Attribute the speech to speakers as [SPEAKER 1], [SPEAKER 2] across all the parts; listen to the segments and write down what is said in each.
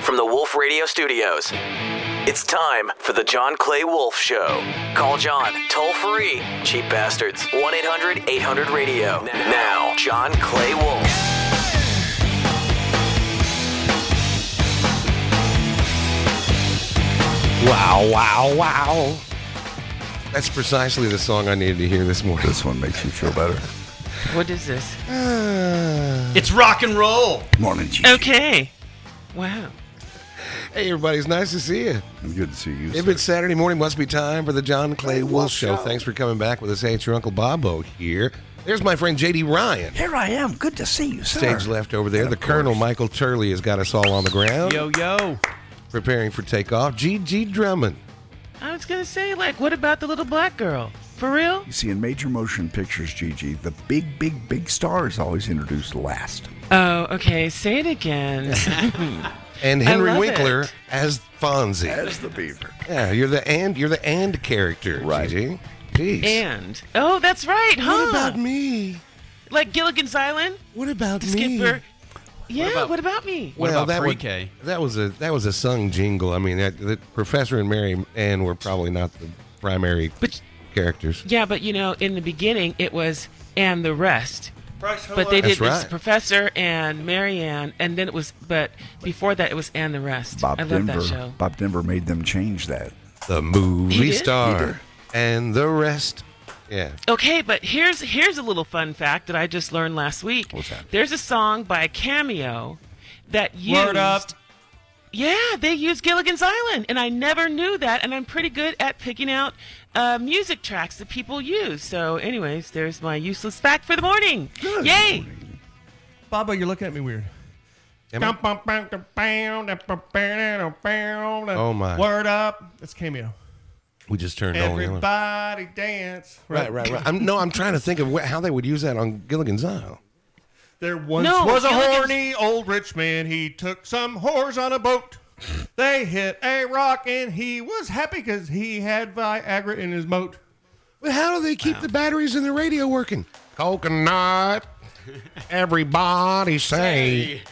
[SPEAKER 1] from the Wolf Radio Studios. It's time for the John Clay Wolf Show. Call John, toll free, cheap bastards. 1 800 800 Radio. Now, John Clay Wolf.
[SPEAKER 2] Wow, wow, wow. That's precisely the song I needed to hear this morning.
[SPEAKER 3] This one makes you feel better.
[SPEAKER 4] What is this?
[SPEAKER 5] It's rock and roll.
[SPEAKER 3] Morning, Gigi.
[SPEAKER 4] Okay. Wow.
[SPEAKER 2] Hey, everybody, it's nice to see you.
[SPEAKER 3] Good to see you.
[SPEAKER 2] If it's Saturday morning, must be time for the John Clay Wolf Show. Thanks for coming back with us. Hey, it's your Uncle Bobo here. There's my friend JD Ryan.
[SPEAKER 3] Here I am. Good to see you, sir.
[SPEAKER 2] Stage left over there. The Colonel Michael Turley has got us all on the ground,
[SPEAKER 5] Yo, yo.
[SPEAKER 2] preparing for takeoff. GG Drummond.
[SPEAKER 4] I was gonna say, like, what about the little black girl? For real?
[SPEAKER 3] You see, in major motion pictures, Gigi, the big, big, big star is always introduced last.
[SPEAKER 4] Oh, okay. Say it again.
[SPEAKER 2] And Henry
[SPEAKER 4] love
[SPEAKER 2] Winkler
[SPEAKER 4] it.
[SPEAKER 2] as Fonzie.
[SPEAKER 3] As the beaver.
[SPEAKER 2] Yeah, you're the and you're the and character,
[SPEAKER 3] Right.
[SPEAKER 2] GG. Jeez.
[SPEAKER 4] and oh, that's right, huh?
[SPEAKER 2] What about me?
[SPEAKER 4] Like Gilligan's Island,
[SPEAKER 2] What about
[SPEAKER 4] the
[SPEAKER 2] me?
[SPEAKER 4] skipper. Yeah. What about,
[SPEAKER 5] about-
[SPEAKER 4] me?
[SPEAKER 5] What about
[SPEAKER 2] that would-
[SPEAKER 5] pre-K?
[SPEAKER 2] that was a that was a sung jingle. I mean, that, that Professor and Mary Ann were probably not the primary
[SPEAKER 4] But
[SPEAKER 2] characters.
[SPEAKER 4] yeah, but you know, in the beginning, it was and the rest. But they
[SPEAKER 2] That's
[SPEAKER 4] did this
[SPEAKER 2] right.
[SPEAKER 4] Professor and Marianne, and then it was. But before that, it was and the rest.
[SPEAKER 3] Bob
[SPEAKER 4] I love
[SPEAKER 3] Denver.
[SPEAKER 4] that show.
[SPEAKER 3] Bob Denver made them change that.
[SPEAKER 2] The movie
[SPEAKER 4] He did?
[SPEAKER 2] star
[SPEAKER 3] He did.
[SPEAKER 2] and the rest. Yeah,
[SPEAKER 4] Okay, but here's here's a little fun fact that I just learned last week.
[SPEAKER 3] What's that?
[SPEAKER 4] There's a song by Cameo that used
[SPEAKER 5] Word up.
[SPEAKER 4] Yeah, they used Gilligan's Island, and I never knew that. And I'm pretty good at picking out uh, music tracks that people use. So, anyways, there's my useless fact for the morning. Yay!
[SPEAKER 6] Bobo, you're looking at me weird.
[SPEAKER 2] Am I-
[SPEAKER 6] Oh
[SPEAKER 2] my.
[SPEAKER 6] Word up. That's cameo.
[SPEAKER 2] we just turned on. the-
[SPEAKER 6] Everybody dance.
[SPEAKER 2] Right, right, right. I'm, no, I'm trying to think of wh- how they would use that on Gilligan's Island.
[SPEAKER 6] There once
[SPEAKER 4] No,
[SPEAKER 6] was a
[SPEAKER 4] Gilligan's-
[SPEAKER 6] horny old rich man. He took some whores on a boat. They hit a rock and he was happy because he had Viagra in his moat.
[SPEAKER 2] But how do they keep the batteries in the radio working? Coconut. Everybody say.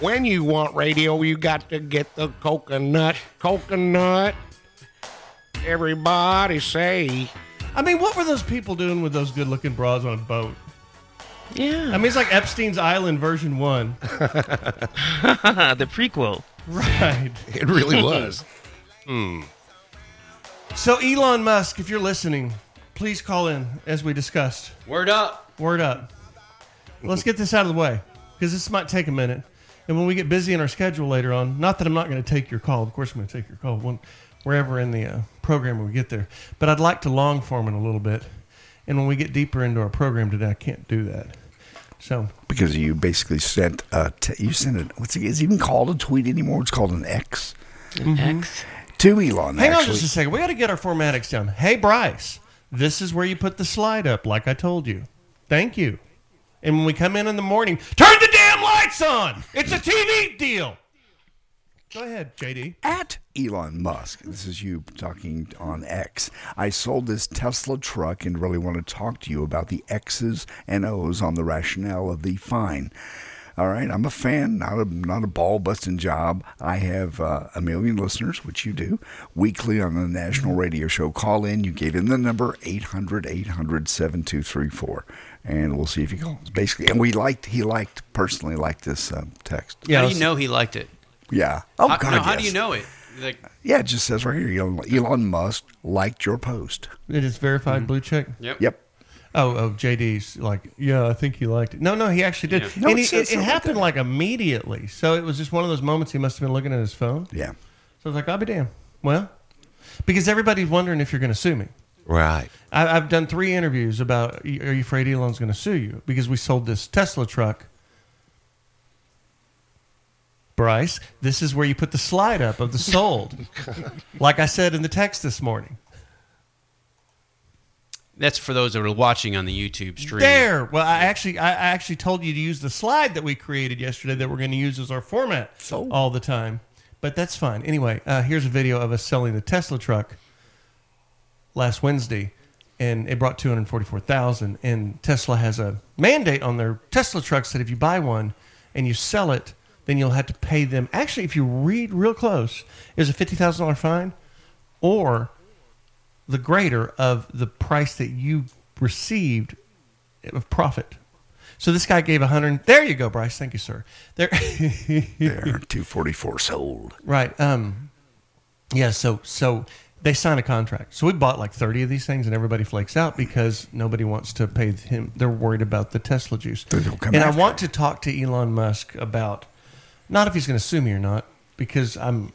[SPEAKER 2] When you want radio, you got to get the coconut. Coconut. Everybody say.
[SPEAKER 6] I mean, what were those people doing with those good looking bras on a boat? I
[SPEAKER 4] Yeah,
[SPEAKER 6] mean, it's like Epstein's Island version one.
[SPEAKER 4] the prequel.
[SPEAKER 6] Right. Hmm.
[SPEAKER 2] It really was.
[SPEAKER 6] So, Elon Musk, if you're listening, please call in as we discussed.
[SPEAKER 5] Word up.
[SPEAKER 6] Word up. Let's get this out of the way because this might take a minute. And when we get busy in our schedule later on, not that I'm not going to take your call. Of course, I'm going to take your call when, wherever in the uh, program we get there. But I'd like to long form it a little bit. And when we get deeper into our program today, I can't do that. So,
[SPEAKER 3] Because you basically sent a t- you sent it. What's it, is it even called a tweet anymore? It's called an X Mm-hmm.
[SPEAKER 4] X.
[SPEAKER 3] to Elon.
[SPEAKER 6] hang on
[SPEAKER 3] actually.
[SPEAKER 6] just a second. We got to get our formatics down. Hey, Bryce, this is where you put the slide up, like I told you. Thank you. And when we come in in the morning, turn the damn lights on. It's a TV deal. Go ahead, JD.
[SPEAKER 3] at Elon Musk. This is you talking on X. I sold this Tesla truck and really want to talk to you about the X's and O's on the rationale of the fine. All right, I'm a fan, not a not a ball busting job. I have uh, a million listeners, which you do, weekly on a national radio show. Call in. You gave in the number 800 800 7234, and we'll see if he calls. Basically, and we liked he liked personally liked this um, text.
[SPEAKER 6] Yeah,
[SPEAKER 5] how do
[SPEAKER 6] let's-
[SPEAKER 5] you know he liked it?
[SPEAKER 3] Yeah. Oh
[SPEAKER 5] how,
[SPEAKER 3] God.
[SPEAKER 5] no, how do
[SPEAKER 3] yes.
[SPEAKER 5] you know it? Like,
[SPEAKER 3] Yeah, it just says right here Elon, Elon Musk liked your post.
[SPEAKER 6] It is verified blue check.
[SPEAKER 5] yep.
[SPEAKER 3] Mm-hmm. Yep.
[SPEAKER 6] Oh, oh, JD's like, yeah, I think he liked it. No, no, he actually did.
[SPEAKER 3] No,
[SPEAKER 6] and
[SPEAKER 3] it
[SPEAKER 6] he,
[SPEAKER 3] says
[SPEAKER 6] it, it
[SPEAKER 3] so.
[SPEAKER 6] happened like immediately. So it was just one of those moments he must have been looking at his phone.
[SPEAKER 3] Yeah.
[SPEAKER 6] So I was like, I'll be damned. Well, because everybody's wondering if you're going to sue me.
[SPEAKER 2] Right.
[SPEAKER 6] I, I've done three interviews about are you afraid Elon's going to sue you? Because we sold this Tesla truck. Bryce, this is where you put the slide up of the sold. like I said in the text this morning.
[SPEAKER 5] That's for those that are watching on the YouTube stream.
[SPEAKER 6] There. Well, I actually, I I actually told you to use the slide that we created yesterday that we're going to use as our format
[SPEAKER 3] So?
[SPEAKER 6] all the time. But that's fine. Anyway, uh, here's a video of us selling the Tesla truck last Wednesday, and it brought two hundred forty-four thousand. And Tesla has a mandate on their Tesla trucks that if you buy one and you sell it, then you'll have to pay them. Actually, if you read real close, is a fifty thousand dollar fine, or the greater of the price that you received of profit. So this guy gave a hundred. There you go, Bryce. Thank you, sir. There.
[SPEAKER 3] There, 244 sold.
[SPEAKER 6] Right. Um. Yeah. So so they sign a contract. So we bought like thirty of these things, and everybody flakes out because nobody wants to pay him. They're worried about the Tesla juice.
[SPEAKER 3] They don't come
[SPEAKER 6] and I
[SPEAKER 3] after
[SPEAKER 6] want to talk to Elon Musk about not if he's going to sue me or not because I'm.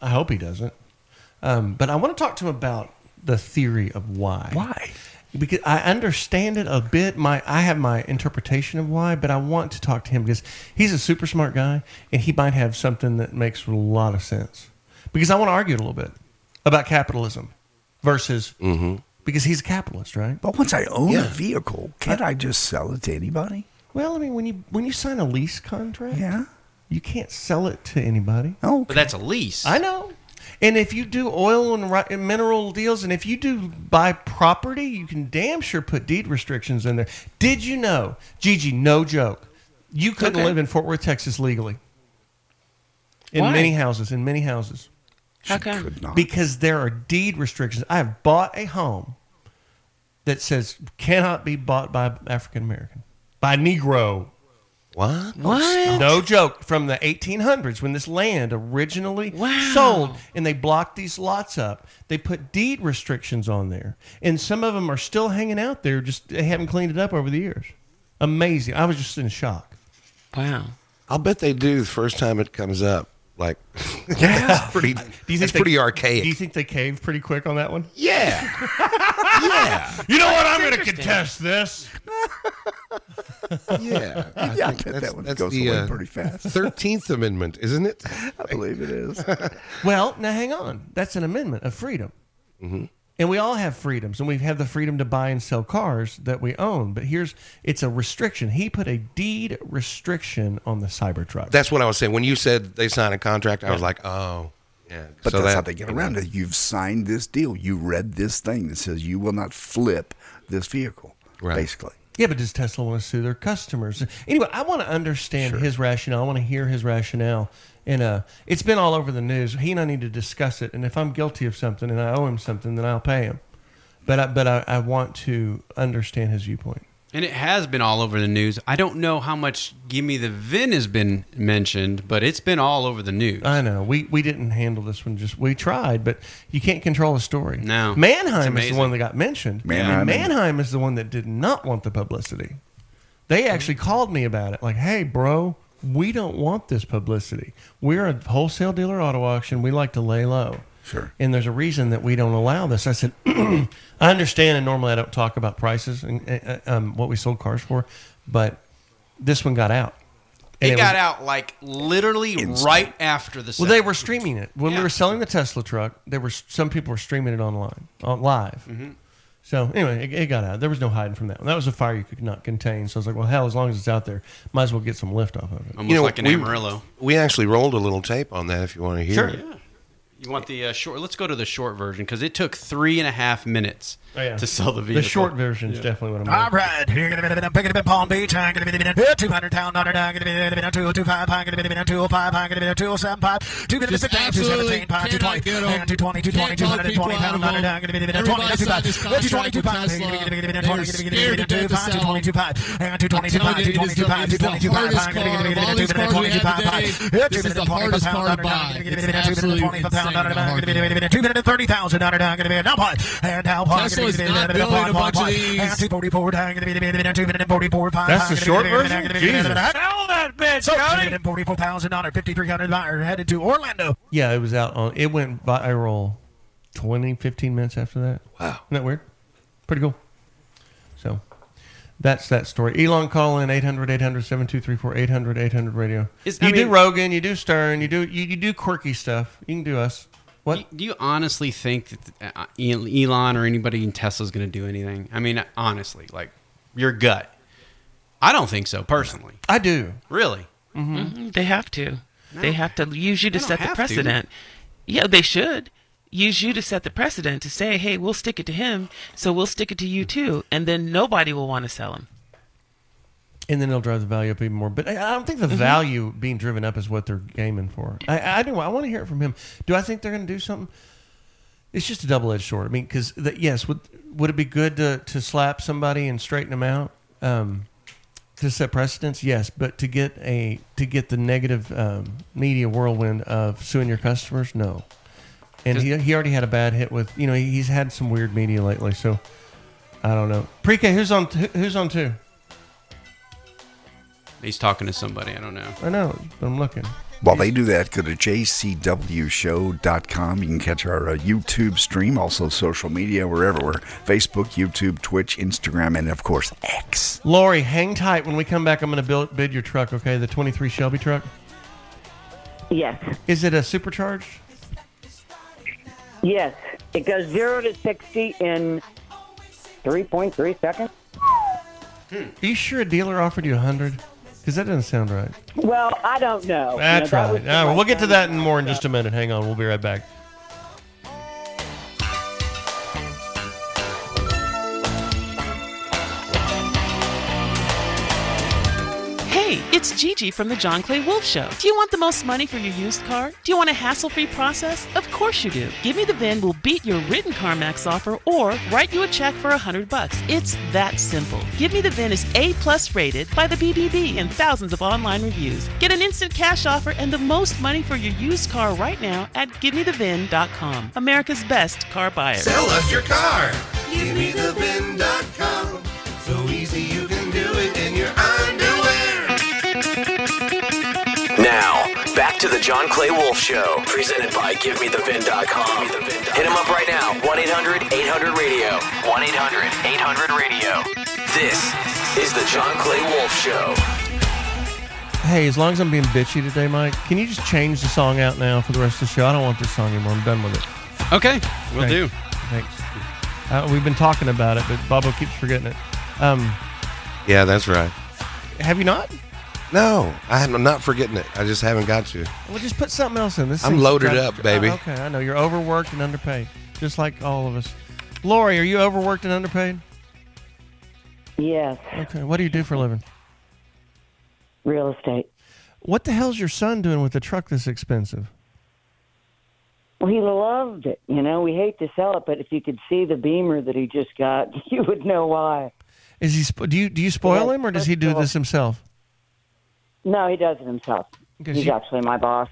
[SPEAKER 6] I hope he doesn't. Um, but I want to talk to him about the theory of why.
[SPEAKER 3] Why?
[SPEAKER 6] Because I understand it a bit. My I have my interpretation of why, but I want to talk to him because he's a super smart guy and he might have something that makes a lot of sense. Because I want to argue it a little bit about capitalism versus because he's a capitalist, right?
[SPEAKER 3] But once I own a vehicle, can't I just sell it to anybody?
[SPEAKER 6] Well, I mean, when you when you sign a lease contract,
[SPEAKER 3] Yeah.
[SPEAKER 6] you can't sell it to anybody.
[SPEAKER 3] Oh,
[SPEAKER 5] But that's a lease.
[SPEAKER 6] I know. And if you do oil and, ri- and mineral deals, and if you do buy property, you can damn sure put deed restrictions in there. Did you know, Gigi? No joke. You couldn't
[SPEAKER 5] Okay.
[SPEAKER 6] live in Fort Worth, Texas, legally. In
[SPEAKER 4] Why?
[SPEAKER 6] many houses, in many houses,
[SPEAKER 4] How come?
[SPEAKER 3] could not.
[SPEAKER 6] because there are deed restrictions. I have bought a home that says cannot be bought by African American, by Negro.
[SPEAKER 5] What?
[SPEAKER 4] What?
[SPEAKER 6] No joke. From the 1800s, when this land originally
[SPEAKER 4] Wow.
[SPEAKER 6] sold, and they blocked these lots up, they put deed restrictions on there, and some of them are still hanging out there. Just they haven't cleaned it up over the years. Amazing. I was just in shock.
[SPEAKER 4] Wow.
[SPEAKER 2] I'll bet they do the first time it comes up. Like,
[SPEAKER 3] yeah.
[SPEAKER 2] pretty.
[SPEAKER 6] Do you
[SPEAKER 2] that's
[SPEAKER 6] they-
[SPEAKER 2] pretty archaic.
[SPEAKER 6] Do you think they caved pretty quick on that one?
[SPEAKER 2] yeah. yeah.
[SPEAKER 6] You know what? I'm going to
[SPEAKER 4] interesting.
[SPEAKER 6] contest this.
[SPEAKER 2] Yeah. I
[SPEAKER 3] Yeah, I
[SPEAKER 2] think
[SPEAKER 3] bet that one
[SPEAKER 2] that's
[SPEAKER 3] goes
[SPEAKER 2] the,
[SPEAKER 3] away
[SPEAKER 2] uh,
[SPEAKER 3] pretty fast.
[SPEAKER 2] 13th Amendment, isn't it?
[SPEAKER 3] I believe it is.
[SPEAKER 6] Well, now hang on. That's an amendment of freedom.
[SPEAKER 2] Mm-hmm.
[SPEAKER 6] And we all have freedoms, and we have the freedom to buy and sell cars that we own. But here's it's a restriction. He put a deed restriction on the Cybertruck.
[SPEAKER 2] That's what I was saying. When you said they sign a contract, I was like, oh, yeah.
[SPEAKER 3] But
[SPEAKER 2] So
[SPEAKER 3] that's
[SPEAKER 2] that-
[SPEAKER 3] how they get around it. You've signed this deal. You read this thing that says you will not flip this vehicle,
[SPEAKER 2] Right.
[SPEAKER 3] basically.
[SPEAKER 6] yeah, but does Tesla want to sue their customers? Anyway, I want to understand his rationale. I want to hear his rationale. And uh, it's been all over the news. He and I need to discuss it. And if I'm guilty of something and I owe him something, then I'll pay him. But I, but I, I want to understand his viewpoint.
[SPEAKER 5] And it has been all over the news. I don't know how much Gimme the VIN has been mentioned, but it's been all over the news.
[SPEAKER 6] I know. We we didn't handle this one just we tried, but you can't control a story.
[SPEAKER 5] No. It's
[SPEAKER 6] Mannheim is the
[SPEAKER 5] amazing.
[SPEAKER 6] one that got mentioned.
[SPEAKER 3] Mannheim.
[SPEAKER 6] And Mannheim is the one that did not want the publicity. They actually called me about it. Like, hey, bro, we don't want this publicity. We're a wholesale dealer auto auction. We like to lay low.
[SPEAKER 3] Sure.
[SPEAKER 6] And there's a reason that we don't allow this. I said, I understand, and normally I don't talk about prices and uh, um, what we sold cars for, but this one got out. And
[SPEAKER 5] it,
[SPEAKER 6] was-
[SPEAKER 5] got out like literally
[SPEAKER 3] Instant.
[SPEAKER 5] right after the.
[SPEAKER 6] well,
[SPEAKER 5] sale.
[SPEAKER 6] they were streaming it when we
[SPEAKER 5] Yeah.
[SPEAKER 6] were selling the Tesla truck. There were some people were streaming it online, on live.
[SPEAKER 5] Mm-hmm.
[SPEAKER 6] So anyway, it, it got out. There was no hiding from that. one. That was a fire you could not contain. So I was like, well, hell, as long as it's out there, might as well get some lift off of it.
[SPEAKER 5] almost
[SPEAKER 2] You know,
[SPEAKER 5] like an
[SPEAKER 2] we-
[SPEAKER 5] Amarillo.
[SPEAKER 2] We actually rolled a little tape on that if you want to hear
[SPEAKER 6] Sure.
[SPEAKER 2] it.
[SPEAKER 5] Yeah. You want the uh, short? Let's go to the short version because it took three and a half minutes to sell the vehicle.
[SPEAKER 6] Oh, The short version is definitely what I'm.
[SPEAKER 7] All
[SPEAKER 6] gonna-
[SPEAKER 7] right, here gonna be I'm picking up in Palm Beach. I'm gonna be in 200 pound under. I'm gonna be in 225. I'm gonna be in 205. I'm gonna be in 275. 256 pound, 217 pound, 220 and 220, 220, 220 pound under. I'm gonna be in 20, 222 pound, 222 pound, 222 pound, 222 pound, 222 pound, 222 pound, 222 pound. I'm gonna be in 222 pound, 222 pound, 222 pound under. I'm gonna be in 230,000 under. I'm gonna be in now part and now part.
[SPEAKER 8] Tesla's not building a bunch of these.
[SPEAKER 7] 44
[SPEAKER 6] That's the short version? Jesus.
[SPEAKER 7] Hell that bitch, Cody. Forty-four thousand dollar, fifty-three hundred buyer headed to Orlando.
[SPEAKER 6] Yeah, it was out on. It went viral 20, 15 minutes after that. Wow. Isn't that weird? Pretty cool. So that's that story. Elon, call in 800 800 7234 800 800 radio.
[SPEAKER 5] Is-
[SPEAKER 6] you
[SPEAKER 5] I
[SPEAKER 6] do
[SPEAKER 5] mean-
[SPEAKER 6] Rogan, you do Stern, you do you, you do quirky stuff. You can do us. What?
[SPEAKER 5] Do you- Do you honestly think that uh, El- Elon or anybody in Tesla is going to do anything? I mean, honestly, like your gut. I don't think so, personally.
[SPEAKER 6] I do.
[SPEAKER 5] Really?
[SPEAKER 4] Mm-hmm. They have to. They have to use you to
[SPEAKER 5] Mm-hmm. don't
[SPEAKER 4] set the
[SPEAKER 5] have to.
[SPEAKER 4] precedent. Yeah, they should use you to set the precedent to say, "Hey, we'll stick it to him, so we'll stick it to you too," and then nobody will want to sell him.
[SPEAKER 6] and then it'll drive the value up even more. But I, I don't think the value being driven up is what they're aiming for. I, I do. I want to hear it from him. Do I think they're going to do something? It's just a double edged sword. I mean, because yes, would would it be good to to slap somebody and straighten them out um, to set precedents? Yes, but to get a to get the negative um, media whirlwind of suing your customers, no. And he, he already had a bad hit with you know he, he's had some weird media lately, so I don't know. Pre K, who's on who- who's on two?
[SPEAKER 5] He's talking to somebody. I don't know.
[SPEAKER 6] I know, but I'm looking.
[SPEAKER 3] While they do that, go to jcwshow.com. You can catch our uh, YouTube stream, also social media. We're everywhere Facebook, YouTube, Twitch, Instagram, and of course, X.
[SPEAKER 6] Lori, hang tight. When we come back, I'm going to build, bid your truck, okay? The 23 Shelby truck.
[SPEAKER 9] Yes.
[SPEAKER 6] Is it a supercharged?
[SPEAKER 9] Yes. It goes zero to sixty in three point three seconds.
[SPEAKER 6] Are you sure a dealer offered you 100? Because that doesn't sound right.
[SPEAKER 9] Well, I don't know.
[SPEAKER 6] That's
[SPEAKER 9] You know,
[SPEAKER 6] right.
[SPEAKER 9] Oh, that was
[SPEAKER 6] All
[SPEAKER 9] the
[SPEAKER 6] right, we'll
[SPEAKER 9] right
[SPEAKER 6] get to
[SPEAKER 9] time.
[SPEAKER 6] that and more in just a minute. Hang on. We'll be right back.
[SPEAKER 4] Hey, it's Gigi from the John Clay Wolf Show. Do you want the most money for your used car? Do you want a hassle free process? Of course you do. Give Me the Bin will beat your written CarMax offer or write you a check for 100 bucks. It's that simple. Give Me the Bin is A plus rated by the BBB and thousands of online reviews. Get an instant cash offer and the most money for your used car right now at GiveMeTheVin.com. America's best car buyer.
[SPEAKER 8] Sell us your car. Give me the VIN.com. So easy you can do it in your underwear.
[SPEAKER 1] Now, back to the John Clay Wolf Show, presented by GiveMeTheVin.com. Hit him up right now, 1 800 800 Radio. 1 800 800 Radio. This is the John Clay Wolf Show.
[SPEAKER 6] Hey, as long as I'm being bitchy today, Mike, can you just change the song out now for the rest of the show? I don't want this song anymore. I'm done with it.
[SPEAKER 5] Okay, we'll
[SPEAKER 6] Thanks.
[SPEAKER 5] do.
[SPEAKER 6] Thanks. Uh, we've been talking about it, but Bobo keeps forgetting it. Um,
[SPEAKER 10] Yeah, that's right.
[SPEAKER 6] have you not?
[SPEAKER 10] No, I'm not forgetting it. I just haven't got to.
[SPEAKER 6] Well, just put something else in. This
[SPEAKER 10] I'm
[SPEAKER 6] thing's
[SPEAKER 10] loaded
[SPEAKER 6] got-
[SPEAKER 10] up, baby.
[SPEAKER 6] Uh, okay, I know you're overworked and underpaid, just like all of us. Lori, are you overworked and underpaid?
[SPEAKER 9] Yes.
[SPEAKER 6] Okay, what do you do for a living?
[SPEAKER 9] Real estate.
[SPEAKER 6] What the hell's your son doing with a truck this expensive?
[SPEAKER 9] Well, he loved it. You know, we hate to sell it, but if you could see the Beamer that he just got, you would know why.
[SPEAKER 6] Is he spo- do you do you spoil
[SPEAKER 9] Yeah,
[SPEAKER 6] him or does he do this himself?
[SPEAKER 9] No, he does it himself.
[SPEAKER 6] Okay,
[SPEAKER 9] He's
[SPEAKER 6] so you-
[SPEAKER 9] actually my boss.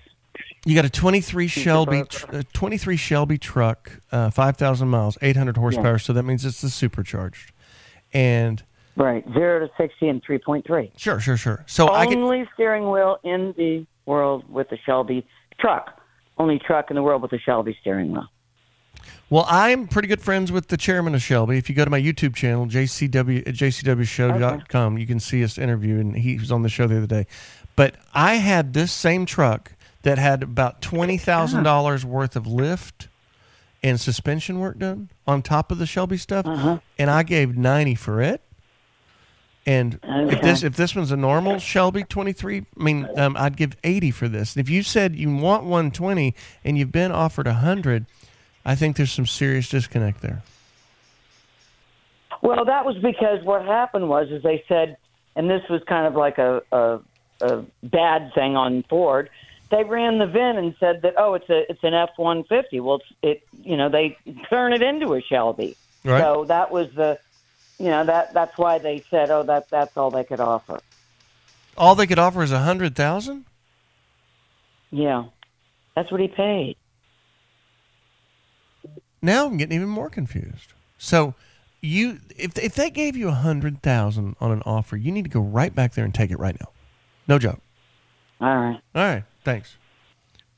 [SPEAKER 6] You got a 23 Shelby tr- uh, 23 Shelby truck, uh, 5,000 miles, 800 horsepower, so that means it's the supercharged. And
[SPEAKER 9] Right, zero to sixty in three point three.
[SPEAKER 6] sure, sure, sure. So I could
[SPEAKER 9] only steering wheel in the world with a Shelby truck. Only truck in the world with a Shelby steering wheel.
[SPEAKER 6] Well, I'm pretty good friends with the chairman of Shelby. If you go to my YouTube channel, JCW at jcwshow.com, you can see us interview, and he was on the show the other day. But I had this same truck that had about twenty thousand dollars worth of lift and suspension work done on top of the Shelby stuff, and I gave ninety for it. And if this if this one's a normal Shelby 23, I mean, um, I'd give 80 for this. And if you said you want 120 and you've been offered 100, I think there's some serious disconnect there.
[SPEAKER 9] Well, that was because what happened was is they said, and this was kind of like a, a, a bad thing on Ford. They ran the VIN and said that oh, it's a it's an F one fifty. Well, it's, it you know they turn it into a Shelby.
[SPEAKER 11] Right.
[SPEAKER 9] So that was the, you know that that's why they said oh that that's all they could offer.
[SPEAKER 6] All they could offer is 100,000?
[SPEAKER 9] Yeah, that's what he paid.
[SPEAKER 6] Now I'm getting even more confused. So you if if they gave you 100,000 on an offer, you need to go right back there and take it right now. No joke.
[SPEAKER 9] All right.
[SPEAKER 6] All right. Thanks.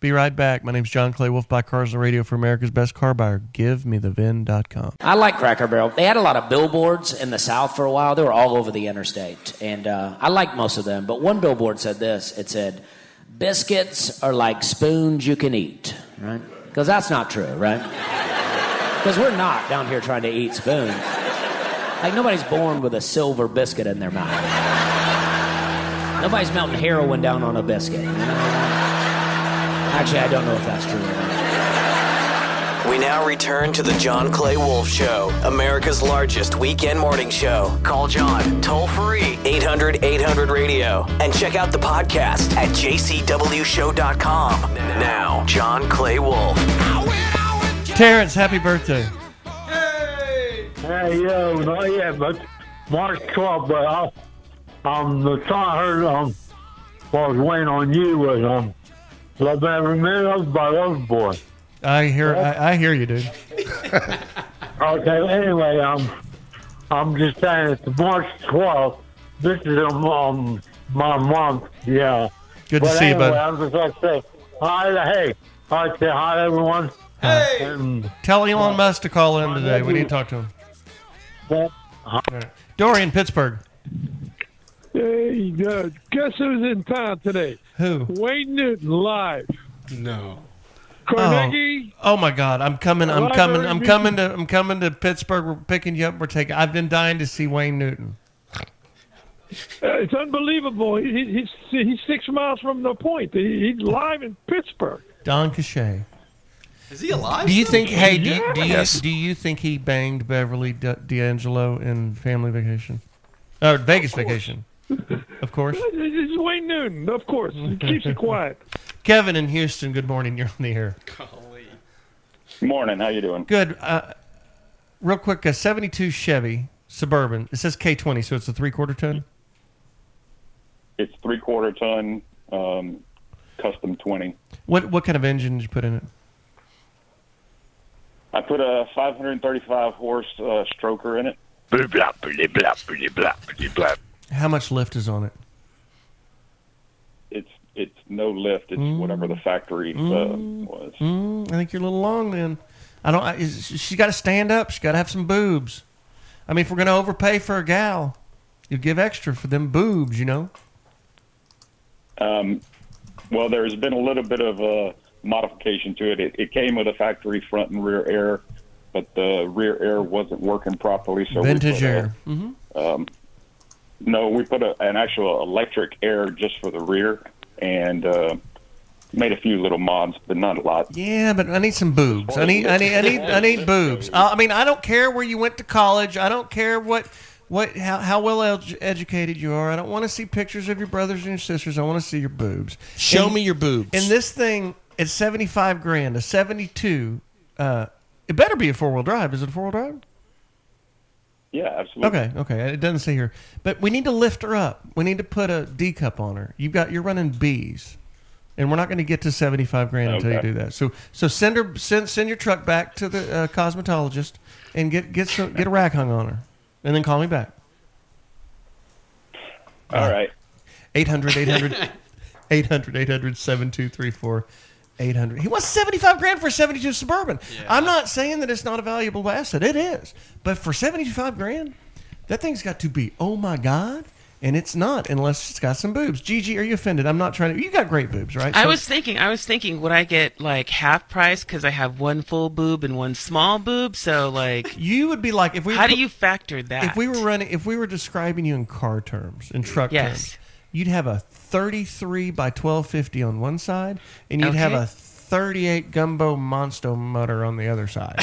[SPEAKER 6] Be right back. My name's John Clay Wolf by Cars on the Radio for America's Best Car Buyer. Give me the VIN.com.
[SPEAKER 12] I like Cracker Barrel. They had a lot of billboards in the South for a while. They were all over the interstate, and uh, I like most of them. But one billboard said this: "It said, biscuits are like spoons you can eat." Right? Because that's not true, right? Because we're not down here trying to eat spoons. Like nobody's born with a silver biscuit in their mouth. Nobody's melting heroin down on a biscuit. you know? Actually, I don't know if that's true. or not.
[SPEAKER 1] We now return to the John Clay Wolf Show, America's largest weekend morning show. Call John toll free 800 800 radio and check out the podcast at jcwshow.com. Now, John Clay Wolf.
[SPEAKER 6] Terrence, happy birthday.
[SPEAKER 11] Hey, yo, not yet, but March 12th, but I, um, the song I heard um, while I was waiting on you was um, Love Every Minute of it by Love Boy.
[SPEAKER 6] I hear, I, I hear you, dude.
[SPEAKER 11] Okay, anyway, um, I'm just saying it's March 12th. This is um, um, my month, yeah.
[SPEAKER 6] Good to
[SPEAKER 11] But
[SPEAKER 6] see you,
[SPEAKER 11] anyway,
[SPEAKER 6] bud.
[SPEAKER 11] I'm just like to say hi to, hey, I'd say hi to everyone.
[SPEAKER 6] Hey!
[SPEAKER 11] And,
[SPEAKER 6] Tell Elon Musk to call in today. We need to talk to him. All right. Dorian, Pittsburgh.
[SPEAKER 8] Hey, uh, guess who's in town today?
[SPEAKER 6] Who?
[SPEAKER 8] Wayne Newton live.
[SPEAKER 6] No.
[SPEAKER 8] Carnegie.
[SPEAKER 6] Oh, oh my God! I'm coming! I'm
[SPEAKER 8] Library
[SPEAKER 6] coming! I'm
[SPEAKER 8] meeting.
[SPEAKER 6] coming to! I'm coming to Pittsburgh. We're picking you up. We're taking. I've been dying to see Wayne Newton.
[SPEAKER 8] Uh, it's unbelievable. He, he- he's he's six miles from the point. He, he's live in Pittsburgh.
[SPEAKER 6] Don Cachet.
[SPEAKER 5] Is he alive?
[SPEAKER 6] Do you think? Hey, do, you- do you
[SPEAKER 8] Yes.
[SPEAKER 6] do you think he banged Beverly D- D'Angelo in Family Vacation, or Vegas Vacation? Of course.
[SPEAKER 8] It's Wayne Newton, of course. He keeps it quiet.
[SPEAKER 6] Kevin in Houston. Good morning. You're on the air.
[SPEAKER 13] Morning. How you doing?
[SPEAKER 6] Good. Uh, real quick, a '72 Chevy Suburban. It says K20, so it's a three-quarter ton.
[SPEAKER 8] Mm-hmm.
[SPEAKER 13] It's three quarter ton, um, custom twenty.
[SPEAKER 6] What what kind of engine did you put in it?
[SPEAKER 13] I put a 535 horse uh, stroker in it.
[SPEAKER 14] Blah, blah, blah, blah, blah, blah, blah, blah.
[SPEAKER 6] How much lift is on it?
[SPEAKER 13] It's it's no lift. It's whatever the factory uh, was.
[SPEAKER 6] Mm, I think you're a little long then. I don't. I, is, she's got to stand up. She's got to have some boobs. I mean, if we're gonna overpay for a gal, you give extra for them boobs, you know.
[SPEAKER 13] Um, well, there's been a little bit of uh, modification to it. it. It came with a factory front and rear air, but the rear air wasn't working properly. So we
[SPEAKER 6] Vintage
[SPEAKER 13] put a-
[SPEAKER 6] air. Mm-hmm.
[SPEAKER 13] Um, no, we put a, an actual electric air just for the rear and uh, made a few little mods, but not a lot.
[SPEAKER 6] Yeah, but I need some boobs. I need, I need, I need, I need boobs. I, I mean, I don't care where you went to college. I don't care what, what, how, how well ed- educated you are. I don't want to see pictures of your brothers and your sisters. I want to see your boobs.
[SPEAKER 15] Show
[SPEAKER 6] And-
[SPEAKER 15] me your boobs.
[SPEAKER 6] And this thing, it's seventy five grand, a seventy two. Uh, it better be a four wheel drive. Is it a four wheel drive?
[SPEAKER 13] Yeah, absolutely.
[SPEAKER 6] Okay, okay. It doesn't say here, but we need to lift her up. We need to put a D cup on her. You've got you're running B's, and we're not going to get to seventy five grand until you
[SPEAKER 13] Okay.
[SPEAKER 6] do that. So so send her send send your truck back to the uh, cosmetologist and get get some get a rack hung on her, and then call me back. Uh,
[SPEAKER 13] All right.
[SPEAKER 6] 800 800 800 800 7234 800. He wants 75 grand for a 72 Suburban. I'm not saying that it's not a valuable asset. It is. But for 75 grand, that thing's got to be, oh my God. And it's not unless it's got some boobs. Gigi, are you offended? I'm not trying to. You got great boobs, right?
[SPEAKER 4] I
[SPEAKER 6] So-
[SPEAKER 4] was thinking, I was thinking, would I get like half price because I have one full boob and one small boob? So like,
[SPEAKER 6] you would be like, if we
[SPEAKER 4] how
[SPEAKER 6] put-
[SPEAKER 4] do you factor that?
[SPEAKER 6] If we were running, if we were describing you in car terms, in truck
[SPEAKER 4] Yes.
[SPEAKER 6] terms, you'd have a 33 by 1250 on one side, and you'd have
[SPEAKER 4] Okay.
[SPEAKER 6] a 38 gumbo monster mutter on the other side.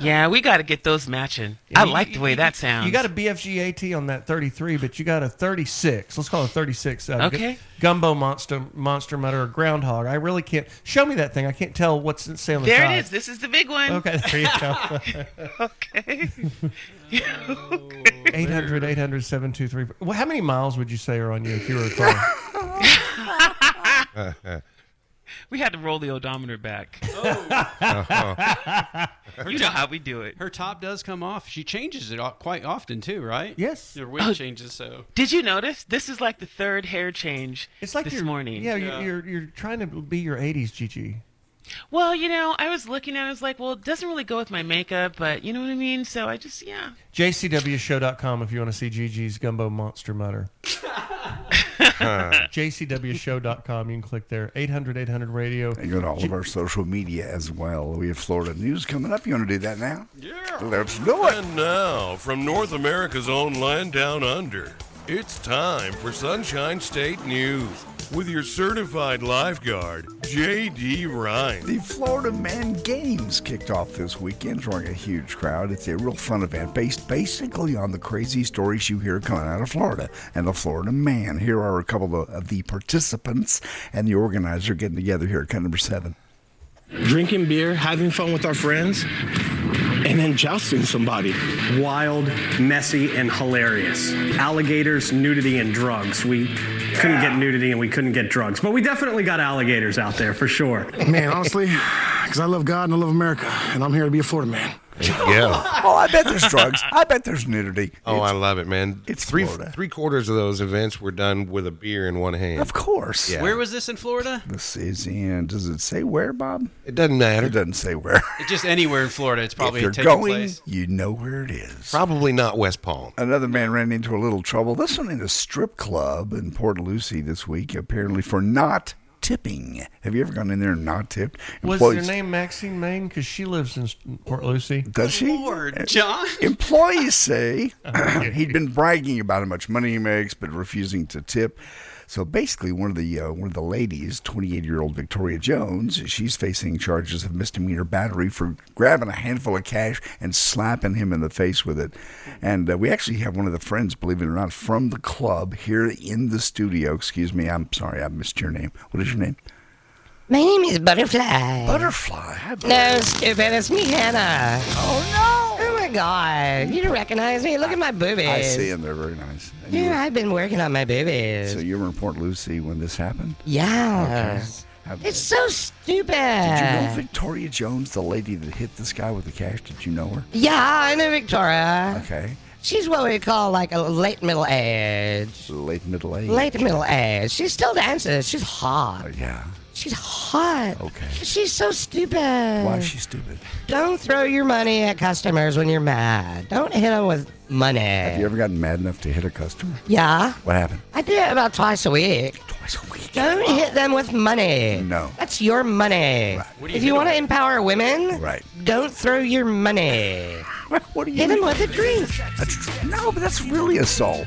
[SPEAKER 4] yeah, we got to get those matching. I like the way that sounds.
[SPEAKER 6] You got a BFGAT on that 33, but you got a 36. Let's call it 36. Uh,
[SPEAKER 4] Okay.
[SPEAKER 6] gu- Gumbo monster, monster mutter, or groundhog. I really can't show me that thing. I can't tell what's it say on the
[SPEAKER 4] there
[SPEAKER 6] side.
[SPEAKER 4] it is. This is the big one.
[SPEAKER 6] Okay, there you go.
[SPEAKER 4] okay.
[SPEAKER 6] 800 800 723. Well, how many miles would you say are on you if you were a car?
[SPEAKER 4] We had to roll the odometer back.
[SPEAKER 5] Oh.
[SPEAKER 4] you know how we do it.
[SPEAKER 5] Her top does come off. She changes it o- quite often too, right?
[SPEAKER 6] Yes.
[SPEAKER 5] Her wig
[SPEAKER 4] Oh.
[SPEAKER 5] changes so.
[SPEAKER 4] Did you notice? This is like the third hair change.
[SPEAKER 6] It's like
[SPEAKER 4] this
[SPEAKER 6] you're,
[SPEAKER 4] morning.
[SPEAKER 6] Yeah, You're, you're you're trying to be your 80s, Gigi.
[SPEAKER 4] Well, you know, I was looking at. it, I was like, well, it doesn't really go with my makeup, but you know what I mean. So I just, yeah.
[SPEAKER 6] JCWShow.com if you want to see Gigi's gumbo monster mutter. JCWShow.com. You can click there. 800 800 radio.
[SPEAKER 3] And go to all of our social media as well. We have Florida news coming up. You want to do that now? Yeah. Let's do it.
[SPEAKER 16] And now, from North America's own land down under, it's time for Sunshine State News with your certified lifeguard, J.D. Ryan.
[SPEAKER 3] The Florida Man Games kicked off this weekend, drawing a huge crowd. It's a real fun event based basically on the crazy stories you hear coming out of Florida and the Florida Man. Here are a couple of, of the participants and the organizer getting together here at cut number seven.
[SPEAKER 17] drinking beer, having fun with our friends, and then jousting somebody. Wild, messy, and hilarious. Alligators, nudity, and drugs. We couldn't get nudity and we couldn't get drugs, but we definitely got alligators out there for sure.
[SPEAKER 7] Man, honestly, because I love God and I love America, and I'm here to be a Florida man.
[SPEAKER 10] Yeah.
[SPEAKER 3] Oh, I bet there's drugs. I bet there's nudity.
[SPEAKER 10] Oh, I love it, man.
[SPEAKER 3] It's
[SPEAKER 10] three
[SPEAKER 3] Florida.
[SPEAKER 10] three quarters of those events were done with a beer in one hand.
[SPEAKER 3] Of course.
[SPEAKER 10] Yeah.
[SPEAKER 5] Where was this in Florida?
[SPEAKER 3] This is in. Does it uh, say where, Bob?
[SPEAKER 10] It doesn't matter.
[SPEAKER 3] It doesn't say where.
[SPEAKER 5] It's just anywhere in Florida. It's probably
[SPEAKER 3] if you're
[SPEAKER 5] taking
[SPEAKER 3] going,
[SPEAKER 5] place.
[SPEAKER 3] you know where it is.
[SPEAKER 10] Probably not West Palm.
[SPEAKER 3] Another man ran into a little trouble. This one in a strip club in Port Lucie this week, apparently for not tipping. Have you ever gone in there and not tipped?
[SPEAKER 6] Was
[SPEAKER 3] Employees-
[SPEAKER 6] her name Maxine Maine? Because she lives in Port Lucie.
[SPEAKER 3] Does she? Uh,
[SPEAKER 6] Lord,
[SPEAKER 5] John.
[SPEAKER 3] Employees say he'd been bragging about how much money he makes, but refusing to tip. So basically, one of the uh, one of the ladies, 28 year old Victoria Jones, she's facing charges of misdemeanor battery for grabbing a handful of cash and slapping him in the face with it. And uh, we actually have one of the friends, believe it or not, from the club here in the studio. Excuse me, I'm sorry, I missed your name. What is your name?
[SPEAKER 18] My name is Butterfly.
[SPEAKER 3] Butterfly?
[SPEAKER 18] No, stupid. It's me, Hannah. Oh, no. Oh, my God. You don't recognize me? Look at my boobies.
[SPEAKER 3] I see him. They're very nice. And you were-
[SPEAKER 18] Yeah, I've been working on my boobies.
[SPEAKER 3] So you were in Port Lucie when this happened?
[SPEAKER 18] Yeah.
[SPEAKER 3] Okay. Have-
[SPEAKER 18] It's so stupid.
[SPEAKER 3] Did you
[SPEAKER 18] Uh.
[SPEAKER 3] know Victoria Jones, the lady that hit this guy with the cash? Did you know her?
[SPEAKER 18] Yeah, I know Victoria.
[SPEAKER 3] Okay.
[SPEAKER 18] She's what we call like a late middle age.
[SPEAKER 3] Late middle age. Oh,
[SPEAKER 18] Late middle age. She still dances. She's hot.
[SPEAKER 3] yeah.
[SPEAKER 18] She's hot.
[SPEAKER 3] Okay.
[SPEAKER 18] She's so stupid.
[SPEAKER 3] Why is she stupid?
[SPEAKER 18] Don't throw your money at customers when you're mad. Don't hit them with money.
[SPEAKER 3] Have you ever gotten mad enough to hit a customer?
[SPEAKER 18] Yeah,
[SPEAKER 3] What happened?
[SPEAKER 18] I do it about twice a week.
[SPEAKER 3] Twice a week.
[SPEAKER 18] Don't hit them with money.
[SPEAKER 3] No.
[SPEAKER 18] That's your money.
[SPEAKER 3] What do you
[SPEAKER 18] if
[SPEAKER 3] hit
[SPEAKER 18] you
[SPEAKER 3] 'em
[SPEAKER 18] want to
[SPEAKER 3] with?
[SPEAKER 18] empower women,
[SPEAKER 3] Right.
[SPEAKER 18] don't throw your money.
[SPEAKER 3] what do you
[SPEAKER 18] hit them with a drink.
[SPEAKER 3] That's tr- no, but that's really assault.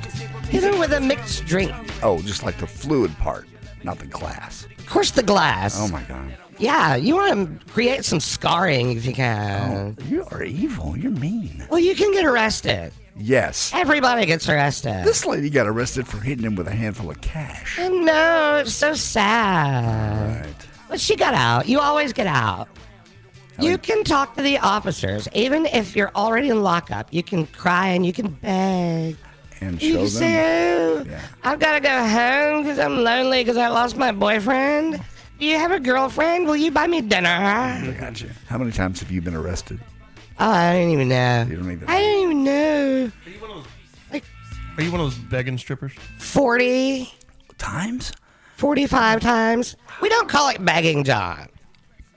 [SPEAKER 18] Hit them with a mixed drink.
[SPEAKER 3] Oh, just like the fluid part, not the glass.
[SPEAKER 18] Of course, the glass.
[SPEAKER 3] Oh my God.
[SPEAKER 18] Yeah, you want to create some scarring if you can.
[SPEAKER 3] you are evil. You're mean.
[SPEAKER 18] Well, you can get arrested.
[SPEAKER 3] Oh, Yes.
[SPEAKER 18] Everybody gets arrested.
[SPEAKER 3] This lady got arrested for hitting him with a handful of cash.
[SPEAKER 18] I know, it's so sad. But she got out. You always get out. You can talk to the officers, even if you're already in lockup. You can cry and you can beg.
[SPEAKER 3] And
[SPEAKER 18] you
[SPEAKER 3] show
[SPEAKER 18] can
[SPEAKER 3] them.
[SPEAKER 18] say, oh, I've got to go home because I'm lonely because I lost my boyfriend. Do you have a girlfriend? Will you buy me dinner?
[SPEAKER 3] I got you. How many times have you been arrested?
[SPEAKER 18] Oh, Mm-hmm. I don't even know.
[SPEAKER 3] You don't even
[SPEAKER 18] I don't even know.
[SPEAKER 6] Are you one of those begging strippers?
[SPEAKER 18] 40
[SPEAKER 3] times?
[SPEAKER 18] 45 times. We don't call it begging, John.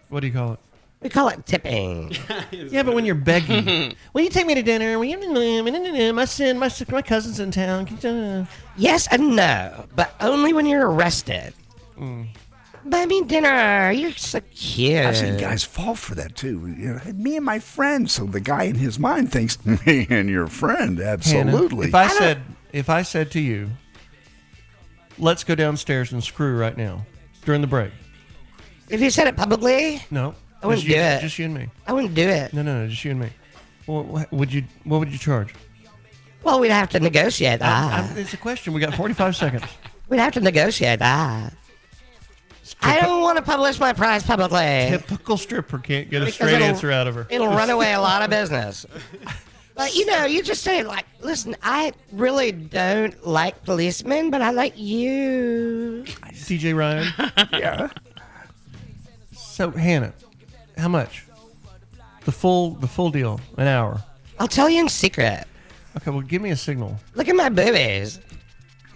[SPEAKER 6] What do you call it?
[SPEAKER 18] We call it tipping.
[SPEAKER 6] yeah, but when you're begging, will you take me to dinner? Will you? My son, my my cousin's in town.
[SPEAKER 18] Yes and no, but only when you're arrested. Buy me dinner. You're so cute.
[SPEAKER 3] I've seen guys fall for that too. You know, me and my friend. So the guy in his mind thinks me and your friend. Absolutely.
[SPEAKER 6] If I, said, if I said to you, let's go downstairs and screw right now during the break.
[SPEAKER 18] If you said it publicly,
[SPEAKER 6] No,
[SPEAKER 18] I wouldn't
[SPEAKER 6] just you,
[SPEAKER 18] do it.
[SPEAKER 6] Just you and me.
[SPEAKER 18] I wouldn't do it.
[SPEAKER 6] No, no, no, just you and me. Well, wha- would you? What would you charge?
[SPEAKER 18] Well, we'd have to negotiate that.
[SPEAKER 6] I- it's a question. We got 45 seconds.
[SPEAKER 18] We'd have to negotiate that. I don't want to publish my prize publicly.
[SPEAKER 6] Typical stripper can't get a
[SPEAKER 18] Because
[SPEAKER 6] straight
[SPEAKER 18] it'll-
[SPEAKER 6] answer out of her.
[SPEAKER 18] It'll run away a lot of business. But you know, you just say like, "Listen, I really don't like policemen, but I like you."
[SPEAKER 6] DJ Ryan.
[SPEAKER 3] yeah.
[SPEAKER 6] So Hannah, how much? The full the full deal, an hour.
[SPEAKER 18] I'll tell you in secret.
[SPEAKER 6] Okay, well give me a signal.
[SPEAKER 18] Look at my boobies.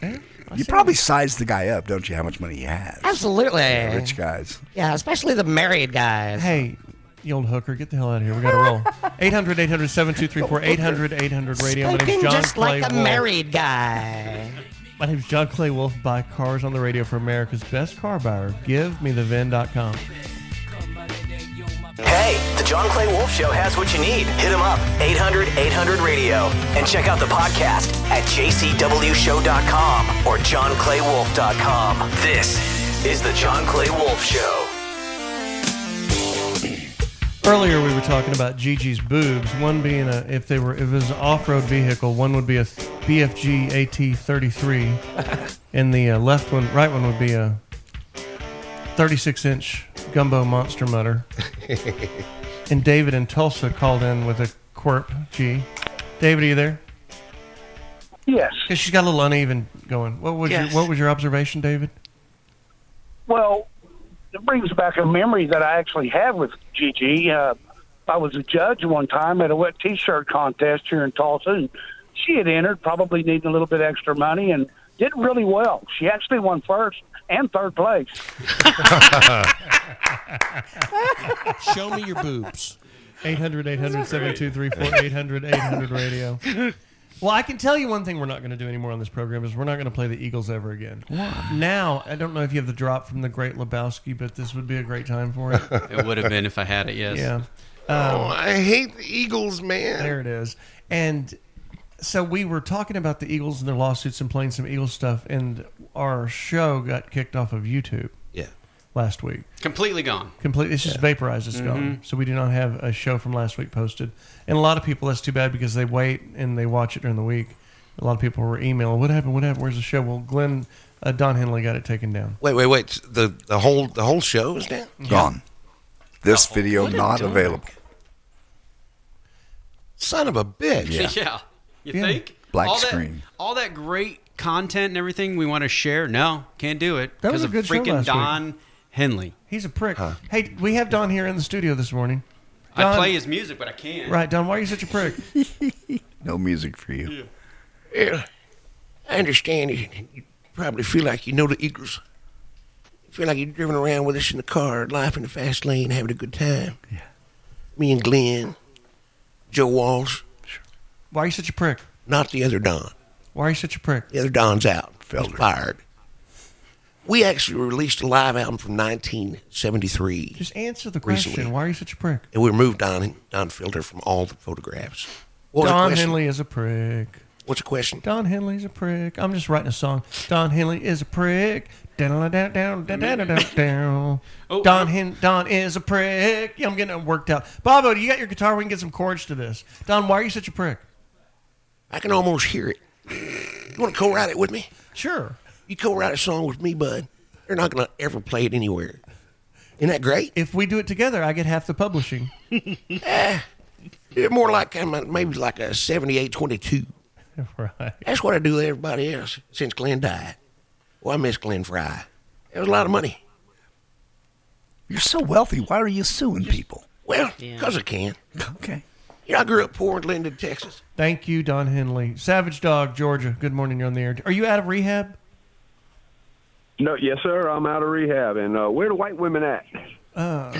[SPEAKER 3] you probably size the guy up, don't you? How much money he has?
[SPEAKER 18] Absolutely.
[SPEAKER 3] Yeah, rich guys.
[SPEAKER 18] Yeah, especially the married guys.
[SPEAKER 6] Hey, you old hooker, get the hell out of here. We got to roll. 800 800 7234 800 800 radio. My name's
[SPEAKER 18] Spoken
[SPEAKER 6] John
[SPEAKER 18] just
[SPEAKER 6] Clay
[SPEAKER 18] like the
[SPEAKER 6] Wolf.
[SPEAKER 18] married guy.
[SPEAKER 6] My name's John Clay Wolf. Buy cars on the radio for America's best car buyer. Give me the VIN.com.
[SPEAKER 1] Hey, the John Clay Wolf Show has what you need. Hit him up, 800 800 Radio. And check out the podcast at jcwshow.com or johnclaywolf.com. This is the John Clay Wolf Show.
[SPEAKER 6] Earlier, we were talking about Gigi's boobs. One being a, if they were, if it was an off-road vehicle, one would be a BFG AT33, and the uh, left one, right one would be a 36-inch gumbo monster mutter. and David in Tulsa called in with a quirp G. David, are you there?
[SPEAKER 8] Yes.
[SPEAKER 6] Because she's got a little uneven going. What was
[SPEAKER 8] Yes.
[SPEAKER 6] your What was your observation, David?
[SPEAKER 8] Well, it brings back a memory that I actually have with Gigi. Uh, I was a judge one time at a wet T-shirt contest here in Tulsa, and she had entered, probably needing a little bit extra money, and did really well. She actually won first and third place.
[SPEAKER 19] Show me your boobs.
[SPEAKER 6] 800 800 723 800 800 radio. Well, I can tell you one thing we're not going to do anymore on this program is we're not going to play the Eagles ever again.
[SPEAKER 5] Why?
[SPEAKER 6] Now, I don't know if you have the drop from the Great Lebowski, but this would be a great time for it.
[SPEAKER 5] It would have been if I had it, yes.
[SPEAKER 6] Yeah. Um,
[SPEAKER 5] Oh, I
[SPEAKER 6] hate the Eagles, man. There it is. And so we were talking about the Eagles and their lawsuits and playing some Eagles stuff, and our show got kicked off of YouTube.
[SPEAKER 5] Yeah.
[SPEAKER 6] Last week.
[SPEAKER 5] Completely gone. Mm-hmm.
[SPEAKER 6] Completely, it's just vaporized. It's gone. So we do not have a show from last week posted. And a lot of people, that's too bad because they wait and they watch it during the week. A lot of people were emailing, "What happened? What happened? Where's the show?" Well, Glenn uh, Don Henley got it taken down.
[SPEAKER 2] Wait, wait, wait. The the whole the whole show is down.
[SPEAKER 3] Gone. This video
[SPEAKER 2] What a
[SPEAKER 3] not
[SPEAKER 2] dog.
[SPEAKER 3] available.
[SPEAKER 2] Son of a bitch.
[SPEAKER 5] Yeah. You think?
[SPEAKER 3] Black
[SPEAKER 5] all
[SPEAKER 3] screen.
[SPEAKER 5] That, all that great content and everything we want to share, no, can't do it.
[SPEAKER 6] That was
[SPEAKER 5] 'cause
[SPEAKER 6] a
[SPEAKER 5] of
[SPEAKER 6] good show
[SPEAKER 5] freaking
[SPEAKER 6] last week.
[SPEAKER 5] Don Henley.
[SPEAKER 6] He's a prick. Hey, we have Don here in the studio this morning.
[SPEAKER 5] I
[SPEAKER 6] Don-
[SPEAKER 5] play his music, but I can't.
[SPEAKER 6] Right, Don, why are you such a prick?
[SPEAKER 3] No music for you.
[SPEAKER 2] Yeah, I understand you, you probably feel like you know the Eagles. You feel like you're driving around with us in the car, life in the fast lane, having a good time. Yeah. Me and Glenn, Joe Walsh.
[SPEAKER 6] Why are you such a prick?
[SPEAKER 2] Not the other Don.
[SPEAKER 6] Why are you such a prick?
[SPEAKER 2] The other Don's out. He's fired. We actually released a live album from 1973.
[SPEAKER 6] Just answer the question.
[SPEAKER 2] Recently.
[SPEAKER 6] Why are you such a prick?
[SPEAKER 2] And we removed Don, Don Fielder from all the photographs. What was the
[SPEAKER 6] Don
[SPEAKER 2] question?
[SPEAKER 6] Henley is a prick.
[SPEAKER 2] What's the question?
[SPEAKER 6] Don Henley's a prick. I'm just writing a song. Don Henley is a prick. Down, down, down, down, down, down, down.
[SPEAKER 5] Oh.
[SPEAKER 6] Don Hen- Don is a prick. Yeah, I'm getting it worked out. Bobo, do you got your guitar? We can get some chords to this. Don, why are you such a prick?
[SPEAKER 2] I can almost hear it. You want to co-write it with me?
[SPEAKER 6] Sure.
[SPEAKER 2] You co-write a song with me, bud. They're not gonna ever play it anywhere. Isn't that great?
[SPEAKER 6] If we do it together, I get half the publishing.
[SPEAKER 2] Eh, they're more like I'm a- maybe like a 78-22.
[SPEAKER 6] right.
[SPEAKER 2] That's what I do with everybody else since Glenn died. Well, I miss Glenn Fry. It was a lot of money.
[SPEAKER 3] You're so wealthy. Why are you suing people?
[SPEAKER 2] Well, because I can.
[SPEAKER 3] Okay.
[SPEAKER 2] You know, I grew up poor in Linden, Texas.
[SPEAKER 6] Thank you, Don Henley. Savage Dog, Georgia. Good morning. You're on the air. Are you out of rehab?
[SPEAKER 20] No, yes, sir. I'm out of rehab, and uh, where the white women at?
[SPEAKER 6] Uh,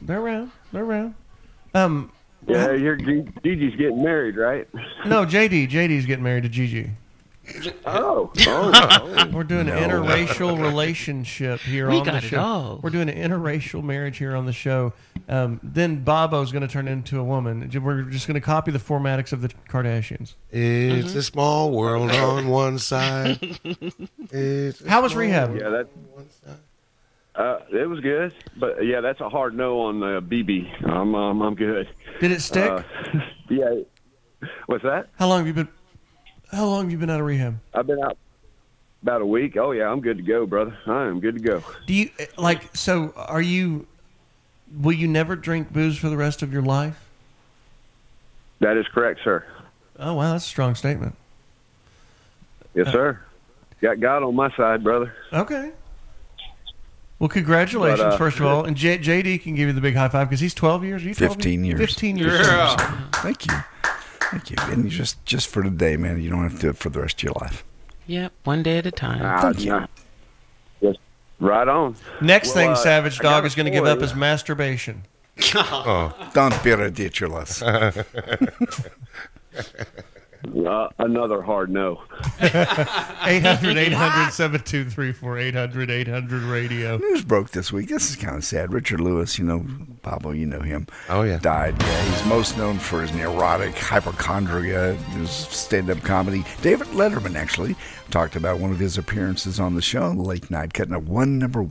[SPEAKER 6] they're around. They're around. Um,
[SPEAKER 20] Yeah, you're G- Gigi's getting married, right?
[SPEAKER 6] no, JD. JD's getting married to Gigi.
[SPEAKER 20] Oh, oh,
[SPEAKER 6] We're doing an
[SPEAKER 20] No.
[SPEAKER 6] interracial relationship here
[SPEAKER 19] We
[SPEAKER 6] on the
[SPEAKER 19] got it
[SPEAKER 6] show.
[SPEAKER 19] all.
[SPEAKER 6] We're doing an interracial marriage here on the show. Um, then Bobo's going to turn into a woman. We're just going to copy the formatics of the Kardashians.
[SPEAKER 2] It's a small world on one side.
[SPEAKER 6] How was rehab?
[SPEAKER 20] Yeah, that. Uh, it was good, but uh, yeah, that's a hard no on the BB. I'm um, I'm good.
[SPEAKER 6] Did it stick?
[SPEAKER 20] Uh, yeah. What's that?
[SPEAKER 6] How long have you been? How long have you been out of rehab?
[SPEAKER 20] I've been out about a week. Oh yeah, I'm good to go, brother. I am good to go.
[SPEAKER 6] Do you eh, like? So are you? Will you never drink booze for the rest of your life?
[SPEAKER 20] That is correct, sir.
[SPEAKER 6] Oh wow, that's a strong statement.
[SPEAKER 20] Yes, sir. Got God on my side, brother.
[SPEAKER 6] Okay. Well, congratulations,
[SPEAKER 20] But, uh,
[SPEAKER 6] first of all, and J- JD can give you the big high five because he's twelve years. Are you 12
[SPEAKER 3] 15 years.
[SPEAKER 6] Fifteen years.
[SPEAKER 3] Thank you. Thank you. And you just just for today, man. You don't have to do it for the rest of your life.
[SPEAKER 4] Yep, one day at a time.
[SPEAKER 20] Thank you. Yes. Right on.
[SPEAKER 6] Next
[SPEAKER 20] Well,
[SPEAKER 6] thing,
[SPEAKER 20] uh,
[SPEAKER 6] Savage
[SPEAKER 20] I got
[SPEAKER 6] Dog
[SPEAKER 20] a
[SPEAKER 6] is going to give up
[SPEAKER 20] story.
[SPEAKER 6] his masturbation.
[SPEAKER 3] Oh, don't be ridiculous.
[SPEAKER 20] Uh, another hard no.
[SPEAKER 6] 800 800 7234 800 800 radio.
[SPEAKER 3] News broke this week. This is kind of sad. Richard Lewis, you know, Pablo, you know him.
[SPEAKER 20] Oh, yeah.
[SPEAKER 3] Died. Yeah, he's most known for his neurotic hypochondria, his stand up comedy. David Letterman actually talked about one of his appearances on the show on the late night, cutting a one number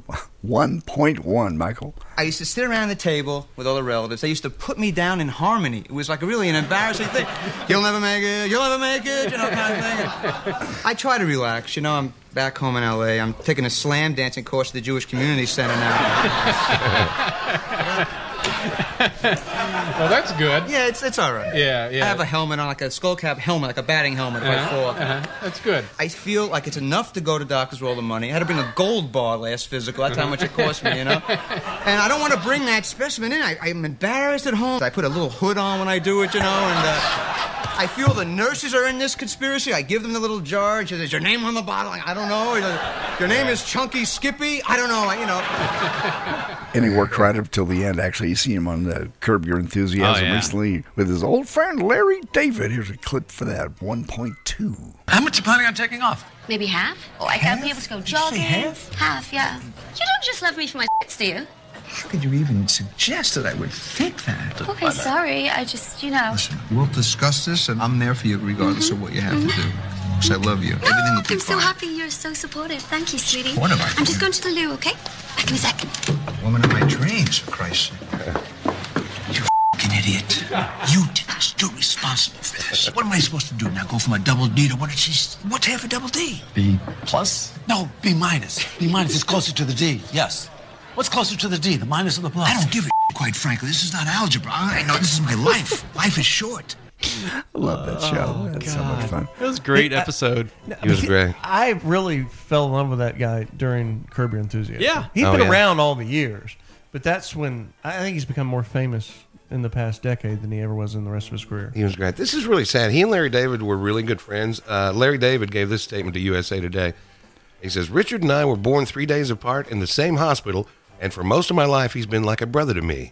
[SPEAKER 3] 1.1, Michael.
[SPEAKER 21] I used to sit around the table with all the relatives. They used to put me down in harmony. It was like really an embarrassing thing. You'll never make it. You'll never make it. You know, kind of thing. I try to relax. You know, I'm back home in L.A. I'm taking a slam dancing course at the Jewish Community Center now.
[SPEAKER 5] Well, that's good.
[SPEAKER 21] Yeah, it's it's all right.
[SPEAKER 5] Yeah, yeah.
[SPEAKER 21] I have a helmet on, like a skull cap helmet, like a batting helmet. If I
[SPEAKER 5] Uh-huh,
[SPEAKER 21] fall,
[SPEAKER 5] uh-huh.
[SPEAKER 21] that's good. I feel like it's enough to go to doctors with all the money. I had to bring a gold bar last physical. That's how much it cost me, you know. And I don't want to bring that specimen in. I, I'm embarrassed at home. I put a little hood on when I do it, you know, and. Uh, I feel the nurses are in this conspiracy. I give them the little jar. and she says, "Is your name on the bottle?" Like, I don't know. Your name is Chunky Skippy. I don't know. I, you know.
[SPEAKER 3] And he worked right up till the end. Actually, you see him on the Curb Your Enthusiasm
[SPEAKER 21] Oh, yeah.
[SPEAKER 3] recently with his old friend Larry David. Here's a clip for that 1.2.
[SPEAKER 22] How much you planning on taking off?
[SPEAKER 23] Maybe half? Oh, like I'll be able to go jogging. Half? yeah. You don't just love me for my tits, do you?
[SPEAKER 22] How could you even suggest that I would think that?
[SPEAKER 23] Okay, sorry. I just, you know.
[SPEAKER 22] Listen, we'll discuss this, and I'm there for you regardless of what you have to do. Because I love you. Everything will be
[SPEAKER 23] I'm Mm-hmm. so
[SPEAKER 22] fine.
[SPEAKER 23] happy you're so supportive. Thank you, sweetie.
[SPEAKER 22] Supportive, I
[SPEAKER 23] I'm just going to the loo, okay? Back in a second.
[SPEAKER 22] Woman of my dreams, for Christ's sake. You f***ing idiot. You did this. You're responsible for this. What am I supposed to do now? Go from a double D to what did she... s- What's half a double D?
[SPEAKER 24] B plus?
[SPEAKER 22] No, B minus. B minus is closer to the D, yes. What's closer to the D, the minus or the plus? I don't give a shit, quite frankly. This is not algebra. I know this is my life. life is short.
[SPEAKER 3] I love that show. That's so much fun.
[SPEAKER 5] It was a great episode.
[SPEAKER 6] He
[SPEAKER 5] was
[SPEAKER 6] great. I really fell in love with that guy during Curb Your Enthusiasm.
[SPEAKER 5] Yeah.
[SPEAKER 6] he's
[SPEAKER 5] Oh,
[SPEAKER 6] been
[SPEAKER 5] yeah.
[SPEAKER 6] around all the years, but that's when I think he's become more famous in the past decade than he ever was in the rest of his career.
[SPEAKER 2] He was great. This is really sad. He and Larry David were really good friends. Uh, Larry David gave this statement to USA Today. He says, Richard and I were born three days apart in the same hospital, and for most of my life, he's been like a brother to me.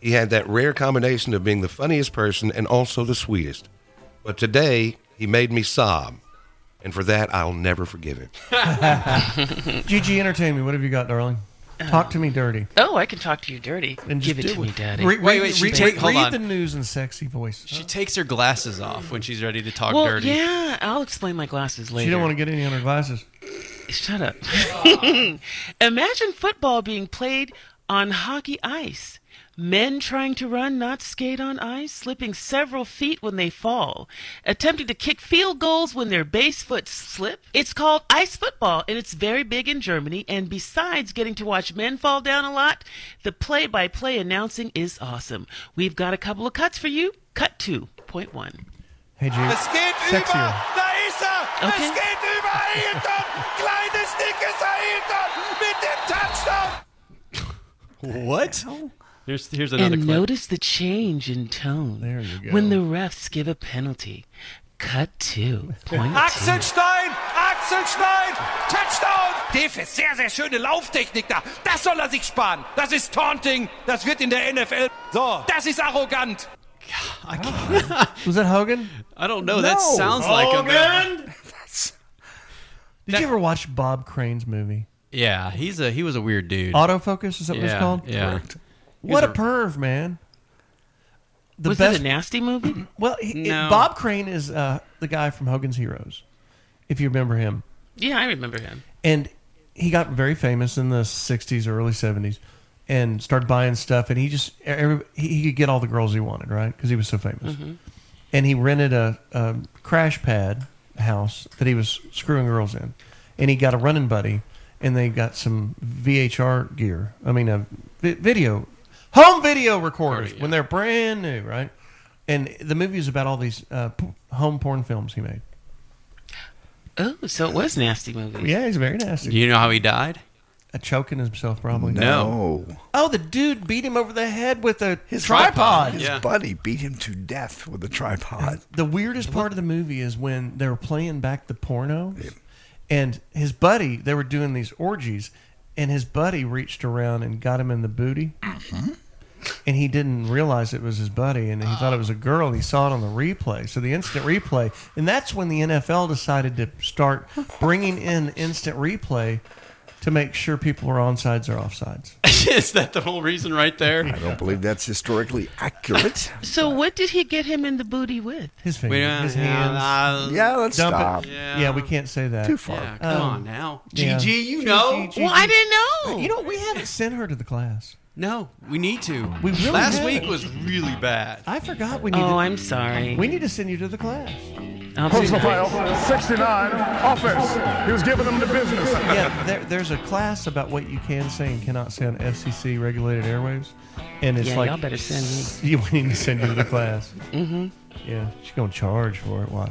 [SPEAKER 2] He had that rare combination of being the funniest person and also the sweetest. But today, he made me sob, and for that, I'll never forgive him.
[SPEAKER 6] GG, entertain me. What have you got, darling? Talk
[SPEAKER 5] Um,
[SPEAKER 6] to me dirty.
[SPEAKER 4] Oh, I can talk to you dirty. Give it to me, Daddy.
[SPEAKER 6] Re-
[SPEAKER 5] Wait,
[SPEAKER 6] read-
[SPEAKER 5] wait, she
[SPEAKER 6] read-
[SPEAKER 5] take- hold
[SPEAKER 6] read
[SPEAKER 5] on.
[SPEAKER 6] the news in sexy voice.
[SPEAKER 5] She takes her glasses off when she's ready to talk
[SPEAKER 4] well,
[SPEAKER 5] dirty.
[SPEAKER 4] yeah, I'll explain my glasses later.
[SPEAKER 6] She don't want to get any on her glasses.
[SPEAKER 4] Shut up. Imagine football being played on hockey ice. Men trying to run, not skate on ice, slipping several feet when they fall, attempting to kick field goals when their base foot slip. It's called ice football, and it's very big in Germany. And besides getting to watch men fall down a lot, the play by play announcing is awesome. We've got a couple of cuts for you. Cut two point one.
[SPEAKER 6] Hey, G.
[SPEAKER 4] Es geht
[SPEAKER 6] Sexier.
[SPEAKER 8] Da ist er! Es geht über Ailton! Kleines, dickes Ailton mit dem Touchdown!
[SPEAKER 5] What? Here's here's another
[SPEAKER 4] and
[SPEAKER 5] clip.
[SPEAKER 4] notice the change in tone there you
[SPEAKER 5] go.
[SPEAKER 4] when the refs give a penalty. Cut two. Point two.
[SPEAKER 8] Axel Stein! Axel Stein! Touchdown! Defe, sehr, sehr schöne Lauftechnik da. Das soll er sich sparen. Das ist Taunting. Das wird in der NFL. So, das ist arrogant.
[SPEAKER 6] Was that Hogan?
[SPEAKER 5] I don't know. That sounds like a man.
[SPEAKER 6] That's- Did you ever watch Bob Crane's movie?
[SPEAKER 5] Yeah, he's a he was a weird dude.
[SPEAKER 6] Autofocus, is that
[SPEAKER 5] yeah,
[SPEAKER 6] what it's called?
[SPEAKER 5] Yeah.
[SPEAKER 6] Correct.
[SPEAKER 5] He
[SPEAKER 6] What a,
[SPEAKER 5] was
[SPEAKER 6] perv, man. The
[SPEAKER 4] Was it
[SPEAKER 6] best,
[SPEAKER 4] a nasty movie?
[SPEAKER 6] well, he, it-
[SPEAKER 4] No.
[SPEAKER 6] Bob Crane is uh, the guy from Hogan's Heroes, if you remember him.
[SPEAKER 4] Yeah, I remember him.
[SPEAKER 6] And he got very famous in the 60s, or early 70s, and started buying stuff. And he just, every, he, he could get all the girls he wanted, right? Because he was so famous.
[SPEAKER 4] Mhm.
[SPEAKER 6] And he rented a, a crash pad house that he was screwing girls in. And he got a running buddy, and they got some VHR gear. I mean, a vi- video, home video recorders when they're brand new, right? And the movie is about all these uh, p- home porn films he made.
[SPEAKER 4] Oh, so it was nasty movie.
[SPEAKER 6] Yeah, he's very nasty.
[SPEAKER 5] You know how he died?
[SPEAKER 6] A choking himself, probably.
[SPEAKER 5] No.
[SPEAKER 6] Oh, the dude beat him over the head with a tripod.
[SPEAKER 3] His buddy beat him to death with a tripod.
[SPEAKER 6] The weirdest part of the movie is when they were playing back the porno, and his buddy, they were doing these orgies, and his buddy reached around and got him in the booty. and he didn't realize it was his buddy, and he thought it was a girl. and He saw it on the replay, so the instant replay, and that's when the NFL decided to start bringing in instant replay to make sure people are onsides or offsides.
[SPEAKER 5] Is that the whole reason right there?
[SPEAKER 3] I don't believe that's historically accurate.
[SPEAKER 4] So what did he get him in the booty with?
[SPEAKER 6] His
[SPEAKER 5] We
[SPEAKER 6] fingers,
[SPEAKER 5] don't-
[SPEAKER 6] his
[SPEAKER 5] yeah,
[SPEAKER 6] hands.
[SPEAKER 5] uh, Yeah, let's
[SPEAKER 6] Dump it.
[SPEAKER 5] stop.
[SPEAKER 6] Yeah.
[SPEAKER 5] Yeah.
[SPEAKER 6] we can't say that.
[SPEAKER 5] Too far. Yeah, come
[SPEAKER 6] Um,
[SPEAKER 5] on now. GG, you
[SPEAKER 6] GG,
[SPEAKER 5] know.
[SPEAKER 6] GG.
[SPEAKER 5] Well, I didn't know.
[SPEAKER 6] You know, we haven't sent her to the class.
[SPEAKER 5] No, we need to.
[SPEAKER 6] We really
[SPEAKER 5] Last week
[SPEAKER 6] haven't.
[SPEAKER 5] was really bad.
[SPEAKER 6] I forgot we
[SPEAKER 5] Oh,
[SPEAKER 6] need.
[SPEAKER 5] I'm sorry.
[SPEAKER 6] We need to send you to the class.
[SPEAKER 25] Personal file 69, offense. He was giving them the business.
[SPEAKER 6] yeah, there, there's a class about what you can say and cannot say on FCC regulated airwaves, and it's
[SPEAKER 4] Yeah,
[SPEAKER 6] like
[SPEAKER 4] y'all better send
[SPEAKER 6] me. You we need to send you to the class.
[SPEAKER 4] Mm-hmm.
[SPEAKER 6] Yeah, she's gonna charge for it. Watch.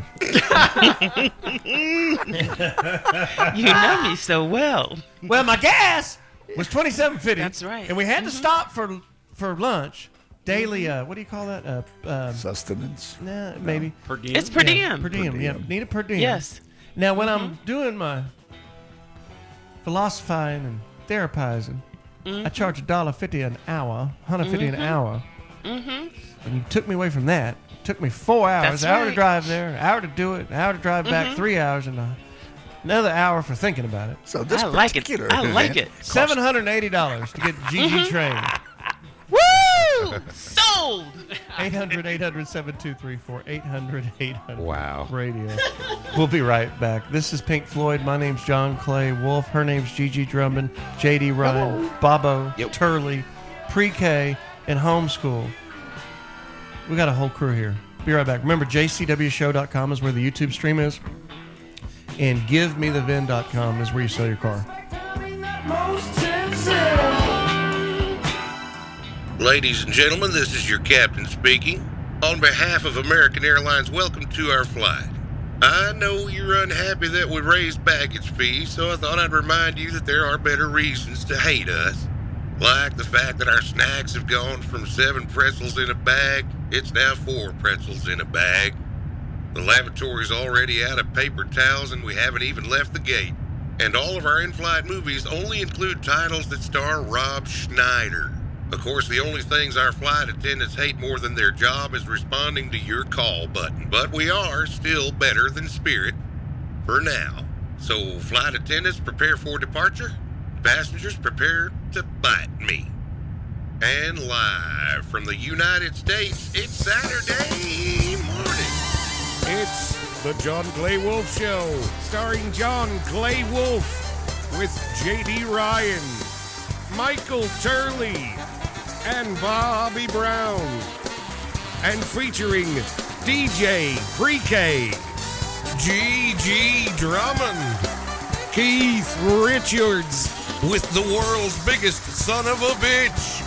[SPEAKER 4] you know me so well.
[SPEAKER 6] Well, my gas was twenty seven fifty.
[SPEAKER 4] That's right.
[SPEAKER 6] And we had to stop for for lunch. Daily, uh, what do you call that? Uh, um,
[SPEAKER 3] Sustenance.
[SPEAKER 6] Nah, Uh, maybe
[SPEAKER 5] per diem.
[SPEAKER 4] It's per
[SPEAKER 6] Yeah,
[SPEAKER 4] diem.
[SPEAKER 6] per diem.
[SPEAKER 4] Per
[SPEAKER 6] Yeah,
[SPEAKER 4] diem.
[SPEAKER 6] need a per diem.
[SPEAKER 4] Yes. Mm-hmm.
[SPEAKER 6] Now, when I'm doing my philosophizing and therapizing, I
[SPEAKER 4] Mhm.
[SPEAKER 6] charge a dollar fifty an hour, hundred fifty
[SPEAKER 4] Mhm.
[SPEAKER 6] an hour.
[SPEAKER 4] Mm-hmm.
[SPEAKER 6] And you took me away from that. took me four hours,
[SPEAKER 4] That's
[SPEAKER 6] hour to
[SPEAKER 4] right.
[SPEAKER 6] drive there, hour to do it, hour to drive back,
[SPEAKER 4] Mhm.
[SPEAKER 6] three hours, and uh, another hour for thinking about it.
[SPEAKER 3] So
[SPEAKER 4] this I like it. particular I like event it.
[SPEAKER 6] Seven hundred and eighty dollars to get GG
[SPEAKER 4] Mhm.
[SPEAKER 6] trained.
[SPEAKER 4] Woo! Sold.
[SPEAKER 6] 800 800 7234 800 800
[SPEAKER 2] Wow.
[SPEAKER 6] radio. We'll be right back. This is Pink Floyd. My name's John Clay Wolf. Her name's Gigi Drummond, JD Ryan, Bobo, Turley, Pre K, and Homeschool. We got a whole crew here. Be right back. Remember, jcwshow.com is where the YouTube stream is, and givemethevin.com is where you sell your car.
[SPEAKER 2] Ladies and gentlemen, this is your captain speaking. On behalf of American Airlines, welcome to our flight. I know you're unhappy that we raised baggage fees, so I thought I'd remind you that there are better reasons to hate us. Like the fact that our snacks have gone from seven pretzels in a bag, it's now four pretzels in a bag. The lavatory's already out of paper towels, and we haven't even left the gate. And all of our in flight movies only include titles that star Rob Schneider. Of course, the only things our flight attendants hate more than their job is responding to your call button, but we are still better than Spirit for now. So, flight attendants, prepare for departure. Passengers, prepare to bite me. And live from the United States, it's Saturday morning.
[SPEAKER 16] It's the John Clay Wolf Show, starring John Clay Wolf with JD Ryan, Michael Turley, and Bobby Brown, and featuring DJ Pre-K, GG Drummond, Keith Richards with the world's biggest son of a bitch,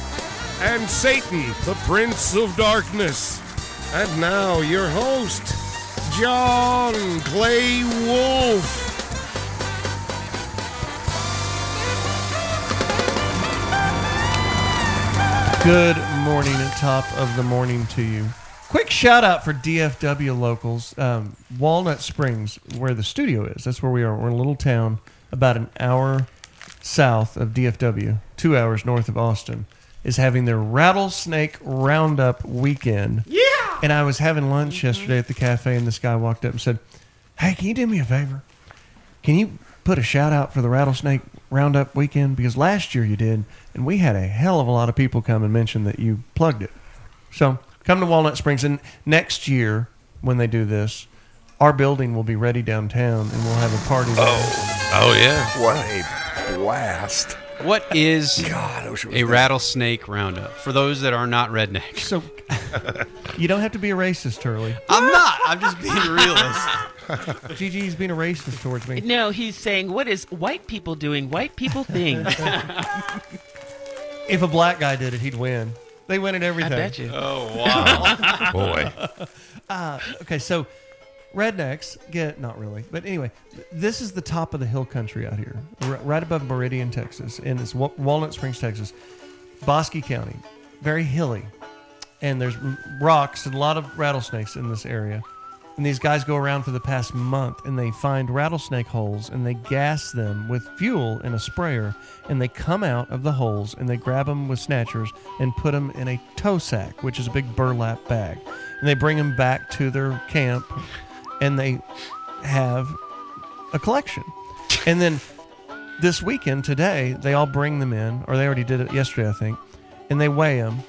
[SPEAKER 16] and Satan, the Prince of Darkness. And now your host, John Clay Wolf.
[SPEAKER 6] Good morning, and top of the morning to you. Quick shout out for DFW locals, um, Walnut Springs, where the studio is. That's where we are. We're in a little town about an hour south of DFW, two hours north of Austin, is having their rattlesnake roundup weekend. Yeah. And I was having lunch yesterday at the cafe, and this guy walked up and said, "Hey, can you do me a favor? Can you put a shout out for the rattlesnake roundup weekend? Because last year you did, and we had a hell of a lot of people come and mention that you plugged it. So come to Walnut Springs, and next year when they do this, our building will be ready downtown, and we'll have a party. There.
[SPEAKER 2] Oh, yeah.
[SPEAKER 3] What a blast.
[SPEAKER 5] What is
[SPEAKER 3] God, I wish it was
[SPEAKER 5] a
[SPEAKER 3] that-
[SPEAKER 5] rattlesnake roundup for those that are not rednecks?
[SPEAKER 6] So you don't have to be a racist, Turley.
[SPEAKER 5] I'm not. I'm just being a realist.
[SPEAKER 6] Gigi's being a racist towards me.
[SPEAKER 4] No, he's saying, "What is white people doing? White people things."
[SPEAKER 6] If a black guy did it, he'd win. They win at everything.
[SPEAKER 4] bet you.
[SPEAKER 5] Oh, wow.
[SPEAKER 2] Boy.
[SPEAKER 6] Uh, okay, so rednecks get not really, but anyway, th- this is the top of the hill country out here, r- right above Meridian, Texas, and it's Wa- Walnut Springs, Texas, Bosque County, very hilly, and there's r- rocks and a lot of rattlesnakes in this area. And these guys go around for the past month and they find rattlesnake holes and they gas them with fuel in a sprayer and they come out of the holes and they grab them with snatchers and put them in a tow sack, which is a big burlap bag. And they bring them back to their camp and they have a collection. And then this weekend, today, they all bring them in, or they already did it yesterday, I think, and they weigh them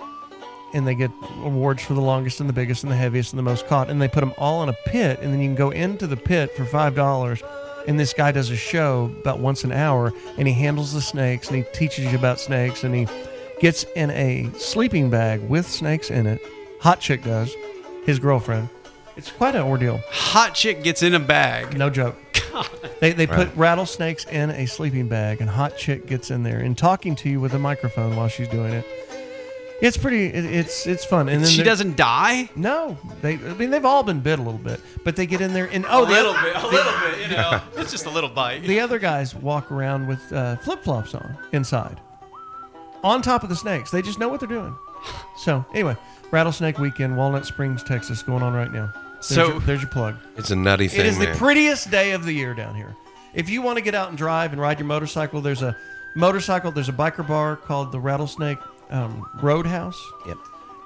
[SPEAKER 6] and they get awards for the longest and the biggest and the heaviest and the most caught. And they put them all in a pit, and then you can go into the pit for $5. And this guy does a show about once an hour, and he handles the snakes and he teaches you about snakes, and he gets in a sleeping bag with snakes in it. Hot chick does, his girlfriend. It's quite an ordeal.
[SPEAKER 5] Hot chick gets in a bag.
[SPEAKER 6] No joke. They, they put rattlesnakes in a sleeping bag, and Hot Chick gets in there and talking to you with a microphone while she's doing it. It's pretty. It, it's it's fun. And then
[SPEAKER 5] She
[SPEAKER 6] there-
[SPEAKER 5] doesn't die.
[SPEAKER 6] No, they. I mean, they've all been bit a little bit, but they get in there and oh,
[SPEAKER 5] a
[SPEAKER 6] the-
[SPEAKER 5] little bit, a
[SPEAKER 6] the-
[SPEAKER 5] little bit. You know, it's just a little bite.
[SPEAKER 6] The other guys walk around with uh, flip flops on inside, on top of the snakes. They just know what they're doing. So anyway, rattlesnake weekend, Walnut Springs, Texas, going on right now. There's
[SPEAKER 2] So-
[SPEAKER 6] your- there's your plug.
[SPEAKER 2] It's a nutty
[SPEAKER 6] It
[SPEAKER 2] thing,
[SPEAKER 6] is
[SPEAKER 2] man.
[SPEAKER 6] the prettiest day of the year down here. If you want to get out and drive and ride your motorcycle, there's a motorcycle. There's a biker bar called the Rattlesnake um, Roadhouse.
[SPEAKER 2] Yep.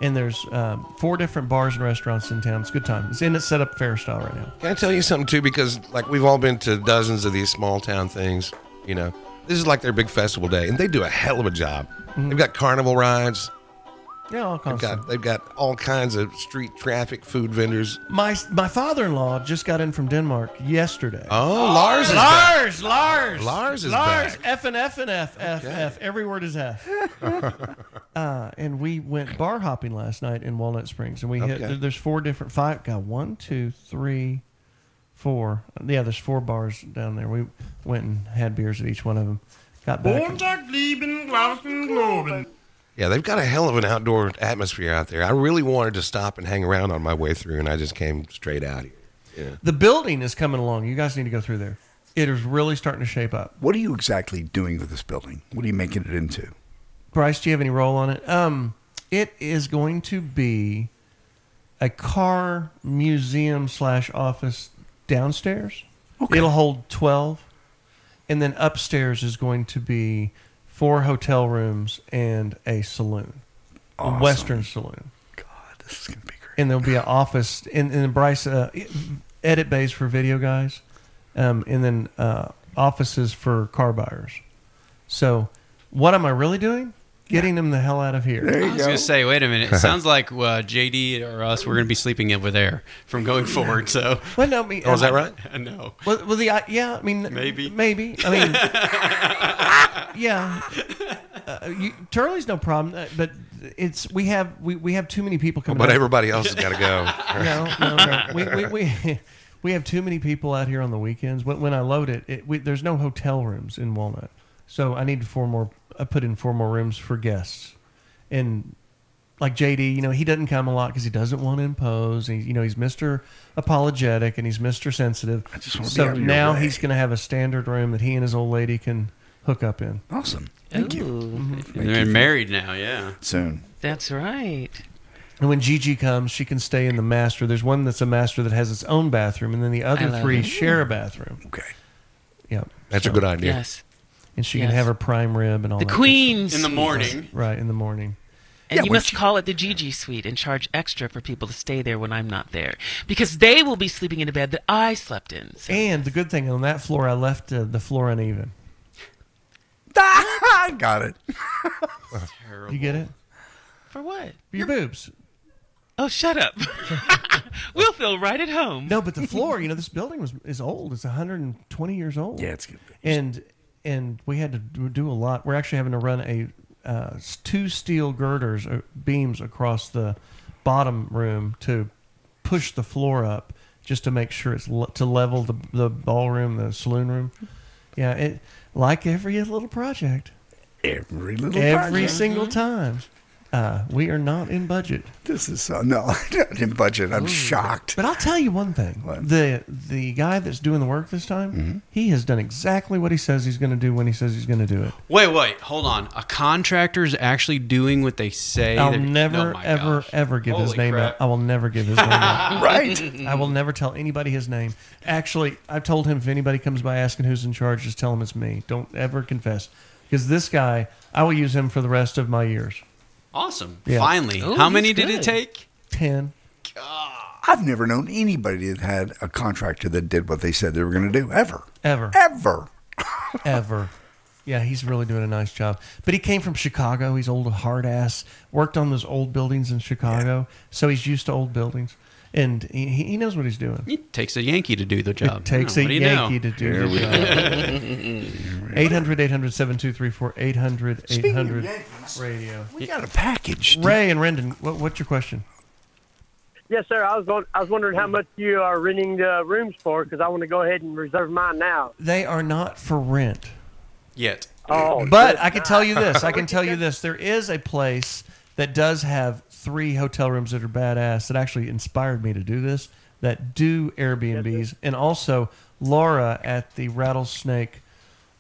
[SPEAKER 6] And there's um, four different bars and restaurants in town. It's a good time. It's in it set up fair style right now.
[SPEAKER 2] Can I tell you something too? Because like we've all been to dozens of these small town things, you know. This is like their big festival day, and they do a hell of a job. They've got carnival rides.
[SPEAKER 6] Yeah, all
[SPEAKER 2] They've
[SPEAKER 6] kinds. of stuff.
[SPEAKER 2] got they've got all kinds of street traffic, food vendors.
[SPEAKER 6] My my father-in-law just got in from Denmark yesterday.
[SPEAKER 2] Oh, Lars is back.
[SPEAKER 6] Lars, Lars,
[SPEAKER 2] Lars is
[SPEAKER 6] Lars,
[SPEAKER 2] back.
[SPEAKER 6] F and F and F F F. Every word is F. uh, and we went bar hopping last night in Walnut Springs, and we hit.
[SPEAKER 2] Okay.
[SPEAKER 6] There's four different five. Got one, two, three, four. Yeah, there's four bars down there. We went and had beers at each one of them. Got back.
[SPEAKER 2] Yeah, they've got a hell of an outdoor atmosphere out there. I really wanted to stop and hang around on my way through, and I just came straight out here. Yeah.
[SPEAKER 6] The building is coming along. You guys need to go through there. It is really starting to shape up.
[SPEAKER 3] What are you exactly doing with this building? What are you making it into?
[SPEAKER 6] Bryce, do you have any role on it? Um, it is going to be a car museum slash office downstairs. It'll hold twelve, and then upstairs is going to be four hotel rooms and a saloon, a
[SPEAKER 3] Awesome.
[SPEAKER 6] Western saloon. God, this is gonna be great. And there'll be an office and, and Bryce uh, edit bays for video guys, um, and then uh, offices for car buyers. So, what am I really doing? Getting them the hell out of here.
[SPEAKER 5] I was gonna say, wait a minute. It sounds like uh, JD or us, we're gonna be sleeping over there from going forward. So,
[SPEAKER 6] Well, no, I mean,
[SPEAKER 5] Oh, is that
[SPEAKER 6] I-
[SPEAKER 5] right? no.
[SPEAKER 6] Well, well, the I- yeah, I mean, maybe, maybe. I mean, yeah. Uh, you, Turley's no problem, uh, but it's we have we, we have too many people coming.
[SPEAKER 2] But
[SPEAKER 6] out.
[SPEAKER 2] everybody else has got to go.
[SPEAKER 6] no, no, no. We, we, we, we have too many people out here on the weekends. When, when I load it, it we, there's no hotel rooms in Walnut, so I need four more. I put in four more rooms for guests, and like JD, you know, he doesn't come a lot because he doesn't want to impose. And, you know, he's Mister Apologetic and he's Mister Sensitive. I
[SPEAKER 3] just wanna be
[SPEAKER 6] so
[SPEAKER 3] out of your
[SPEAKER 6] now
[SPEAKER 3] way.
[SPEAKER 6] he's going to have a standard room that he and his old lady can hook up in.
[SPEAKER 3] Awesome. Thank you.
[SPEAKER 6] Mm-hmm.
[SPEAKER 3] Thank
[SPEAKER 5] They're
[SPEAKER 3] you.
[SPEAKER 5] married now. Yeah.
[SPEAKER 3] Soon.
[SPEAKER 4] That's right.
[SPEAKER 6] And when Gigi comes, she can stay in the master. There's one that's a master that has its own bathroom, and then the
[SPEAKER 4] I
[SPEAKER 6] other
[SPEAKER 4] love
[SPEAKER 6] three
[SPEAKER 4] it.
[SPEAKER 6] share a bathroom. Okay. Yep.
[SPEAKER 2] That's a good idea. Yes.
[SPEAKER 6] And she
[SPEAKER 4] Yes.
[SPEAKER 6] can have her prime rib and all
[SPEAKER 4] The
[SPEAKER 6] that.
[SPEAKER 4] queen's
[SPEAKER 6] good stuff.
[SPEAKER 4] In the morning.
[SPEAKER 6] Right, in the morning.
[SPEAKER 4] And you must call it the Gigi Suite and charge extra for people to stay there when I'm not there because they will be sleeping in a bed that I slept in.
[SPEAKER 6] And the good thing on that floor, I left uh, the floor uneven.
[SPEAKER 3] Got it.
[SPEAKER 6] You get it?
[SPEAKER 4] For what?
[SPEAKER 6] Your boobs.
[SPEAKER 4] Oh, shut up. we'll feel right at home.
[SPEAKER 6] No, but the floor, you know, this building was is old. It's 120 years old.
[SPEAKER 4] Yeah, it's good.
[SPEAKER 6] And and we had to do do a lot. We're actually having to run a uh, s- two steel girders or beams across the bottom room to push the floor up just to make sure it's le- to level the the ballroom, the saloon room. Yeah, it like every little project.
[SPEAKER 3] Every little
[SPEAKER 6] every
[SPEAKER 3] project.
[SPEAKER 6] single time. Uh, we are not in budget.
[SPEAKER 3] This is so, no, not in budget. I'm shocked.
[SPEAKER 6] But I'll tell you one thing: the the guy that's doing the work this time, he has done exactly what he says he's going to do when he says he's going to do it.
[SPEAKER 5] Wait, wait, hold on. A contractor's actually doing what they say.
[SPEAKER 6] I'll
[SPEAKER 5] they're-
[SPEAKER 6] never,
[SPEAKER 5] Oh my
[SPEAKER 6] ever, ever give his
[SPEAKER 5] Holy
[SPEAKER 6] name
[SPEAKER 5] crap.
[SPEAKER 6] out. I will never give his name out.
[SPEAKER 5] Right.
[SPEAKER 6] I will never tell anybody his name. Actually, I've told him if anybody comes by asking who's in charge, just tell him it's me. Don't ever confess. Because this guy, I will use him for the rest of my years.
[SPEAKER 5] Awesome.
[SPEAKER 6] Yeah.
[SPEAKER 5] Finally.
[SPEAKER 6] Ooh,
[SPEAKER 5] How many
[SPEAKER 6] he's
[SPEAKER 5] did it
[SPEAKER 6] Oh, good.
[SPEAKER 5] take?
[SPEAKER 6] 10.
[SPEAKER 3] I've never known anybody that had a contractor that did what they said they were going to do ever.
[SPEAKER 6] Ever.
[SPEAKER 3] Ever.
[SPEAKER 6] Ever. Yeah, he's really doing a nice job. But he came from Chicago. He's old hard ass. Worked on those old buildings in Chicago. So he's used to old buildings. And he, he he knows what he's doing.
[SPEAKER 5] It takes a Yankee to do the job.
[SPEAKER 6] It takes
[SPEAKER 5] Yeah,
[SPEAKER 6] a
[SPEAKER 5] what do you
[SPEAKER 6] Yankee
[SPEAKER 5] know?
[SPEAKER 6] to do the job. 800 800 7234 800
[SPEAKER 3] Speaking of
[SPEAKER 6] 800
[SPEAKER 3] Yankees,
[SPEAKER 6] radio.
[SPEAKER 3] We got a package.
[SPEAKER 6] Ray and Rendon, what, what's your question?
[SPEAKER 9] Yes, sir. I was going, I was wondering how much you are renting the rooms for because I want to go ahead and reserve mine now.
[SPEAKER 6] They are not for rent.
[SPEAKER 5] Yet.
[SPEAKER 9] Oh,
[SPEAKER 6] Um, But
[SPEAKER 9] good
[SPEAKER 6] I can tell you this. I
[SPEAKER 9] God.
[SPEAKER 6] can tell you this. There is a place that does have three hotel rooms that are badass that actually inspired me to do this that do Airbnbs. And also, Laura at the Rattlesnake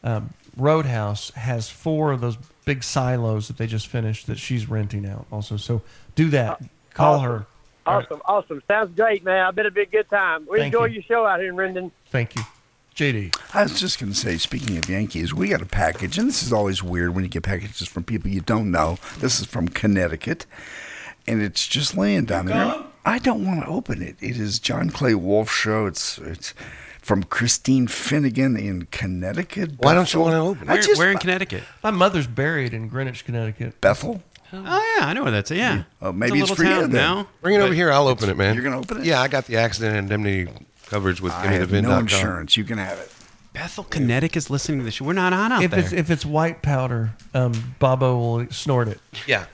[SPEAKER 6] um, Roadhouse has four of those big silos that they just finished that she's renting out also. So do
[SPEAKER 5] Uh,
[SPEAKER 6] that. Call her.
[SPEAKER 9] Awesome, awesome. Sounds great, man. I bet it'd be a good time. We
[SPEAKER 6] Thank
[SPEAKER 9] enjoy
[SPEAKER 6] you.
[SPEAKER 9] your show out here in Rendon.
[SPEAKER 6] Thank you. JD.
[SPEAKER 3] I was just going to say, speaking of Yankees, we got a package, and this is always weird when you get packages from people you don't know. This is from Connecticut, and it's just laying down there. I don't want to open it. It is John Clay Wolf show. It's it's from Christine Finnegan in Connecticut.
[SPEAKER 2] Why don't you
[SPEAKER 3] Bethel.
[SPEAKER 2] wanna open it?
[SPEAKER 3] I
[SPEAKER 5] Where,
[SPEAKER 3] just-
[SPEAKER 5] where in Connecticut?
[SPEAKER 6] My mother's buried in Greenwich, Connecticut.
[SPEAKER 3] Bethel?
[SPEAKER 5] Oh, yeah. I know where that's at. Yeah.
[SPEAKER 3] Oh,
[SPEAKER 5] a little town now.
[SPEAKER 2] Bring it over
[SPEAKER 5] But
[SPEAKER 2] here. I'll open
[SPEAKER 5] it's-
[SPEAKER 2] it, man.
[SPEAKER 5] you're
[SPEAKER 3] gonna open it?
[SPEAKER 2] Yeah, I got the accident indemnity coverage with
[SPEAKER 3] I have no
[SPEAKER 2] GimmeTheVin.com.
[SPEAKER 3] insurance. You can have it.
[SPEAKER 5] Bethel, Connecticut's listening to this. We're not on out
[SPEAKER 6] If
[SPEAKER 5] there.
[SPEAKER 6] it's, if it's white powder, um, Bobo will snort it.
[SPEAKER 2] Yeah.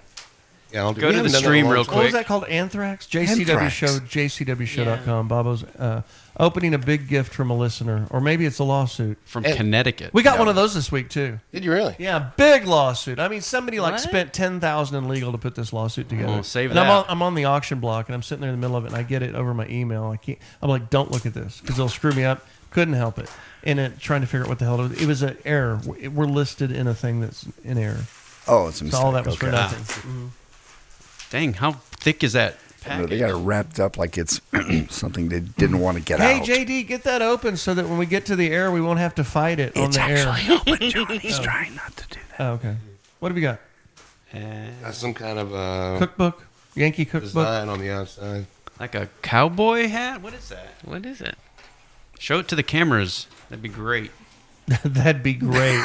[SPEAKER 2] Yeah, I'll do
[SPEAKER 5] Go
[SPEAKER 2] we
[SPEAKER 5] to the
[SPEAKER 2] haven't done that in a
[SPEAKER 5] stream
[SPEAKER 2] long
[SPEAKER 5] real
[SPEAKER 2] time.
[SPEAKER 6] What was that called? Anthrax? JCW
[SPEAKER 2] Anthrax.
[SPEAKER 6] show, jcwshow.com. Bobo's uh, opening a big gift from a listener, or maybe it's a lawsuit.
[SPEAKER 5] From And- Connecticut.
[SPEAKER 6] We got
[SPEAKER 5] No.
[SPEAKER 6] one of those this week, too.
[SPEAKER 2] Did you really?
[SPEAKER 6] Yeah, big lawsuit. I mean, somebody like
[SPEAKER 5] What?
[SPEAKER 6] spent 10000 in legal to put this lawsuit together.
[SPEAKER 5] Oh, save
[SPEAKER 6] and I'm
[SPEAKER 5] that.
[SPEAKER 6] on, I'm on the auction block, and I'm sitting there in the middle of it, and I get it over my email. I can't. I'm like, don't look at this, because they'll screw me up. Couldn't help it. And it, trying to figure out what the hell it was. It was an error. We're we're listed in a thing that's in error.
[SPEAKER 3] Oh, it's a
[SPEAKER 6] So all that was
[SPEAKER 3] mistake.
[SPEAKER 6] for
[SPEAKER 3] Okay.
[SPEAKER 6] nothing.
[SPEAKER 5] Dang, how thick is that?
[SPEAKER 3] No, they got it wrapped up like it's something they didn't want to get
[SPEAKER 6] hey,
[SPEAKER 3] out.
[SPEAKER 6] JD, get that open so that when we get to the air, we won't have to fight it on
[SPEAKER 3] It's
[SPEAKER 6] the air.
[SPEAKER 3] actually open, John. He's trying not to do
[SPEAKER 6] that. Oh, okay. What have we got?
[SPEAKER 2] Got some kind of uh,
[SPEAKER 6] Cookbook? Yankee cookbook?
[SPEAKER 2] design on the outside.
[SPEAKER 5] Like a cowboy hat? What is that? What is it? Show it to the cameras. That'd be great.
[SPEAKER 6] That'd be great.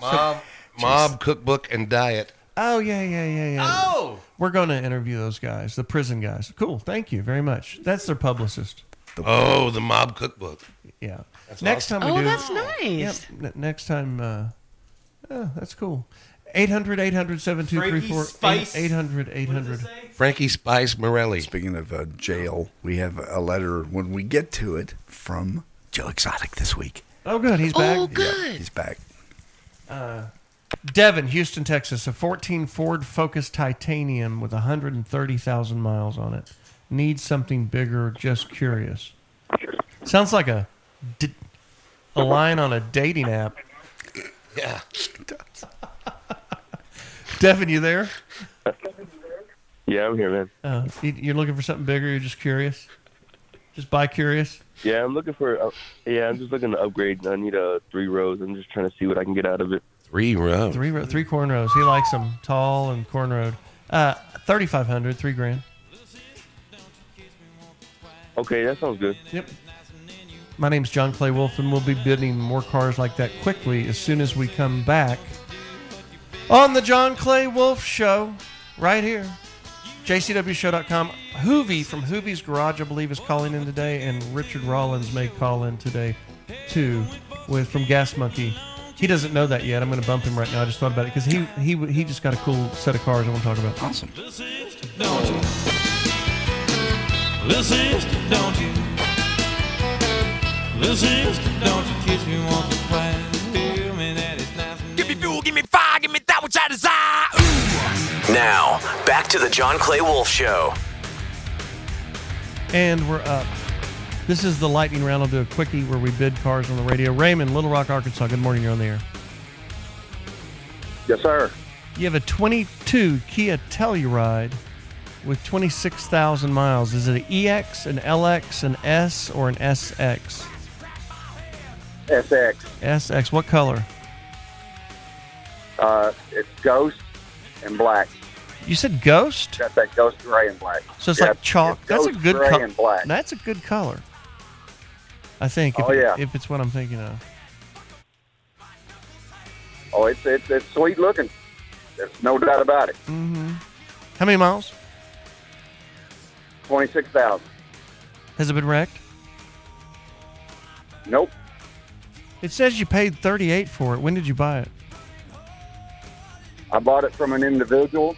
[SPEAKER 2] Mob, mob cookbook and diet.
[SPEAKER 6] oh, yeah, yeah, yeah, yeah.
[SPEAKER 5] Oh!
[SPEAKER 6] We're going to interview those guys, the prison guys. Cool. Thank you very much. That's their publicist.
[SPEAKER 2] Oh, the mob cookbook.
[SPEAKER 6] Yeah.
[SPEAKER 2] That's
[SPEAKER 6] next
[SPEAKER 2] awesome.
[SPEAKER 6] time we
[SPEAKER 2] Oh,
[SPEAKER 6] do.
[SPEAKER 2] that's
[SPEAKER 4] nice.
[SPEAKER 6] Yep. N- next time. Uh, yeah, that's cool. 800 800
[SPEAKER 2] Frankie Spice.
[SPEAKER 6] 800 800.
[SPEAKER 2] Frankie Spice Morelli.
[SPEAKER 3] Speaking of uh, jail, we have a letter when we get to it from Joe Exotic this week.
[SPEAKER 6] Oh, good. He's back.
[SPEAKER 3] Yeah, he's back.
[SPEAKER 6] Uh, Devin, Houston, Texas, a 14 Ford Focus Titanium with 130,000 miles on it. Needs something bigger, just curious. Sounds like a, d- a line on a dating app.
[SPEAKER 2] Yeah.
[SPEAKER 6] Devin, you there?
[SPEAKER 20] Yeah, I'm here, man.
[SPEAKER 6] Uh, you- you're looking for something bigger, you're just curious? Just buy curious?
[SPEAKER 20] Yeah, I'm looking for. Uh, yeah, I'm just looking to upgrade. I need uh, three rows. I'm just trying to see what I can get out of it.
[SPEAKER 2] Three rows.
[SPEAKER 6] Three, ro- three cornrows. He likes them tall and cornrowed. Uh, 3,500, three grand.
[SPEAKER 20] Okay, that sounds good.
[SPEAKER 6] Yep. My name's John Clay Wolf, and we'll be bidding more cars like that quickly as soon as we come back on the John Clay Wolf Show, right here. JCWShow.com. Hoovy from Hoovy's Garage, I believe, is calling in today, and Richard Rollins may call in today too, with from Gas Monkey. He doesn't know that yet. I'm going to bump him right now. I just thought about it because he he he just got a cool set of cars I want to talk about.
[SPEAKER 3] Awesome.
[SPEAKER 11] Don't you? Little sister, don't you? Little sister, don't you kiss me once or twice? Tell me that it's nice. Give me fuel, give me fire, give me that which I desire.
[SPEAKER 1] Now, Now, back to the John Clay Wolf Show.
[SPEAKER 6] And we're up. This is the lightning round. I'll do a quickie where we bid cars on the radio. Raymond, Little Rock, Arkansas. Good morning. You're on the air.
[SPEAKER 12] Yes, sir.
[SPEAKER 6] You have a 22 Kia Telluride with 26,000 miles. Is it an EX, an LX, an S, or an SX?
[SPEAKER 12] SX.
[SPEAKER 6] SX. What color?
[SPEAKER 12] Uh, it's ghost and black.
[SPEAKER 6] You said ghost.
[SPEAKER 12] That's that ghost gray and black.
[SPEAKER 6] So it's
[SPEAKER 12] Yeah,
[SPEAKER 6] like chalk. That's a
[SPEAKER 12] ghost
[SPEAKER 6] good
[SPEAKER 12] gray
[SPEAKER 6] color.
[SPEAKER 12] and black.
[SPEAKER 6] That's a good color. I think. If,
[SPEAKER 12] Oh, yeah.
[SPEAKER 6] if it's what I'm thinking of.
[SPEAKER 12] Oh, it's it's, it's sweet looking. There's no doubt about it.
[SPEAKER 6] hmm How many miles
[SPEAKER 12] Twenty six thousand.
[SPEAKER 6] has it been wrecked?
[SPEAKER 12] Nope.
[SPEAKER 6] It says you paid 38 for it. When did you buy it?
[SPEAKER 12] I bought it from an individual.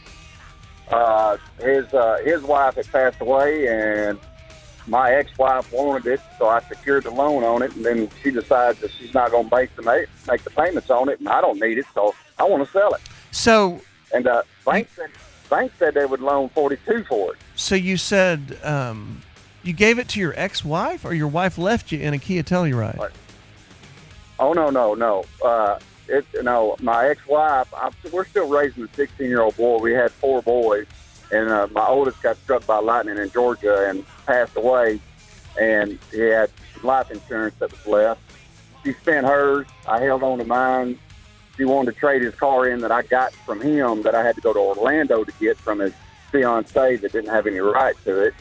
[SPEAKER 12] Uh, his uh, his wife had passed away, and my ex-wife wanted it, so I secured the loan on it. And then she decides that she's not going to make the ma- make the payments on it, and I don't need it, so I want to sell it.
[SPEAKER 6] So,
[SPEAKER 12] And uh, bank said bank said they would loan forty-two for it.
[SPEAKER 6] so you said um, you gave it to your ex-wife, or your wife left you in a Kia Telluride?
[SPEAKER 12] Oh no, no, no. Uh, it no. My ex-wife. I'm, we're still raising a 16-year-old boy. We had four boys, and uh, my oldest got struck by lightning in Georgia and passed away. And he had life insurance that was left. She spent hers. I held on to mine. She wanted to trade his car in that I got from him that I had to go to Orlando to get from his fiance that didn't have any right to it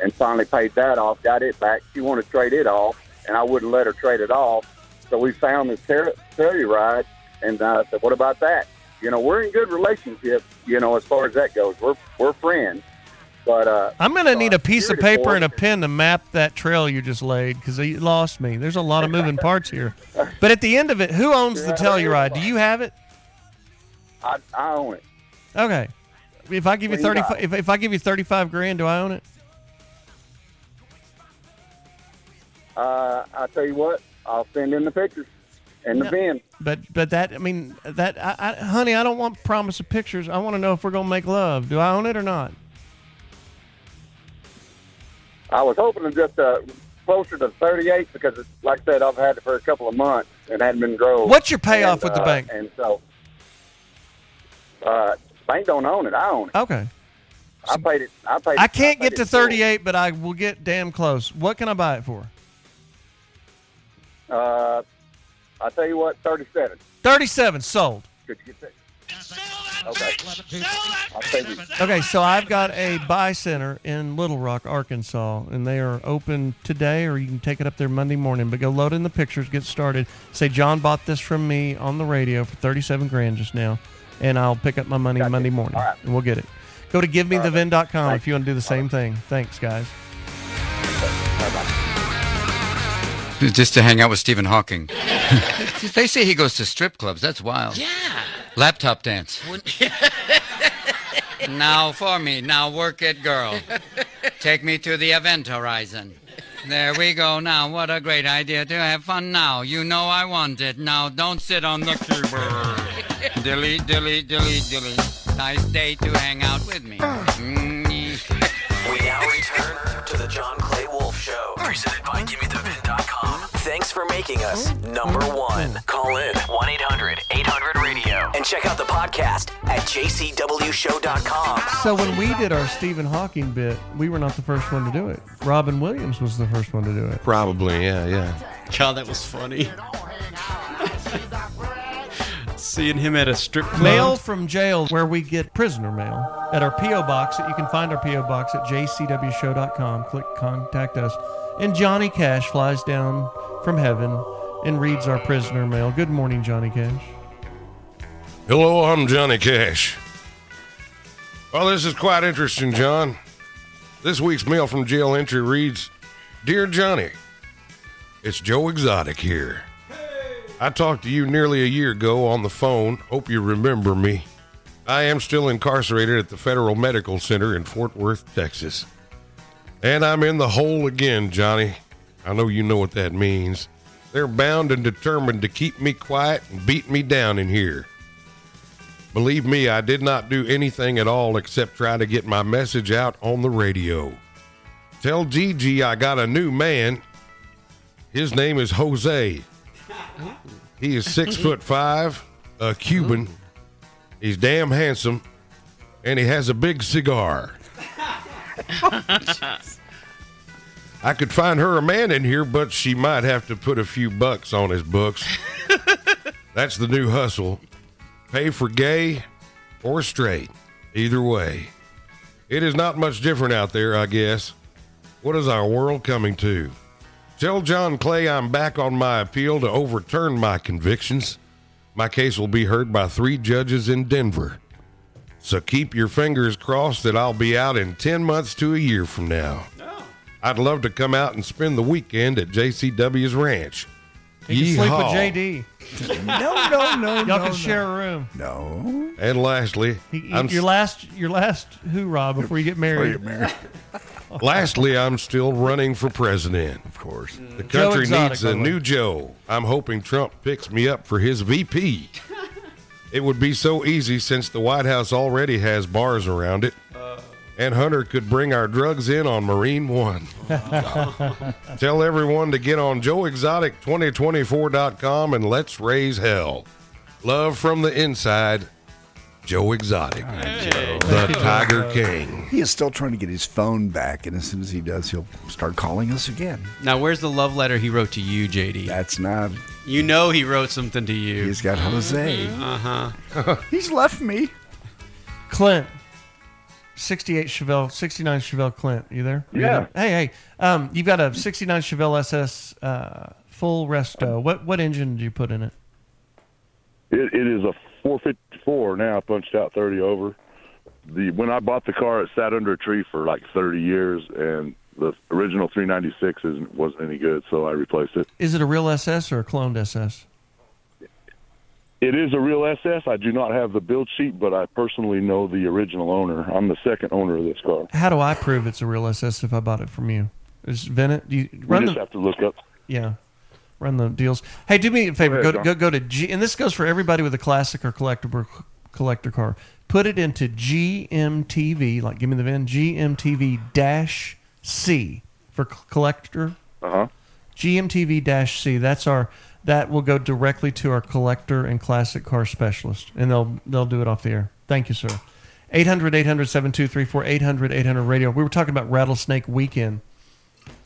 [SPEAKER 12] and finally paid that off, got it back. She wanted to trade it off, and I wouldn't let her trade it off. So we found this ter- Telluride, and uh, I said, "What about that?" You know, we're in good relationship. You know, as far as that goes, we're we're friends. But uh,
[SPEAKER 6] I'm going to need a piece of
[SPEAKER 12] security
[SPEAKER 6] paper
[SPEAKER 12] board-
[SPEAKER 6] and a pen to map that trail you just laid because you lost me. There's a lot of moving parts here. But at the end of it, who owns the
[SPEAKER 12] Yeah,
[SPEAKER 6] Telluride? Do you have it?
[SPEAKER 12] I, I own it.
[SPEAKER 6] Okay. If I give you
[SPEAKER 12] What
[SPEAKER 6] thirty,
[SPEAKER 12] do you got?
[SPEAKER 6] if, if I give you thirty-five grand, do I own it?
[SPEAKER 12] Uh, I tell you what, I'll send in the pictures and the
[SPEAKER 6] No.
[SPEAKER 12] VIN.
[SPEAKER 6] But but that I mean that I, I, honey, I don't want promise of pictures. I want to know if we're gonna make love. Do I own it or not?
[SPEAKER 12] I was hoping to just uh, closer to 38 because, it's, like I said, I've had it for a couple of months and hadn't been grown.
[SPEAKER 6] What's your payoff
[SPEAKER 12] And,
[SPEAKER 6] with the
[SPEAKER 12] uh,
[SPEAKER 6] bank?
[SPEAKER 12] And so, uh, bank don't own it. I own it.
[SPEAKER 6] Okay.
[SPEAKER 12] I paid it. I paid.
[SPEAKER 6] I
[SPEAKER 12] it-
[SPEAKER 6] can't
[SPEAKER 12] paid
[SPEAKER 6] get
[SPEAKER 12] it
[SPEAKER 6] to
[SPEAKER 12] full.
[SPEAKER 6] thirty-eight, but I will get damn close. What can I buy it for?
[SPEAKER 12] Uh, I tell you what, 37.
[SPEAKER 6] Thirty-seven sold.
[SPEAKER 12] Could you get that? Okay. I'll pay you.
[SPEAKER 6] Okay, so I've got a buy center in Little Rock, Arkansas, and they are open today, or you can take it up there Monday morning. But go load in the pictures, get started. Say John bought this from me on the radio for thirty-seven grand just now, and I'll pick up my money Monday morning, and we'll get it. Go to givemethevin.com if you want to do the same thing. Thanks, guys.
[SPEAKER 23] Just to hang out with Stephen Hawking. they say he goes to strip clubs. That's wild.
[SPEAKER 12] Yeah.
[SPEAKER 23] Laptop dance.
[SPEAKER 12] Wouldn't-
[SPEAKER 23] now for me. Now work it, girl. Take me to the event horizon. There we go. Now, what a great idea to have fun now. You know I want it. Now, don't sit on the keyboard. delete, delete, delete, delete. Nice day to hang out with me.
[SPEAKER 1] We now return to the John Clay Wolf Show, presented by GimmeTheVin.com. Thanks for making us number one. Call in 1 800 800 radio and check out the podcast at jcwshow.com.
[SPEAKER 6] So when we did our Stephen Hawking bit, we were not the first one to do it. Robin Williams was the first one to do it.
[SPEAKER 2] Oh.
[SPEAKER 16] Probably, yeah, yeah.
[SPEAKER 5] God, that was funny. Seeing him at a strip club.
[SPEAKER 6] Mail from jail, where we get prisoner mail at our P.O. box. That you can find our P.O. box at jcwshow.com. Click contact us. And Johnny Cash flies down from heaven and reads our prisoner mail. Good morning, Johnny Cash.
[SPEAKER 16] Hello, I'm Johnny Cash. Well, this is quite interesting, John. This week's mail from jail entry reads Dear Johnny, it's Joe Exotic here. I talked to you nearly a year ago on the phone. Hope you remember me. I am still incarcerated at the Federal Medical Center in Fort Worth, Texas. And I'm in the hole again, Johnny. I know you know what that means. They're bound and determined to keep me quiet and beat me down in here.
[SPEAKER 2] Believe me, I did not do anything at all except try to get my message out on the radio. Tell Gigi I got a new man. His name is Jose. He is six foot five, a Cuban. He's damn handsome, and he has a big cigar. I could find her a man in here, but she might have to put a few bucks on his books. That's the new hustle. Pay for gay or straight. Either way. It is not much different out there, I guess. What is our world coming to? Tell John Clay I'm back on my appeal to overturn my convictions. My case will be heard by three judges in Denver. So keep your fingers crossed that I'll be out in 10 months to a year from now.
[SPEAKER 6] Oh.
[SPEAKER 2] I'd love to come out and spend the weekend at JCW's ranch.
[SPEAKER 6] You can sleep with
[SPEAKER 2] Yeehaw.
[SPEAKER 6] JD.
[SPEAKER 3] no, no, no.
[SPEAKER 6] Y'all
[SPEAKER 2] no,
[SPEAKER 6] can
[SPEAKER 2] no.
[SPEAKER 6] share a room.
[SPEAKER 3] No.
[SPEAKER 2] And lastly, I'm
[SPEAKER 6] your
[SPEAKER 2] s-
[SPEAKER 6] last, your last hoorah before you get married.
[SPEAKER 2] Lastly, I'm still running for president. Of course. The
[SPEAKER 6] Joe
[SPEAKER 2] country
[SPEAKER 6] Exotic,
[SPEAKER 2] needs
[SPEAKER 6] by
[SPEAKER 2] a
[SPEAKER 6] the way.
[SPEAKER 2] new Joe. I'm hoping Trump picks me up for his VP. it would be so easy since the White House already has bars around it. And Hunter could bring our drugs in on Marine One. Tell everyone to get on joeexotic2024.com and let's raise hell. Love from the inside, Joe Exotic, the Tiger King.
[SPEAKER 3] He is still trying to get his phone back, and as soon as he does, he'll start calling us again.
[SPEAKER 5] Now, where's the love letter he wrote to you, JD?
[SPEAKER 3] That's not.
[SPEAKER 5] You know he wrote something to you. He's
[SPEAKER 3] got Jose.
[SPEAKER 5] Uh huh.
[SPEAKER 3] He's left me.
[SPEAKER 6] Clint, 68 Chevelle, 69 Chevelle Clint. You there? You
[SPEAKER 20] Yeah.
[SPEAKER 6] there? Hey, hey. Um, you've got a 69 Chevelle SS uh, full resto. What what engine did you put in it?
[SPEAKER 25] It, it is a 454 now. I punched out 30 over. The when I bought the car, it sat under a tree for like 30 years, and the original 396 isn't wasn't any good, so I replaced it.
[SPEAKER 6] Is it a real SS or a cloned SS?
[SPEAKER 25] It is a real SS. I do not have the build sheet, but I personally know the original owner. I'm the second owner of this car.
[SPEAKER 6] How do I prove it's a real SS if I bought it from you? Is Vin it? Do you run
[SPEAKER 25] we
[SPEAKER 6] the
[SPEAKER 25] just have to look up.
[SPEAKER 6] Yeah. Run the deals. Hey, do me a favor.
[SPEAKER 25] ahead,
[SPEAKER 6] Go
[SPEAKER 25] John.
[SPEAKER 6] to, go go to G, and this goes for everybody with a classic or collectible collector car. Put it into GMTV, like give me the VIN. GMTV dash C for c- collector.
[SPEAKER 25] Uh huh.
[SPEAKER 6] GMTV dash C. That's our. That will go directly to our collector and classic car specialist, and they'll they'll do it off the air. Thank you, sir. 800 800 7234 800 800 radio. We were talking about Rattlesnake Weekend.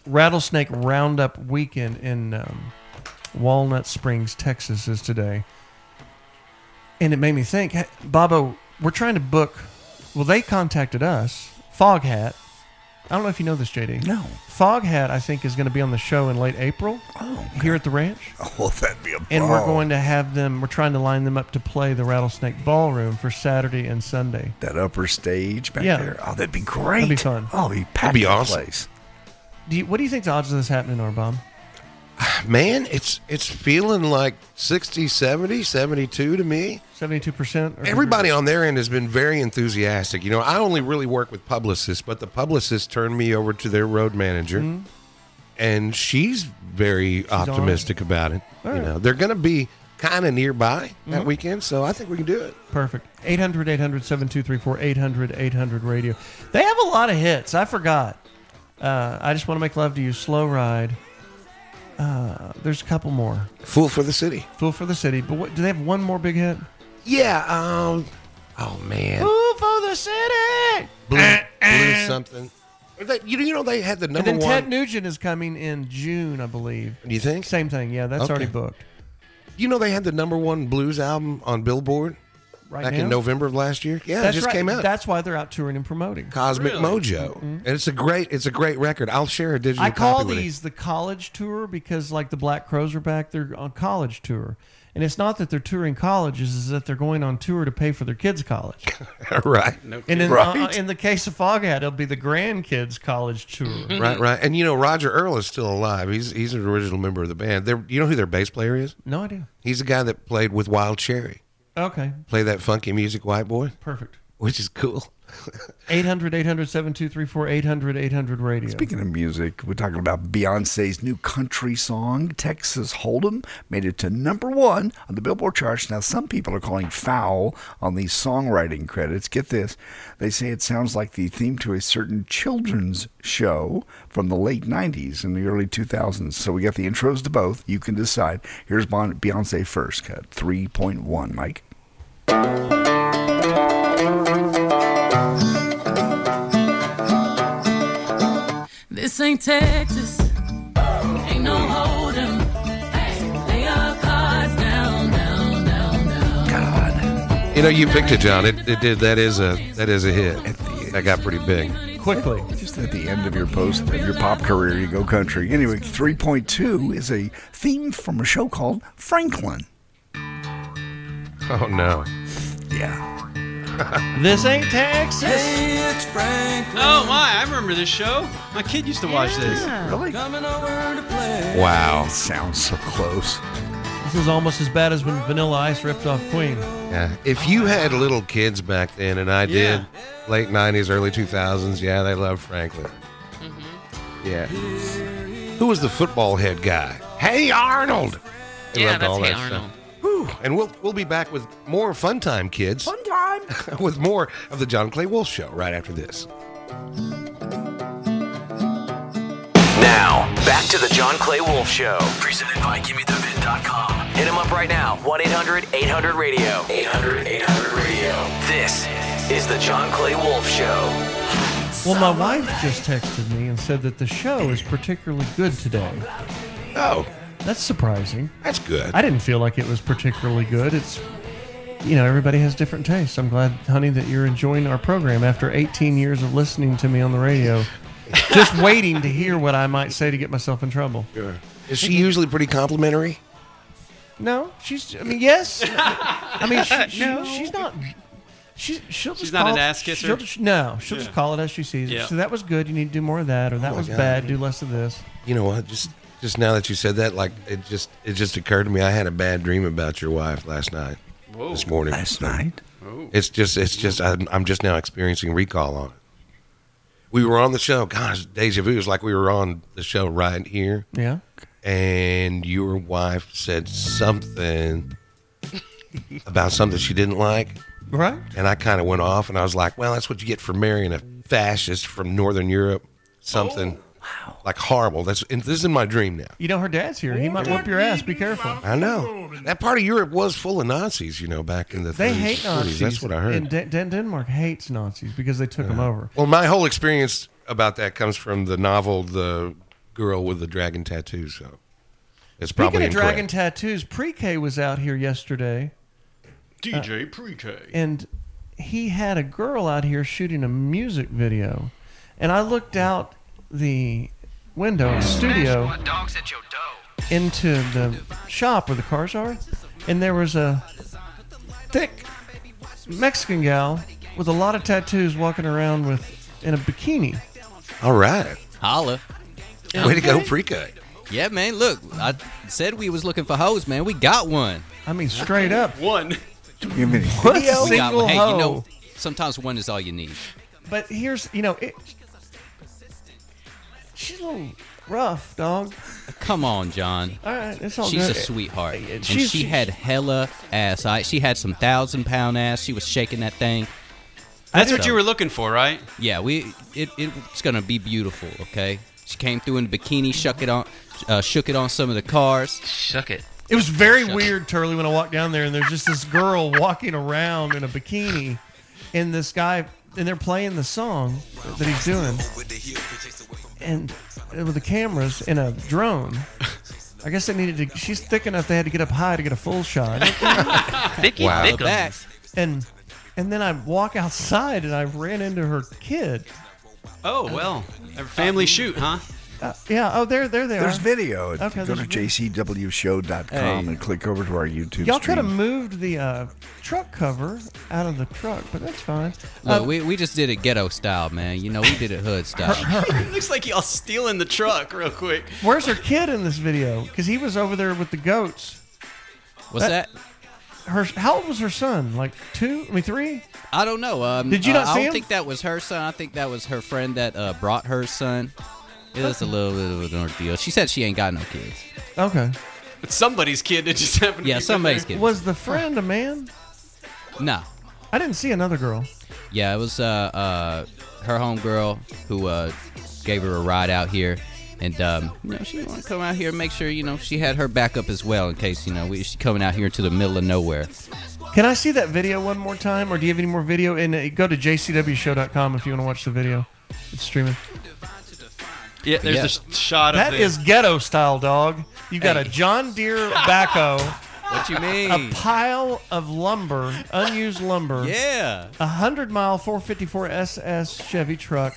[SPEAKER 6] Rattlesnake Roundup Weekend in um, Walnut Springs, Texas is today. And it made me think, hey, Bobo, we're trying to book. Well, they contacted us, Fog Hat. I don't know if you know this, JD.
[SPEAKER 3] No.
[SPEAKER 6] Fog Hat, I think, is going to be on the show in late April oh, here at the ranch.
[SPEAKER 3] Oh, that'd be a
[SPEAKER 6] And we're
[SPEAKER 3] ball.
[SPEAKER 6] going to have them, we're trying to line them up to play the Rattlesnake Ballroom for Saturday and Sunday.
[SPEAKER 3] That upper stage back
[SPEAKER 6] Yeah.
[SPEAKER 3] there. Oh, that'd be
[SPEAKER 6] That'd be
[SPEAKER 3] great.
[SPEAKER 6] fun.
[SPEAKER 3] Oh, it'd
[SPEAKER 6] That'd
[SPEAKER 3] be,
[SPEAKER 6] be
[SPEAKER 3] packed the
[SPEAKER 6] awesome.
[SPEAKER 3] Place.
[SPEAKER 6] Do you, what do you think the odds of this happening are, Bob?
[SPEAKER 2] man it's it's feeling like 60 70 72 to me
[SPEAKER 6] 72%? Or
[SPEAKER 2] everybody on their end has been very enthusiastic you know i only really work with publicists but the publicist turned me over to their road manager
[SPEAKER 6] Hmm.
[SPEAKER 2] and she's very on it. optimistic about it
[SPEAKER 6] All
[SPEAKER 2] you
[SPEAKER 6] right.
[SPEAKER 2] know they're gonna be kind of nearby that
[SPEAKER 6] Mhm.
[SPEAKER 2] weekend so i think we can do it
[SPEAKER 6] Perfect. 800 800 7234 800 800 radio. They have a lot of hits. I forgot. Uh, I just want to make love to you. Slow ride. Uh, there's a couple more.
[SPEAKER 2] Fool for the City.
[SPEAKER 6] Fool for the City. But what, do they have one more big hit?
[SPEAKER 2] yeah um oh man
[SPEAKER 6] Fool for the City!
[SPEAKER 2] blue, blue something They- eh. you, you know they had the number
[SPEAKER 6] and then
[SPEAKER 2] one
[SPEAKER 6] Ted Nugent is coming in June, I believe.
[SPEAKER 2] You think?
[SPEAKER 6] Same thing. Yeah, that's
[SPEAKER 2] Okay.
[SPEAKER 6] already booked.
[SPEAKER 2] You know they had the number one blues album on Billboard
[SPEAKER 6] Right
[SPEAKER 2] back
[SPEAKER 6] now?
[SPEAKER 2] in November of last year. Yeah,
[SPEAKER 6] that's
[SPEAKER 2] it just
[SPEAKER 6] right.
[SPEAKER 2] came out.
[SPEAKER 6] That's why they're out touring and promoting. Mm-hmm.
[SPEAKER 2] Cosmic Mojo, and it's a great it's a great record. I'll share a digital.
[SPEAKER 6] I call
[SPEAKER 2] copy with you.
[SPEAKER 6] these the college tour because, like the Black Crows are back, they're on college tour, and it's not that they're touring colleges; is that they're going on tour to pay for their kids' college.
[SPEAKER 2] right.
[SPEAKER 6] And in,
[SPEAKER 2] right.
[SPEAKER 6] uh, in the case of Foghat, it'll be the grandkids' college tour.
[SPEAKER 2] Mm-hmm. right, right. And you know Roger Earl is still alive. He's he's an original member of the band. They're, you know who their bass player is?
[SPEAKER 6] No idea.
[SPEAKER 2] He's the guy that played with Wild Cherry.
[SPEAKER 6] Okay.
[SPEAKER 2] Play that funky music, white boy.
[SPEAKER 6] Perfect.
[SPEAKER 2] Which is cool.
[SPEAKER 6] 800 800 7234 800 800 radio.
[SPEAKER 3] Speaking of music, we're talking about Beyonce's new country song, Texas Hold'em, made it to number one on the Billboard charts. Now, some people are calling foul on these songwriting credits. Get this. They say it sounds like the theme to a certain children's show from the late 90s and the early 2000s. So we got the intros to both. You can decide. Here's Bon- Beyonce first cut 3.1, Mike.
[SPEAKER 13] This ain't Texas. Ain't no hold'em. Hey, lay your cards down, down, down, down.
[SPEAKER 2] You know, you picked it, John. It, it did. That is a that is a hit. That got pretty big.
[SPEAKER 6] Quickly.
[SPEAKER 3] Just at the end of your post of your pop career, you go country. Anyway, 3.2 is a theme from a show called Franklin.
[SPEAKER 2] Oh no.
[SPEAKER 6] Yeah. this ain't Texas.
[SPEAKER 5] Oh my! I remember this show. My kid used to watch
[SPEAKER 6] Yeah.
[SPEAKER 5] this.
[SPEAKER 3] Really?
[SPEAKER 5] Coming over to play.
[SPEAKER 2] Wow.
[SPEAKER 3] Sounds so close.
[SPEAKER 6] This is almost as bad as when Vanilla Ice ripped off Queen.
[SPEAKER 2] Yeah. If you had little kids back then, and I did, late '90s, early 2000s, yeah, they loved Franklin.
[SPEAKER 13] Mm-hmm.
[SPEAKER 2] Yeah. Who was the football head guy? Hey Arnold. They
[SPEAKER 13] Yeah,
[SPEAKER 2] loved
[SPEAKER 13] that's
[SPEAKER 2] all
[SPEAKER 13] Hey
[SPEAKER 2] that stuff.
[SPEAKER 13] Arnold.
[SPEAKER 2] Whew. And we'll we'll be back with more fun time, kids. Fun
[SPEAKER 3] time.
[SPEAKER 2] with more of the John Clay Wolf Show right after this.
[SPEAKER 1] Now, back to the John Clay Wolf Show, presented by GimmeTheVin.com. Hit him up right now, 1 800 800 Radio. 800 800 Radio. This is the John Clay Wolf Show.
[SPEAKER 6] Well, my wife just texted me and said that the show is particularly good today.
[SPEAKER 2] Oh.
[SPEAKER 6] That's surprising.
[SPEAKER 2] That's good.
[SPEAKER 6] I didn't feel like it was particularly good. It's, you know, everybody has different tastes. I'm glad, honey, that you're enjoying our program after 18 years of listening to me on the radio, just waiting to hear what I might say to get myself in trouble.
[SPEAKER 2] Is she usually pretty complimentary?
[SPEAKER 6] No, she's. I mean, yes. I mean, she, she, she's not. She, she'll just
[SPEAKER 5] She's not
[SPEAKER 6] call
[SPEAKER 5] an
[SPEAKER 6] it-
[SPEAKER 5] ass kisser?
[SPEAKER 6] she'll just- no, she'll just
[SPEAKER 5] Yeah.
[SPEAKER 6] call it as she sees it.
[SPEAKER 2] Yeah.
[SPEAKER 6] So that was good. You need to do more of that, or that
[SPEAKER 2] Oh my
[SPEAKER 6] was
[SPEAKER 2] God.
[SPEAKER 6] bad. Do less of this.
[SPEAKER 2] You know what? Just just now that you said that, like it just it just occurred to me. I had a bad dream about your wife last night.
[SPEAKER 5] Whoa.
[SPEAKER 2] This morning.
[SPEAKER 3] Last night.
[SPEAKER 2] It's just it's just I'm, I'm just now experiencing recall on it. We were on the show. Gosh, deja vu is like we were on the show right here.
[SPEAKER 6] Yeah.
[SPEAKER 2] And your wife said something about something she didn't like.
[SPEAKER 6] Right.
[SPEAKER 2] And I kind of went off and I was like, well, that's what you get for marrying a fascist from Northern Europe. Something
[SPEAKER 6] Oh,
[SPEAKER 2] like horrible. That's and this is in my dream now.
[SPEAKER 6] You know her dad's here. He might whoop your ass. Be careful.
[SPEAKER 2] I know. That part of Europe was full of Nazis, you know, back in the
[SPEAKER 6] They
[SPEAKER 2] 30s,
[SPEAKER 6] hate
[SPEAKER 2] 40s.
[SPEAKER 6] Nazis.
[SPEAKER 2] That's what I heard.
[SPEAKER 6] And Dan- Dan- Denmark hates Nazis because they took them over.
[SPEAKER 2] Well, my whole experience about that comes from the novel The Girl with the Dragon Tattoo, so it's
[SPEAKER 6] Speaking
[SPEAKER 2] probably
[SPEAKER 6] of
[SPEAKER 2] incorrect.
[SPEAKER 6] dragon tattoos, Pre-K was out here yesterday.
[SPEAKER 2] DJ
[SPEAKER 6] Pre-K. And he had a girl out here shooting a music video. And I looked out the window of the uh, studio into the shop where the cars are. And there was a thick Mexican gal with a lot of tattoos walking around with in a bikini.
[SPEAKER 2] All right.
[SPEAKER 17] Holla.
[SPEAKER 2] Way to go, pre-K.
[SPEAKER 17] Yeah, man. Look, I said we was looking for hoes, man. We got one.
[SPEAKER 6] I mean, straight up.
[SPEAKER 17] One.
[SPEAKER 3] Give me
[SPEAKER 17] We got
[SPEAKER 6] single
[SPEAKER 17] one. Hey, you
[SPEAKER 6] hoe.
[SPEAKER 17] know, sometimes one is all you need.
[SPEAKER 6] But here's, you know, it, she's a little rough, dog.
[SPEAKER 17] Come on, John.
[SPEAKER 6] All right, it's all
[SPEAKER 17] She's
[SPEAKER 6] good.
[SPEAKER 17] a sweetheart. And
[SPEAKER 6] she's-
[SPEAKER 17] she had hella ass. I, she had some thousand pound ass. She was shaking that thing.
[SPEAKER 5] That's what
[SPEAKER 17] So-
[SPEAKER 5] you were looking for, right?
[SPEAKER 17] Yeah, we it, it's gonna be beautiful. Okay, she came through in a bikini, shook it on, uh, shook it on some of the cars. Shook it.
[SPEAKER 6] It was very weird, Turley, when I walked down there and there's just this girl walking around in a bikini, and this guy, and they're playing the song that he's doing, and with the cameras and a drone. I guess they needed to. She's thick enough; they had to get up high to get a full shot.
[SPEAKER 17] Thicky Wow. thickums. Back.
[SPEAKER 6] And and then I walk outside and I ran into her kid.
[SPEAKER 5] Oh well, a family shoot, huh?
[SPEAKER 6] Uh, yeah. Oh, there, there they
[SPEAKER 3] There's
[SPEAKER 6] are.
[SPEAKER 3] video.
[SPEAKER 6] Okay,
[SPEAKER 3] Go
[SPEAKER 6] there's
[SPEAKER 3] to
[SPEAKER 6] video.
[SPEAKER 3] jcwshow.com
[SPEAKER 6] Hey.
[SPEAKER 3] and click over to our YouTube
[SPEAKER 6] Y'all
[SPEAKER 3] stream.
[SPEAKER 6] could have moved the uh, truck cover out of the truck, but that's fine.
[SPEAKER 17] Look,
[SPEAKER 6] Uh,
[SPEAKER 17] we, we just did it ghetto style, man. You know, we did it hood style.
[SPEAKER 5] it looks like y'all stealing the truck real quick.
[SPEAKER 6] Where's her kid in this video? Because he was over there with the goats.
[SPEAKER 17] What's that?
[SPEAKER 6] her. How old was her son? Like two? I mean, three?
[SPEAKER 17] I don't know. Um,
[SPEAKER 6] Did you
[SPEAKER 17] uh,
[SPEAKER 6] not
[SPEAKER 17] I
[SPEAKER 6] see
[SPEAKER 17] don't
[SPEAKER 6] him?
[SPEAKER 17] think that was her son. I think that was her friend that uh, brought her son. It was a little bit of an ordeal. She said she ain't got no kids.
[SPEAKER 6] Okay.
[SPEAKER 5] It's somebody's kid that just happened.
[SPEAKER 17] Yeah,
[SPEAKER 5] to be
[SPEAKER 17] somebody's
[SPEAKER 5] there.
[SPEAKER 17] kid.
[SPEAKER 6] Was the friend a man?
[SPEAKER 17] No.
[SPEAKER 6] I didn't see another girl.
[SPEAKER 17] Yeah, it was uh, uh, her homegirl who uh, gave her a ride out here. And um, you know, she wanted to come out here and make sure, you know, she had her backup as well in case, you know, we, she coming out here to the middle of nowhere.
[SPEAKER 6] Can I see that video one more time, or do you have any more video? And uh, go to jcwshow.com if you want to watch the video. It's streaming.
[SPEAKER 5] Yeah, there's
[SPEAKER 6] Yeah.
[SPEAKER 5] a sh- shot
[SPEAKER 6] That
[SPEAKER 5] of
[SPEAKER 6] is ghetto style, dog. You've got a
[SPEAKER 5] Hey.
[SPEAKER 6] John Deere backhoe.
[SPEAKER 17] What you
[SPEAKER 6] A
[SPEAKER 17] mean?
[SPEAKER 6] pile of lumber, unused lumber.
[SPEAKER 17] Yeah.
[SPEAKER 6] A hundred mile 454 SS Chevy truck,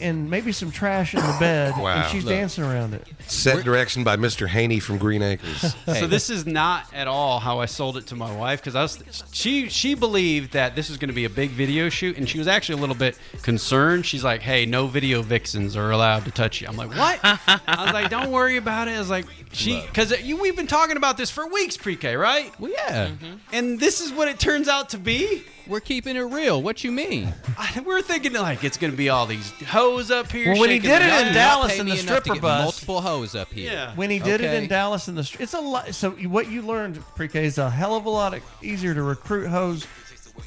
[SPEAKER 6] and maybe some trash in the bed,
[SPEAKER 2] Wow.
[SPEAKER 6] and she's
[SPEAKER 2] Look.
[SPEAKER 6] dancing around it.
[SPEAKER 2] Set direction by Mr. Haney from Green Acres.
[SPEAKER 5] So this is not at all how I sold it to my wife because I was she she believed that this was going to be a big video shoot and she was actually a little bit concerned. She's like, "Hey, no video vixens are allowed to touch you." I'm like, "What?" I was like, "Don't worry about it." I was like, "She because we've been talking about this for weeks, pre-K, right?"
[SPEAKER 17] Well, yeah.
[SPEAKER 11] Mm-hmm.
[SPEAKER 5] And this is what it turns out to be.
[SPEAKER 17] We're keeping it real. What you mean?
[SPEAKER 5] We're thinking like it's going to be all these hoes up here.
[SPEAKER 6] Well, when he
[SPEAKER 5] shaking
[SPEAKER 6] did it
[SPEAKER 5] their
[SPEAKER 6] in
[SPEAKER 5] nuts.
[SPEAKER 6] Dallas
[SPEAKER 5] Pay
[SPEAKER 6] in
[SPEAKER 5] me
[SPEAKER 6] the
[SPEAKER 5] enough to
[SPEAKER 6] stripper
[SPEAKER 5] get
[SPEAKER 6] bus-
[SPEAKER 17] Multiple hoes up here.
[SPEAKER 5] Yeah.
[SPEAKER 6] When he did it
[SPEAKER 5] Okay.
[SPEAKER 6] in Dallas in the street, it's a lot. So what you learned, pre-K, is a hell of a lot e, easier to recruit hoes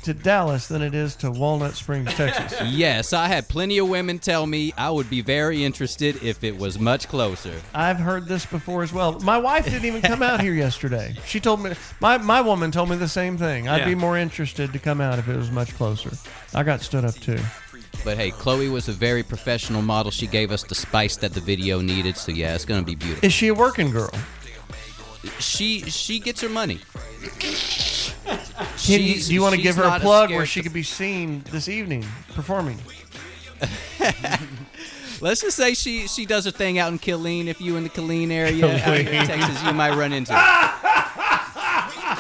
[SPEAKER 6] to Dallas than it is to Walnut Springs, Texas.
[SPEAKER 17] Yes, I had plenty of women tell me I would be very interested if it was much closer.
[SPEAKER 6] I've heard this before as well. My wife didn't even come out here yesterday. She told me my, my woman told me the same thing. I'd
[SPEAKER 17] Yeah.
[SPEAKER 6] be more interested to come out if it was much closer. I got stood up too.
[SPEAKER 17] But hey, Chloe was a very professional model. She gave us the spice that the video needed. So yeah, it's gonna be beautiful.
[SPEAKER 6] Is she a working girl?
[SPEAKER 17] She she gets her money.
[SPEAKER 6] Can you,
[SPEAKER 17] She's-
[SPEAKER 6] do you want to
[SPEAKER 17] she's
[SPEAKER 6] give her a
[SPEAKER 17] not
[SPEAKER 6] plug where
[SPEAKER 17] scared
[SPEAKER 6] she could be seen this evening performing?
[SPEAKER 17] Let's just say she she does her thing out in Killeen. If you in the Killeen area, out here in
[SPEAKER 6] Killeen. Ah!
[SPEAKER 17] Texas, you might run into. her.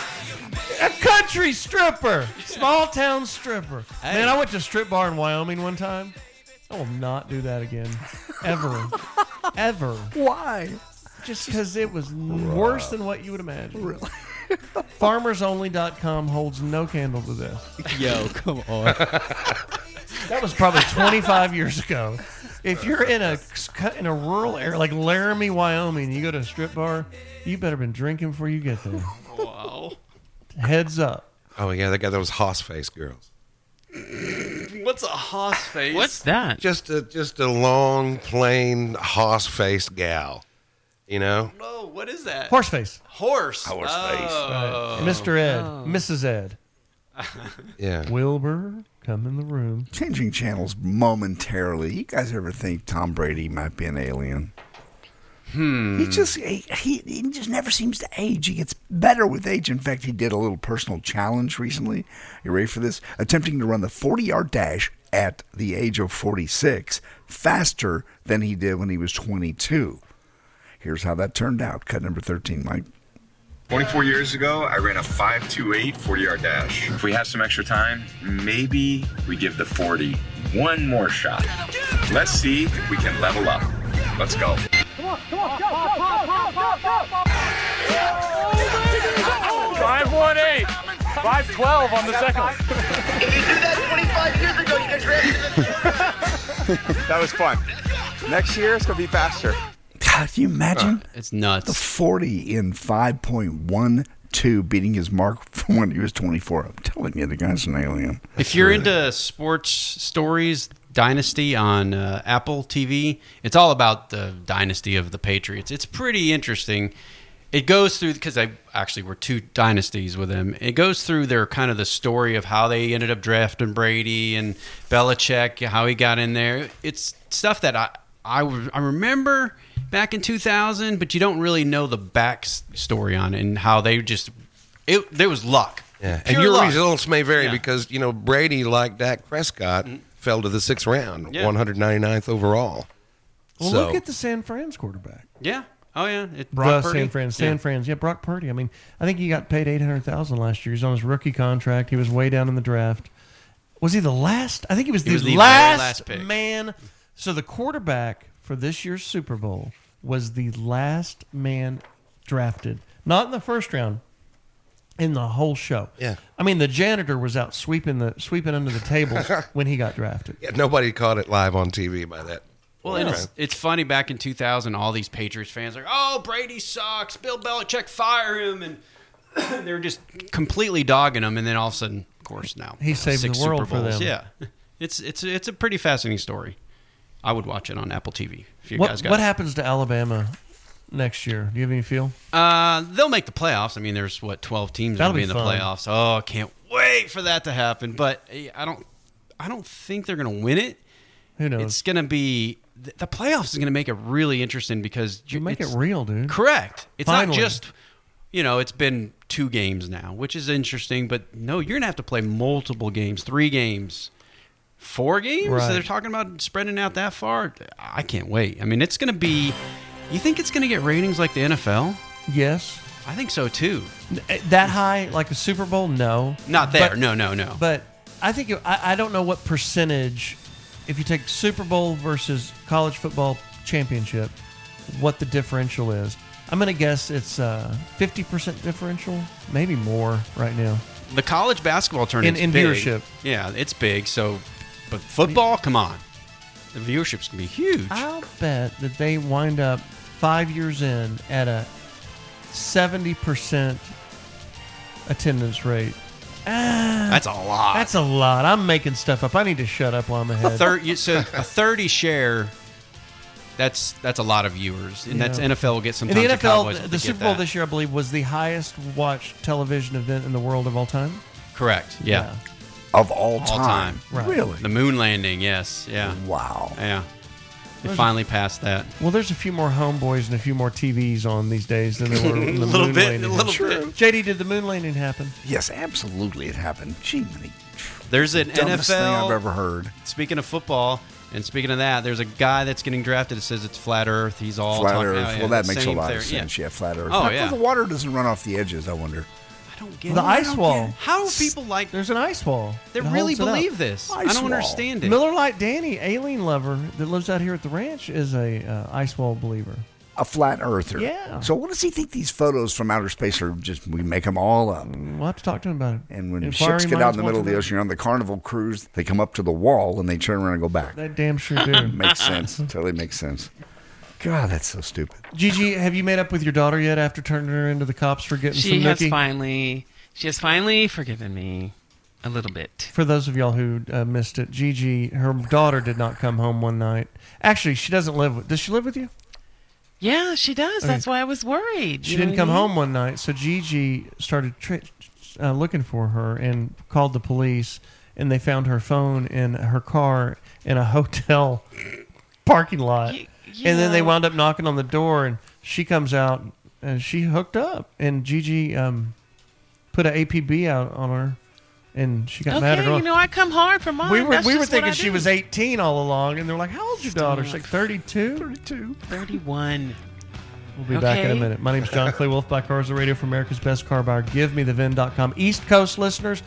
[SPEAKER 6] A country stripper, small town stripper.
[SPEAKER 17] Hey.
[SPEAKER 6] Man, I went to a strip bar in Wyoming one time. I will not do that again, ever, ever.
[SPEAKER 3] Why?
[SPEAKER 6] Just because it was n worse than what you would imagine. Really? FarmersOnly.com holds no candle to this.
[SPEAKER 17] Yo, come on.
[SPEAKER 6] That was probably 25 years ago. If you're in a in a rural area like Laramie, Wyoming, you go to a strip bar, you better been drinking before you get there.
[SPEAKER 5] Wow.
[SPEAKER 6] Heads up.
[SPEAKER 2] Oh yeah, they got those hoss face girls.
[SPEAKER 5] What's a hoss face?
[SPEAKER 2] that? Just a just a long, plain hoss faced gal. You know?
[SPEAKER 5] Oh, what is that?
[SPEAKER 6] Horseface.
[SPEAKER 5] Horse.
[SPEAKER 2] Horse
[SPEAKER 5] Oh.
[SPEAKER 6] Mr. Ed, Mrs. Ed.
[SPEAKER 2] Yeah.
[SPEAKER 6] Wilbur, come in the room.
[SPEAKER 3] Changing channels momentarily. You guys ever think Tom Brady might be an alien?
[SPEAKER 2] Hmm.
[SPEAKER 3] He just he, he, he just never seems to age. He gets better with age. In fact, he did a little personal challenge recently. You ready for this? Attempting to run the 40-yard dash at the age of 46 faster than he did when he was 22. Here's how that turned out. Cut number 13, Mike.
[SPEAKER 26] 24 years ago, I ran a 528 40 yard dash. If we have some extra time, maybe we give the 40 one more shot. Let's see if we can level up. Let's go.
[SPEAKER 7] Five one eight. Five twelve on the second one. If you do that 25 years ago, you could
[SPEAKER 26] that was fun. Next year, it's going to be faster.
[SPEAKER 3] God, can you imagine?
[SPEAKER 5] it's nuts.
[SPEAKER 3] The 40 in 5.12, beating his mark from when he was 24. I'm telling you, the guy's an alien.
[SPEAKER 5] If you're into sports stories, Dynasty on uh, Apple TV, it's all about the dynasty of the Patriots. It's pretty interesting. It goes through because I actually were two dynasties with them. It goes through their kind of the story of how they ended up drafting Brady and Belichick, how he got in there. It's stuff that I I, w- I remember back in 2000, but you don't really know the back s- story on it and how they just it there was luck.
[SPEAKER 2] Yeah.
[SPEAKER 5] Pure
[SPEAKER 2] and your
[SPEAKER 5] luck.
[SPEAKER 2] results may vary
[SPEAKER 5] Yeah.
[SPEAKER 2] because, you know, Brady, like Dak Prescott,
[SPEAKER 24] Mm-hmm.
[SPEAKER 2] fell to the sixth round,
[SPEAKER 5] Yeah.
[SPEAKER 2] 199th overall.
[SPEAKER 6] Well,
[SPEAKER 2] so,
[SPEAKER 6] look at the San Fran's quarterback.
[SPEAKER 5] Yeah. Oh yeah. It,
[SPEAKER 6] Brock
[SPEAKER 5] Brock
[SPEAKER 6] San Fran, San Fran's, yeah, Brock Purdy. I mean, I think he got paid eight hundred thousand last year. He's on his rookie contract. He was way down in the draft. Was he the last? I think he was
[SPEAKER 5] He
[SPEAKER 6] the,
[SPEAKER 5] was the very
[SPEAKER 6] last,
[SPEAKER 5] last pick.
[SPEAKER 6] man. So the quarterback for this year's Super Bowl was the last man drafted, not in the first round, in the whole show.
[SPEAKER 2] Yeah.
[SPEAKER 6] I mean, the janitor was out sweeping the sweeping under the tables when he got drafted.
[SPEAKER 2] Yeah, nobody caught it live on TV by that.
[SPEAKER 5] Well, and it's, it's funny. Back in 2000, all these Patriots fans are, oh, Brady sucks. Bill Belichick, fire him. And they're just completely dogging him. And then all of a sudden, of course, now
[SPEAKER 6] He saved
[SPEAKER 5] six
[SPEAKER 6] the world
[SPEAKER 5] Super
[SPEAKER 6] for
[SPEAKER 5] Bowls.
[SPEAKER 6] them.
[SPEAKER 5] Yeah, it's it's it's a pretty fascinating story. I would watch it on Apple TV if you
[SPEAKER 6] what
[SPEAKER 5] guys got.
[SPEAKER 6] what
[SPEAKER 5] it.
[SPEAKER 6] happens to Alabama next year? Do you have any feel?
[SPEAKER 5] Uh, they'll make the playoffs. I mean, there's what 12 teams
[SPEAKER 6] That'll
[SPEAKER 5] that'll be in the
[SPEAKER 6] be fun.
[SPEAKER 5] playoffs. Oh, I can't wait for that to happen. But eh, I don't, I don't think they're going to win it.
[SPEAKER 6] Who knows?
[SPEAKER 5] It's going to be th- the playoffs is going to make it really interesting because you
[SPEAKER 6] make it real, dude.
[SPEAKER 5] Correct. It's
[SPEAKER 6] Finally.
[SPEAKER 5] not just, you know, it's been two games now, which is interesting. But no, you're going to have to play multiple games, three games. Four games?
[SPEAKER 6] Right.
[SPEAKER 5] They're talking about spreading out that far. I can't wait. I mean, it's going to be. You think it's going to get ratings like the NFL?
[SPEAKER 6] Yes. eh,
[SPEAKER 5] I think so too.
[SPEAKER 6] That high, like a Super Bowl? No.
[SPEAKER 5] Not there.
[SPEAKER 6] But-
[SPEAKER 5] no, no, no.
[SPEAKER 6] But I think it- I, I don't know what percentage, if you take Super Bowl versus college football championship, what the differential is. I'm gonna guess it's uh, fifty percent differential, maybe more right now.
[SPEAKER 5] the college basketball tournament
[SPEAKER 6] In- in viewership.
[SPEAKER 5] Yeah, it's big. So, but football, come on, the viewership's gonna be huge.
[SPEAKER 6] I'll bet that they wind up five years in at a seventy percent attendance rate. Ah,
[SPEAKER 5] That's a lot.
[SPEAKER 6] That's a lot. I'm making stuff up. I need to shut up while I'm
[SPEAKER 5] A
[SPEAKER 6] ahead.
[SPEAKER 5] third, you- so a thirty share. That's that's a lot of viewers, and that's
[SPEAKER 6] Yeah.
[SPEAKER 5] NFL will get
[SPEAKER 6] In
[SPEAKER 5] sometimes.
[SPEAKER 6] the
[SPEAKER 5] Cowboys
[SPEAKER 6] NFL,
[SPEAKER 5] will
[SPEAKER 6] the,
[SPEAKER 5] get
[SPEAKER 6] Super Bowl
[SPEAKER 5] that.
[SPEAKER 6] this year, I believe, was the highest watched television event in the world of all time.
[SPEAKER 5] Correct. Yeah.
[SPEAKER 3] Of all
[SPEAKER 6] time. Right. Really?
[SPEAKER 5] The moon landing. Yes. Yeah.
[SPEAKER 3] Wow.
[SPEAKER 5] Yeah. They
[SPEAKER 6] Those-
[SPEAKER 5] finally passed that.
[SPEAKER 6] Well, there's a few more homeboys and a few more TVs on these days than there were in the
[SPEAKER 5] A little
[SPEAKER 6] moon
[SPEAKER 5] bit,
[SPEAKER 6] landing.
[SPEAKER 5] a little Sure. bit.
[SPEAKER 6] JD, did the moon landing happen?
[SPEAKER 3] Yes, absolutely, it happened. Gee, many-
[SPEAKER 5] There's an NFL
[SPEAKER 3] Dumbest thing I've ever heard.
[SPEAKER 5] Speaking of football, and speaking of that, there's a guy that's getting drafted that says it's flat Earth. He's all
[SPEAKER 3] flat
[SPEAKER 5] talking-
[SPEAKER 3] Earth.
[SPEAKER 5] oh, yeah,
[SPEAKER 3] well, that makes a
[SPEAKER 5] same
[SPEAKER 3] lot of
[SPEAKER 5] theory.
[SPEAKER 3] sense. Yeah, flat Earth. How
[SPEAKER 5] Oh
[SPEAKER 3] come
[SPEAKER 5] yeah.
[SPEAKER 3] The water doesn't run off the edges. I wonder.
[SPEAKER 5] get
[SPEAKER 6] the
[SPEAKER 5] it. I
[SPEAKER 6] ice
[SPEAKER 5] don't get
[SPEAKER 6] wall.
[SPEAKER 5] it. How do people like?
[SPEAKER 6] There's an ice wall.
[SPEAKER 5] They
[SPEAKER 6] that
[SPEAKER 5] really
[SPEAKER 6] holds it up.
[SPEAKER 5] believe this. I Ice don't wall. understand it.
[SPEAKER 6] Miller Lite Danny, alien lover that lives out here at the ranch, is a uh, ice wall believer.
[SPEAKER 3] A flat earther.
[SPEAKER 6] Yeah.
[SPEAKER 3] So what does he think these photos from outer space are? Just we make them all up.
[SPEAKER 6] We'll have to talk to him about it.
[SPEAKER 3] And when
[SPEAKER 6] Inquiring
[SPEAKER 3] ships get out in the
[SPEAKER 6] minds
[SPEAKER 3] middle of
[SPEAKER 6] want
[SPEAKER 3] the
[SPEAKER 6] to
[SPEAKER 3] ocean on the Carnival cruise, they come up to the wall and they turn around and go back.
[SPEAKER 6] know. That damn sure do.
[SPEAKER 3] makes sense. Totally makes sense. God, that's so stupid.
[SPEAKER 6] Gigi, have you made up with your daughter yet after turning her into the cops for getting
[SPEAKER 4] She
[SPEAKER 6] some
[SPEAKER 4] has
[SPEAKER 6] nookie?
[SPEAKER 4] finally, she has finally forgiven me a little bit.
[SPEAKER 6] For those of y'all who uh, missed it, Gigi, her daughter did not come home one night. Actually, she doesn't live with. Does she live with you?
[SPEAKER 4] Yeah, she does.
[SPEAKER 6] Okay.
[SPEAKER 4] That's why I was worried.
[SPEAKER 6] She
[SPEAKER 4] you know
[SPEAKER 6] didn't
[SPEAKER 4] what I
[SPEAKER 6] come
[SPEAKER 4] mean?
[SPEAKER 6] home one night, so Gigi started tri- uh, looking for her and called the police, and they found her phone in her car in a hotel parking lot.
[SPEAKER 4] you
[SPEAKER 6] and then they
[SPEAKER 4] know-
[SPEAKER 6] wound up knocking on the door, and she comes out and she hooked up, and Gigi um, put an APB out on her, and she got mad at her.
[SPEAKER 4] Okay, you know I come hard for mine.
[SPEAKER 6] we were
[SPEAKER 4] That's
[SPEAKER 6] we were
[SPEAKER 4] just what
[SPEAKER 6] thinking
[SPEAKER 4] I
[SPEAKER 6] she
[SPEAKER 4] do.
[SPEAKER 6] was 18 all along, and they're like, "How old's your daughter?" She's
[SPEAKER 4] Stop.
[SPEAKER 6] like 32, 32,
[SPEAKER 4] 31.
[SPEAKER 6] We'll be back in a
[SPEAKER 4] Okay.
[SPEAKER 6] minute. My name's John Clay Wolf by Cars the Radio for America's Best Car Buyer. Give me the VIN.com. East Coast listeners,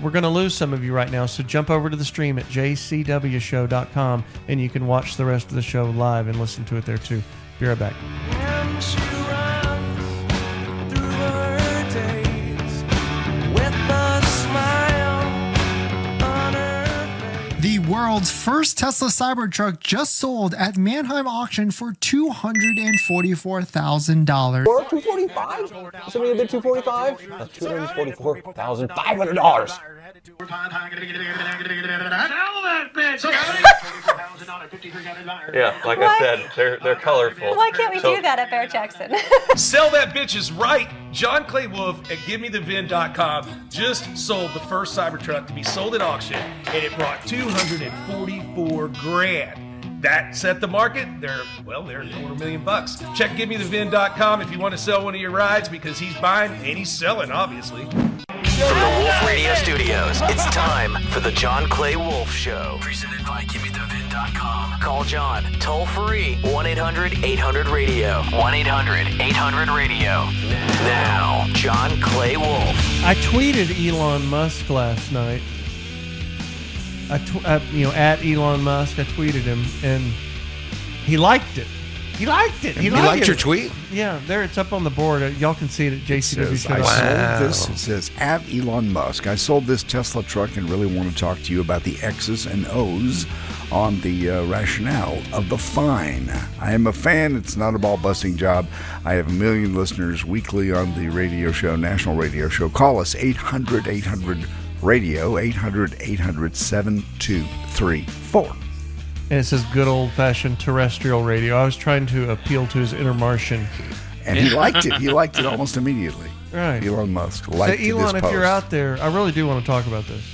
[SPEAKER 6] we're going to lose some of you right now, so jump over to the stream at jcwshow.com and you can watch the rest of the show live and listen to it there too. Be right back.
[SPEAKER 7] And she runs through her days with a smile on her face.
[SPEAKER 21] The world's first Tesla Cybertruck just sold at Mannheim auction for $244,000.
[SPEAKER 10] Or 245? Somebody bid 245? $244,500.
[SPEAKER 18] Yeah, like I said, they're they're colorful.
[SPEAKER 27] Why can't we
[SPEAKER 18] So-
[SPEAKER 27] do that at Bear Jackson?
[SPEAKER 24] Sell that bitch is right. John Clay Wolf at GiveMeTheVin.com just sold the first Cybertruck to be sold at auction, and it brought 244 grand. That set the market. They're well, they're a quarter million bucks. Check GiveMeTheVin.com if you want to sell one of your rides because he's buying and he's selling, obviously.
[SPEAKER 1] From the Wolf Radio Studios, it's time for the John Clay Wolf Show. Presented by GimmeTheVin.com. Call John toll free 1 800 800 radio. 1 800 800 radio. Now, John Clay Wolf.
[SPEAKER 6] I tweeted Elon Musk last night. I tw- uh, you know, at Elon Musk, I tweeted him, and he liked it. He liked it. He,
[SPEAKER 2] You liked your tweet?
[SPEAKER 6] Yeah, there it's up on the board. Uh, Y'all can see it at JCW.
[SPEAKER 3] says, I
[SPEAKER 6] Show.
[SPEAKER 3] sold this. It says, at Elon Musk, I sold this Tesla truck and really want to talk to you about the X's and O's on the uh, rationale of the fine. I am a fan. It's not a ball busting job. I have a million listeners weekly on the radio show, national radio show. Call us 800 800 radio, 800 800 7234.
[SPEAKER 6] And it says good old fashioned terrestrial radio. I was trying to appeal to his inner Martian.
[SPEAKER 3] And he liked it. He liked it almost immediately.
[SPEAKER 6] Right.
[SPEAKER 3] Elon Musk
[SPEAKER 6] So
[SPEAKER 3] liked
[SPEAKER 6] Elon,
[SPEAKER 3] this
[SPEAKER 6] if
[SPEAKER 3] post.
[SPEAKER 6] you're out there, I really do want to talk about this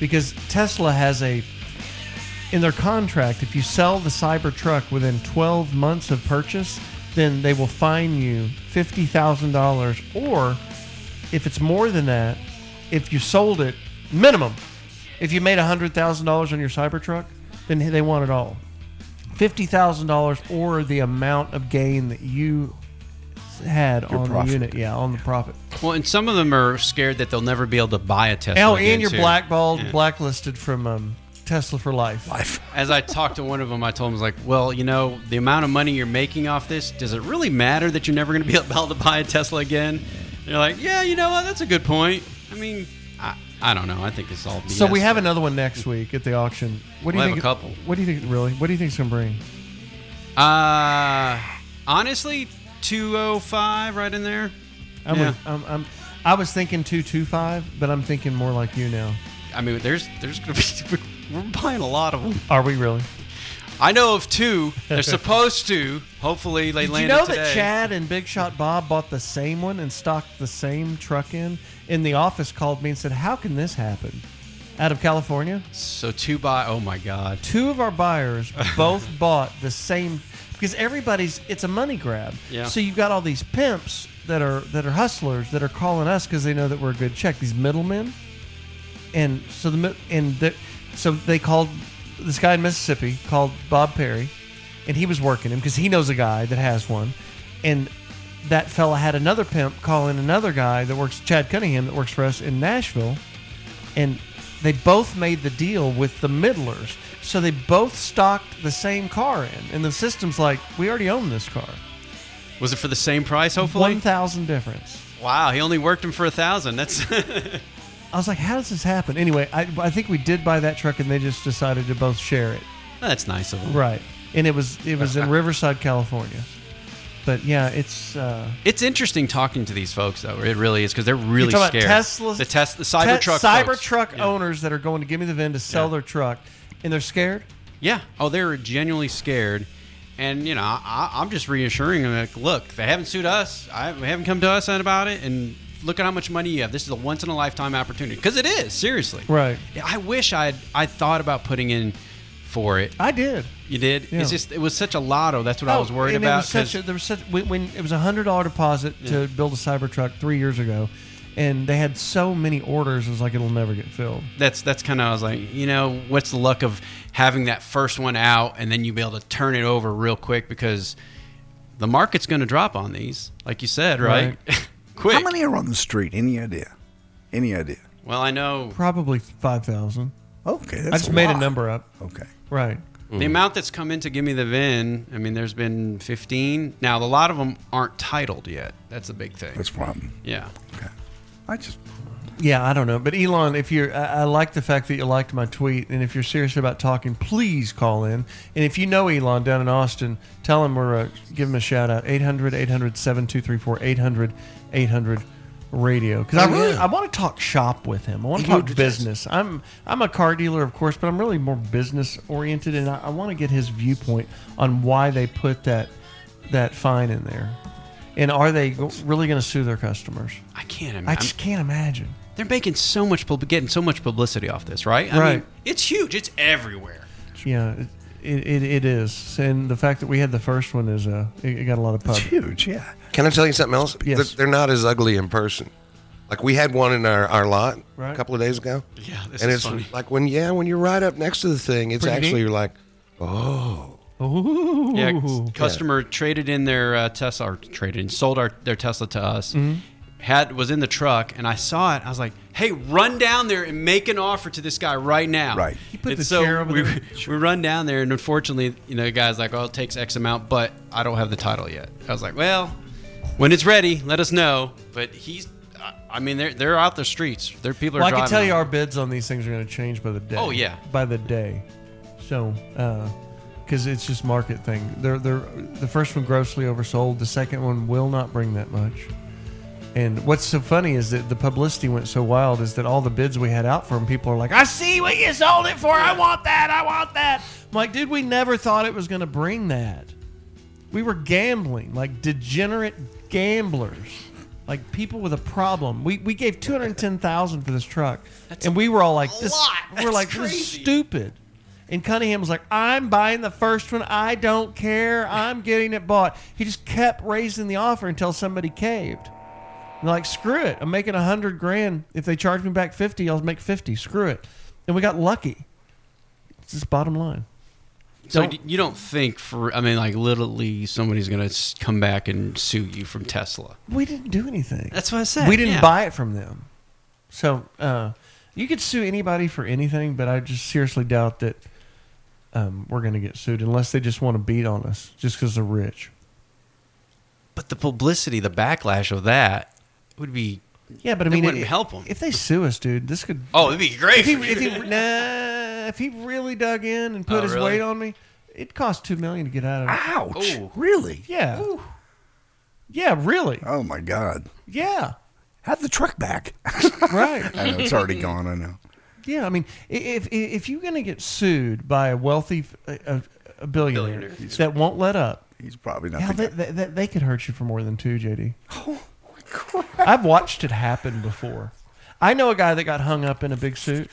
[SPEAKER 6] because Tesla has a in their contract. If you sell the Cybertruck within 12 months of purchase, then they will fine you fifty thousand dollars, or if it's more than that, if you sold it, minimum. If you made hundred thousand dollars on your Cybertruck, then they want it all. Fifty thousand dollars, or the amount of gain that you had
[SPEAKER 5] Your
[SPEAKER 6] on
[SPEAKER 5] profit.
[SPEAKER 6] the unit. Yeah, on the profit.
[SPEAKER 5] Well, and some of them are scared that they'll never be able to buy a Tesla.
[SPEAKER 6] Oh,
[SPEAKER 5] again,
[SPEAKER 6] and you're
[SPEAKER 5] too.
[SPEAKER 6] blackballed,
[SPEAKER 5] Yeah.
[SPEAKER 6] blacklisted from um, Tesla for life. Life.
[SPEAKER 5] As I talked to one of them, I told him, I was like, well, you know, the amount of money you're making off this, does it really matter that you're never going to be able to buy a Tesla again? And they're like, yeah, you know what? That's a good point. I mean, I, I don't know. I think it's all BS.
[SPEAKER 6] So we have another one next week at the auction. What do
[SPEAKER 5] We'll
[SPEAKER 6] you
[SPEAKER 5] have a
[SPEAKER 6] think?
[SPEAKER 5] couple.
[SPEAKER 6] What do you think? Really? What do you think's gonna bring?
[SPEAKER 5] Uh, honestly, 205 right in there.
[SPEAKER 6] I'm
[SPEAKER 5] yeah.
[SPEAKER 6] with- I'm, I'm, I was thinking two two five, but I'm thinking more like you now.
[SPEAKER 5] I mean, there's there's going to be we're buying a lot of them.
[SPEAKER 6] Are we really?
[SPEAKER 5] I know of two. They're supposed to. Hopefully, they
[SPEAKER 6] Did
[SPEAKER 5] land
[SPEAKER 6] you know
[SPEAKER 5] today.
[SPEAKER 6] that Chad and Big Shot Bob bought the same one and stocked the same truck in? In the office, called me and said, "How can this happen?" Out of California.
[SPEAKER 5] So two buy. Oh my God.
[SPEAKER 6] two of our buyers both bought the same because everybody's it's a money grab.
[SPEAKER 5] Yeah.
[SPEAKER 6] So you've got all these pimps that are that are hustlers that are calling us because they know that we're a good check. These middlemen, and so the mid- and the, so they called this guy in Mississippi called Bob Perry, and he was working him because he knows a guy that has one, and that fella had another pimp calling another guy that works Chad Cunningham that works for us in Nashville, and they both made the deal with the middlers. So they both stocked the same car in, and the system's like, we already own this car.
[SPEAKER 5] Was it for the same price? Hopefully,
[SPEAKER 6] one thousand difference.
[SPEAKER 5] Wow, he only worked him for a thousand. That's
[SPEAKER 6] I was like, how does this happen? Anyway, I, I think we did buy that truck, and they just decided to both share it.
[SPEAKER 5] that's nice of him.
[SPEAKER 6] Right, and it was it was in Riverside, California. But yeah, it's uh,
[SPEAKER 5] It's interesting talking to these folks, though. It really is because they're really
[SPEAKER 6] You're talking
[SPEAKER 5] scared.
[SPEAKER 6] About Tesla,
[SPEAKER 5] the Tesla, the Cybertruck, folks.
[SPEAKER 6] Cybertruck owners that are going to give me the VIN to sell their truck, and they're scared.
[SPEAKER 5] Yeah. Oh, they're genuinely scared. And, you know, I, I'm just reassuring them, like, look, they haven't sued us. I, they haven't come to us about it. And look at how much money you have. This is a once in a lifetime opportunity. Because it is, seriously.
[SPEAKER 6] Right.
[SPEAKER 5] Yeah, I wish I'd, I thought about putting in for it.
[SPEAKER 6] I did.
[SPEAKER 5] You did?
[SPEAKER 6] Yeah.
[SPEAKER 5] It's just, it was such a lotto. That's what I
[SPEAKER 6] Oh,
[SPEAKER 5] was worried
[SPEAKER 6] and It
[SPEAKER 5] about.
[SPEAKER 6] was such
[SPEAKER 5] 'cause-
[SPEAKER 6] a, there was such, when, when it was a hundred dollar deposit
[SPEAKER 5] Yeah.
[SPEAKER 6] to build a Cybertruck three years ago, and they had so many orders, it was like it'll never get filled.
[SPEAKER 5] that's that's kind of I was like, you know, what's the luck of having that first one out and then you be able to turn it over real quick because the market's going to drop on these, like you said, right? Quick.
[SPEAKER 3] How many are on the street? Any idea? Any idea?
[SPEAKER 5] Well, I know
[SPEAKER 6] Probably five thousand.
[SPEAKER 3] Okay,
[SPEAKER 6] I
[SPEAKER 3] that's
[SPEAKER 6] just
[SPEAKER 3] a
[SPEAKER 6] made a
[SPEAKER 3] lot.
[SPEAKER 6] number up.
[SPEAKER 3] Okay.
[SPEAKER 6] Right.
[SPEAKER 5] the amount that's come in to give me the VIN. I mean, there's been 15. Now, a lot of them aren't titled yet. That's a big thing. That's
[SPEAKER 3] a problem.
[SPEAKER 5] Yeah.
[SPEAKER 3] I just
[SPEAKER 6] Yeah, I don't know, but Elon, if you're, I, I like the fact that you liked my tweet, and if you're serious about talking, please call in. And if you know Elon down in Austin, tell him we're uh, give him a shout out 800 800 7234 800 800 radio because I
[SPEAKER 3] Oh,
[SPEAKER 6] really
[SPEAKER 3] yeah.
[SPEAKER 6] I want to talk shop with him. I want to
[SPEAKER 3] You
[SPEAKER 6] talk
[SPEAKER 3] do-
[SPEAKER 6] business. I'm I'm a car dealer, of course, but I'm really more business oriented, and I, I want to get his viewpoint on why they put that that fine in there, and are they go- really going to sue their customers?
[SPEAKER 5] I can't imagine.
[SPEAKER 6] I just can't imagine.
[SPEAKER 5] They're making so much, pub- getting so much publicity off this, right? I mean,
[SPEAKER 6] Right.
[SPEAKER 5] it's huge. It's everywhere.
[SPEAKER 6] Yeah, it, it, it is, and the fact that we had the first one is uh, it, it got a lot of pub. It's
[SPEAKER 3] huge, yeah.
[SPEAKER 2] Can I tell you something else?
[SPEAKER 6] Yes.
[SPEAKER 2] They're- They're not as ugly in person. Like we had one in our, our lot
[SPEAKER 6] Right.
[SPEAKER 2] a couple of days ago.
[SPEAKER 6] Yeah, this
[SPEAKER 2] and
[SPEAKER 6] is
[SPEAKER 2] it's
[SPEAKER 6] funny.
[SPEAKER 2] like when yeah, when you're right up next to the thing, it's
[SPEAKER 6] Pretty
[SPEAKER 2] actually
[SPEAKER 6] neat.
[SPEAKER 2] you're like, oh,
[SPEAKER 6] Ooh.
[SPEAKER 5] Yeah, c- customer traded in their uh, Tesla, or traded in, sold our, their Tesla to us.
[SPEAKER 6] Mhm.
[SPEAKER 5] had was in the truck, and I saw it. I was like, "Hey, run down there and make an offer to this guy right now." Right. He
[SPEAKER 6] put the chair over
[SPEAKER 5] "Oh." we,
[SPEAKER 6] there.
[SPEAKER 5] we run down there, and unfortunately, you know, the guy's like, "Oh, it takes X amount, but I don't have the title yet." I was like, "Well, when it's ready, let us know." But he's, I- I mean, they're they're out the streets. They're people are.
[SPEAKER 6] Well, I can
[SPEAKER 5] driving
[SPEAKER 6] tell
[SPEAKER 5] out
[SPEAKER 6] you our bids on these things are going to change by the day.
[SPEAKER 5] Oh, yeah.
[SPEAKER 6] by the day. So, because it's just market thing. They're they're the first one grossly oversold. The second one will not bring that much. And what's so funny is that the publicity went so wild is that all the bids we had out for 'em, people are like, I see what you sold it for. I want that. I want that. I'm like, dude, we never thought it was going to bring that. We were gambling, like degenerate gamblers, like people with a problem. We, we gave 210000 for this truck. and we were all like, this, we're like, this is stupid. And Cunningham was like, I'm buying the first one. I don't care. I'm getting it bought. He just kept raising the offer until somebody caved. And they're like, screw it. I'm making a hundred grand. If they charge me back fifty, I'll make fifty. Screw it. And we got lucky. It's just bottom line.
[SPEAKER 5] So
[SPEAKER 6] Don't-
[SPEAKER 5] d you don't think for I mean like literally somebody's gonna s- come back and sue you from Tesla.
[SPEAKER 6] We didn't do anything.
[SPEAKER 5] That's what I said,
[SPEAKER 6] We didn't
[SPEAKER 5] yeah.
[SPEAKER 6] buy it from them. So uh, you could sue anybody for anything, but I just seriously doubt that um, we're going to get sued unless they just want to beat on us just because they're rich.
[SPEAKER 5] But the publicity, the backlash of that would be
[SPEAKER 6] Yeah, but I
[SPEAKER 5] it
[SPEAKER 6] mean,
[SPEAKER 5] wouldn't
[SPEAKER 6] it-
[SPEAKER 5] help them.
[SPEAKER 6] If they sue us, dude, this could.
[SPEAKER 5] Oh, it'd be great
[SPEAKER 6] If he,
[SPEAKER 5] for
[SPEAKER 6] if he,
[SPEAKER 5] you.
[SPEAKER 6] nah, if he really dug in and
[SPEAKER 5] Oh,
[SPEAKER 6] put his
[SPEAKER 5] really?
[SPEAKER 6] weight on me, it cost two million to get out of it.
[SPEAKER 3] Ouch! Really?
[SPEAKER 6] Yeah. Yeah, really.
[SPEAKER 3] Oh my God!
[SPEAKER 6] Yeah.
[SPEAKER 3] Have the truck back.
[SPEAKER 6] right.
[SPEAKER 3] I know, it's already gone. I know.
[SPEAKER 6] Yeah, I mean, i- if if, if you're going to get sued by a wealthy a, a, a billionaire, that won't let up,
[SPEAKER 3] he's probably not.
[SPEAKER 6] Yeah,
[SPEAKER 3] the
[SPEAKER 6] they, they, they, they could hurt you for more than two, JD. I've watched it happen before. I know a guy that got hung up in a big suit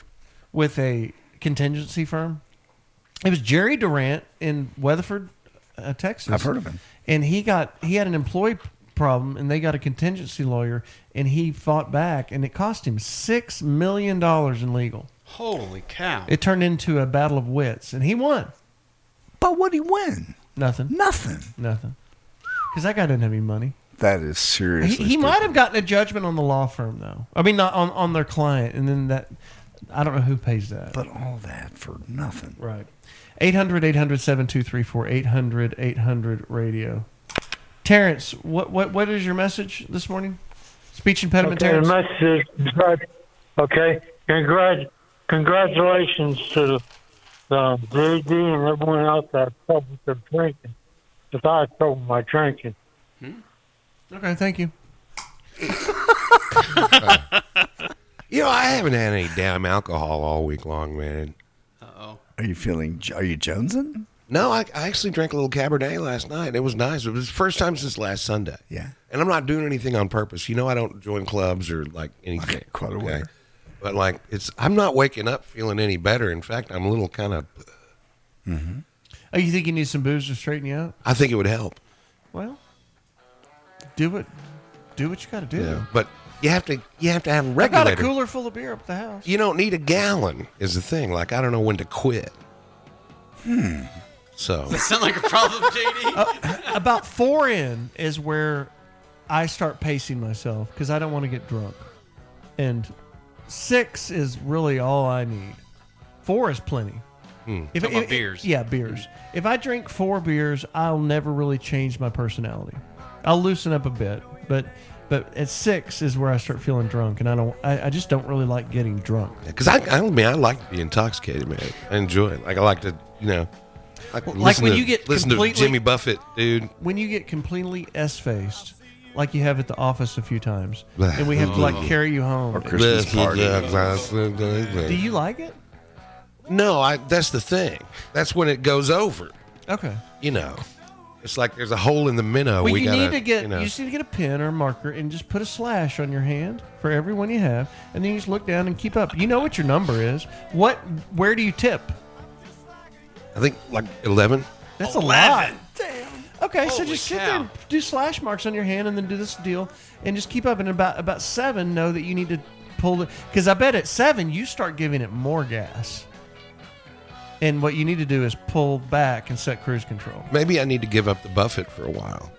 [SPEAKER 6] with a contingency firm. It was Jerry Durant in Weatherford, uh, Texas.
[SPEAKER 3] I've heard of him.
[SPEAKER 6] And he got he had an employee problem, and they got a contingency lawyer, and he fought back, and it cost him six million dollars in legal.
[SPEAKER 5] Holy cow!
[SPEAKER 6] It turned into a battle of wits, and he won.
[SPEAKER 3] But what did he win?
[SPEAKER 6] Nothing.
[SPEAKER 3] Nothing.
[SPEAKER 6] Nothing. Because that guy didn't have any money.
[SPEAKER 3] That is
[SPEAKER 6] He,
[SPEAKER 3] seriously.
[SPEAKER 6] he might have gotten a judgment on the law firm though. I mean, not on, on their client, and then that I don't know who pays that.
[SPEAKER 3] But all that for nothing.
[SPEAKER 6] Right. 800 800 7234 800 800 radio. Terrence, what, what what is your message this morning? Speech impediment,
[SPEAKER 8] Okay,
[SPEAKER 6] Terrence.
[SPEAKER 8] the message is congrat- okay. Congrat- congratulations to the, the JD and everyone else that trouble with their drinking. Because I had trouble with my drinking.
[SPEAKER 6] Okay, thank you.
[SPEAKER 2] You know, I haven't had any damn alcohol all week long, man.
[SPEAKER 3] Are you feeling? Are you jonesing?
[SPEAKER 2] No, I, I actually drank a little Cabernet last night. It was nice. It was the first time since last Sunday.
[SPEAKER 3] Yeah.
[SPEAKER 2] And I'm not doing anything on purpose. You know, I don't join clubs or like anything. Quite aware. But like, it's I'm not waking up feeling any better. In fact, I'm a little kind of.
[SPEAKER 6] Oh, you think you need some booze to straighten you out?
[SPEAKER 2] I think it would help.
[SPEAKER 6] Well, do what do what you got to do.
[SPEAKER 2] Yeah. But you have to you have to have a
[SPEAKER 6] I got
[SPEAKER 2] regulator.
[SPEAKER 6] a cooler full of beer up at the house.
[SPEAKER 2] You don't need a gallon is the thing. Like I don't know when to quit. Hmm. So
[SPEAKER 5] sound like a problem, JD?
[SPEAKER 6] Uh, about four in is where I start pacing myself because I don't want to get drunk. And six is really all I need. Four is plenty.
[SPEAKER 2] Hmm.
[SPEAKER 6] If-
[SPEAKER 5] Talking about
[SPEAKER 6] if-
[SPEAKER 5] beers.
[SPEAKER 6] Yeah, beers. If I drink four beers, I'll never really change my personality. I'll loosen up a bit, but but at six is where I start feeling drunk, and I don't. I, I just don't really like getting drunk.
[SPEAKER 2] because I, I mean I like to be intoxicated, man. I enjoy it. Like I like to you know. I can
[SPEAKER 6] Well, like
[SPEAKER 2] listen
[SPEAKER 6] when
[SPEAKER 2] to-
[SPEAKER 6] you get
[SPEAKER 2] listen to
[SPEAKER 6] completely-
[SPEAKER 2] Jimmy Buffett, dude.
[SPEAKER 6] when you get completely s faced, like you have at the office a few times, and we have to like carry you home
[SPEAKER 2] Mm. Or Christmas party. Do
[SPEAKER 6] Do you like it?
[SPEAKER 2] No, I. That's the thing. That's when it goes over.
[SPEAKER 6] Okay.
[SPEAKER 2] You know, it's like there's a hole in the minnow.
[SPEAKER 6] well,
[SPEAKER 2] we
[SPEAKER 6] you
[SPEAKER 2] gotta,
[SPEAKER 6] need to get you,
[SPEAKER 2] You know,
[SPEAKER 6] just need to get a pen or a marker and just put a slash on your hand for everyone you have, and then you just look down and keep up. You know what your number is. What? Where do you tip?
[SPEAKER 2] I think like eleven.
[SPEAKER 6] That's a lot. Damn. Okay, so just sit there, and do slash marks on your hand, and then do this deal, and just keep up. And about about seven, know that you need to pull the because I bet at seven you start giving it more gas. And what you need to do is pull back and set cruise control.
[SPEAKER 2] Maybe I need to give up the Buffett for a while.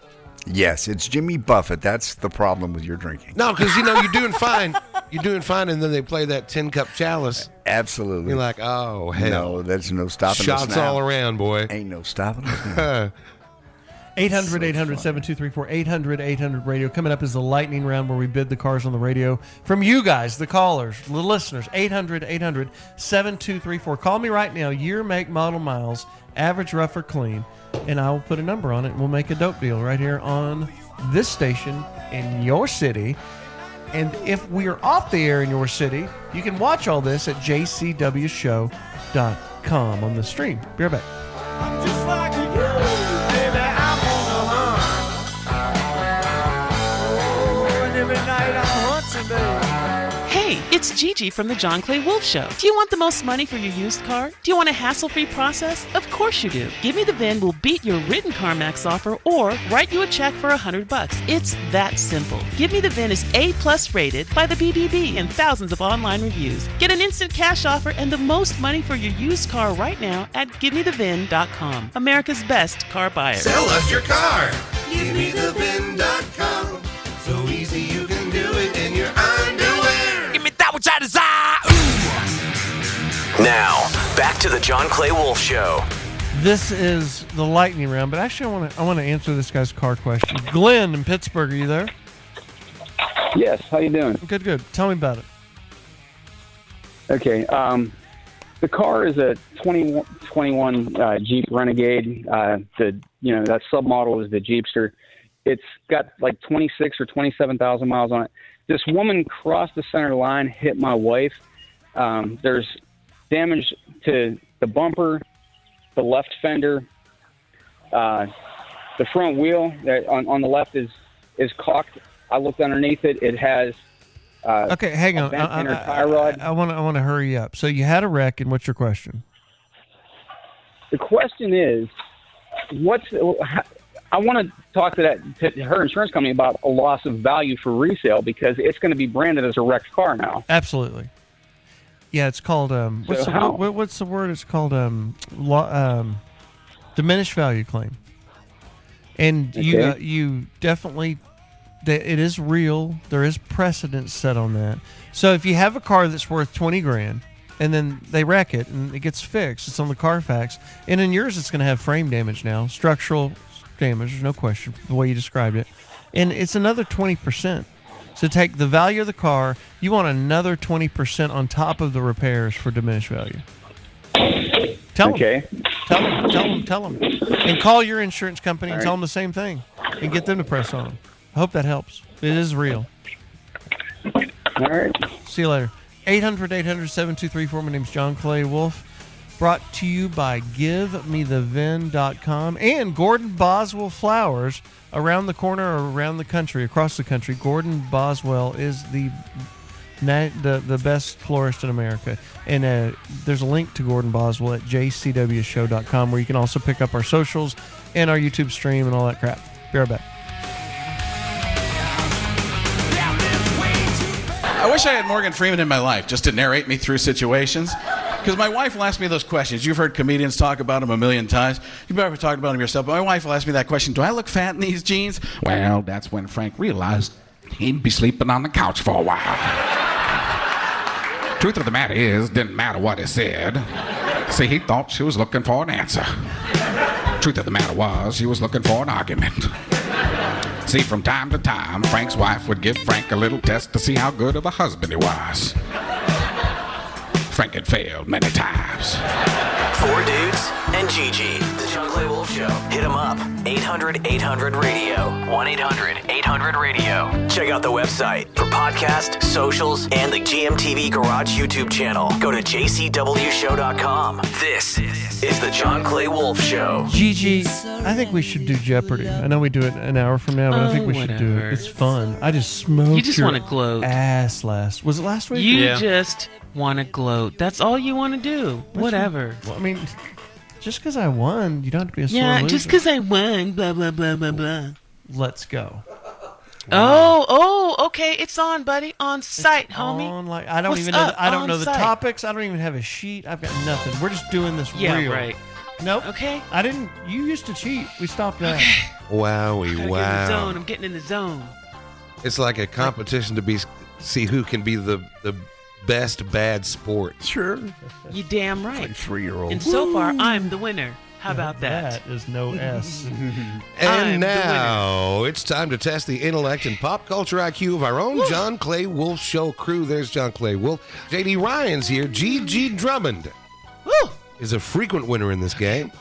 [SPEAKER 3] Yes, it's Jimmy Buffett. That's the problem with your drinking.
[SPEAKER 2] No, because you know you're doing fine. You're doing fine, and then they play that ten cup chalice.
[SPEAKER 3] Absolutely.
[SPEAKER 2] You're like, oh hell.
[SPEAKER 3] No, there's no stopping us
[SPEAKER 2] Shots
[SPEAKER 3] now.
[SPEAKER 2] all around, boy.
[SPEAKER 3] Ain't no stopping us now.
[SPEAKER 6] 800 800 7234 800 800 radio. Coming up is the lightning round where we bid the cars on the radio from you guys, the callers, the listeners. 800 800 7234. Call me right now, year, make, model, miles, average, rough, or clean, and I will put a number on it and we'll make a dope deal right here on this station in your city. And if we are off the air in your city, you can watch all this at jcwshow.com on the stream. Be right back.
[SPEAKER 4] Hey, it's Gigi from the John Clay Wolf Show. Do you want the most money for your used car? Do you want a hassle free process? Of course you do. Give Me the Vin will beat your written CarMax offer or write you a check for 100 bucks. It's that simple. Give Me the Vin is A plus rated by the BBB and thousands of online reviews. Get an instant cash offer and the most money for your used car right now at GiveMeTheVin.com. America's best car buyer.
[SPEAKER 28] Sell us your car.
[SPEAKER 4] Give
[SPEAKER 28] me the VIN.com. So easy you can do it in your underwear. Give me that which I desire.
[SPEAKER 1] Now, back to the John Clay Wolf Show.
[SPEAKER 6] This is the lightning round, but actually, I want to I want to answer this guy's car question. Glenn in Pittsburgh, are you there?
[SPEAKER 26] Yes. How you doing?
[SPEAKER 6] Good, good. Tell me about it.
[SPEAKER 26] Okay. Um, the car is a 20, 21 uh, Jeep Renegade. Uh, the you know that submodel is the Jeepster. It's got like twenty six or twenty seven thousand miles on it. This woman crossed the center line, hit my wife. Um, there's damage to the bumper, the left fender, uh, the front wheel that on, on the left is is cocked. I looked underneath it. It has uh,
[SPEAKER 6] Okay, hang
[SPEAKER 26] a
[SPEAKER 6] on. uh, I-
[SPEAKER 26] bent inner
[SPEAKER 6] I-
[SPEAKER 26] tie rod.
[SPEAKER 6] I want to I want to hurry up. So you had a wreck, and what's your question?
[SPEAKER 26] the question is, what's I want to talk to that to her insurance company about a loss of value for resale because it's going to be branded as a wrecked car now.
[SPEAKER 6] Absolutely. Yeah, it's called um. What's,
[SPEAKER 26] So
[SPEAKER 6] the,
[SPEAKER 26] how-
[SPEAKER 6] what, what's the word? It's called um, lo, um, diminished value claim. And you
[SPEAKER 26] Okay.
[SPEAKER 6] uh, you definitely, that it is real. There is precedent set on that. So if you have a car that's worth twenty grand, and then they wreck it and it gets fixed, it's on the Carfax. And in yours, it's going to have frame damage now, structural damage. There's no question the way you described it, and it's another twenty percent. So take the value of the car. You want another twenty percent on top of the repairs for diminished value. Tell
[SPEAKER 26] okay.
[SPEAKER 6] them. Tell them. Tell them. Tell them. And call your insurance company and tell them the same thing, and get them to press on. 'em. I hope that helps. It is real.
[SPEAKER 26] All right.
[SPEAKER 6] See you later. 800 800 7234. My name's John Clay Wolf. Brought to you by GiveMeTheVin.com and Gordon Boswell Flowers around the corner, or around the country, across the country. Gordon Boswell is the na- the, the best florist in America. And uh, there's a link to Gordon Boswell at jcwshow.com where you can also pick up our socials and our YouTube stream and all that crap. Be right back.
[SPEAKER 22] I wish I had Morgan Freeman in my life just to narrate me through situations. Because my wife will ask me those questions. You've heard comedians talk about him a million times. You've probably talked about him yourself. But my wife will ask me that question Do I look fat in these jeans? Well, that's when Frank realized he'd be sleeping on the couch for a while. Truth of the matter is, didn't matter what he said. See, he thought she was looking for an answer. Truth of the matter was, she was looking for an argument. See, from time to time, Frank's wife would give Frank a little test to see how good of a husband he was. Frank had failed many times.
[SPEAKER 1] Four dudes and Gigi. The John Clay Wolf Show. Hit them up. 800 800 radio. 1 800 800 radio. Check out the website for podcast, socials, and the GMTV Garage YouTube channel. Go to jcwshow.com. This is the John Clay Wolf Show.
[SPEAKER 6] Gigi, I think we should do Jeopardy. I know we do it an hour from now, but I
[SPEAKER 4] Oh,
[SPEAKER 6] think we should do
[SPEAKER 4] whatever.
[SPEAKER 6] it. It's fun. I just smoked.
[SPEAKER 4] You just
[SPEAKER 6] your
[SPEAKER 4] wanna gloat.
[SPEAKER 6] Ass last. Was it last week?
[SPEAKER 4] You just want to gloat. That's all you want to do.
[SPEAKER 6] That's
[SPEAKER 4] Whatever.
[SPEAKER 6] Well, I mean, just because I won, you don't have to be a sore
[SPEAKER 4] yeah,
[SPEAKER 6] loser.
[SPEAKER 4] just because I won, blah, blah, blah, blah, blah.
[SPEAKER 6] Let's go.
[SPEAKER 4] Oh, oh, okay. It's on, buddy. On site, homie.
[SPEAKER 6] On like I don't
[SPEAKER 4] What's
[SPEAKER 6] even know.
[SPEAKER 4] up?
[SPEAKER 6] The, I don't
[SPEAKER 4] On
[SPEAKER 6] know the
[SPEAKER 4] site.
[SPEAKER 6] topics. I don't even have a sheet. I've got nothing. We're just doing this
[SPEAKER 4] Yeah,
[SPEAKER 6] real.
[SPEAKER 4] right.
[SPEAKER 6] Nope. Okay. I didn't. You used to cheat. We stopped that.
[SPEAKER 2] Wowie,
[SPEAKER 4] Gotta Get in the
[SPEAKER 2] wow.
[SPEAKER 4] zone. I'm getting in the zone.
[SPEAKER 2] It's like a competition to be see who can be the the best bad sport.
[SPEAKER 3] Sure.
[SPEAKER 4] You damn right.
[SPEAKER 2] Three year old.
[SPEAKER 4] And so far, I'm the winner. How about that?
[SPEAKER 6] That is no S.
[SPEAKER 2] And now it's time to test the intellect and pop culture IQ of our own John Clay Wolf Show crew. There's John Clay Wolf. JD Ryan's here. GG Drummond is a frequent winner in this game.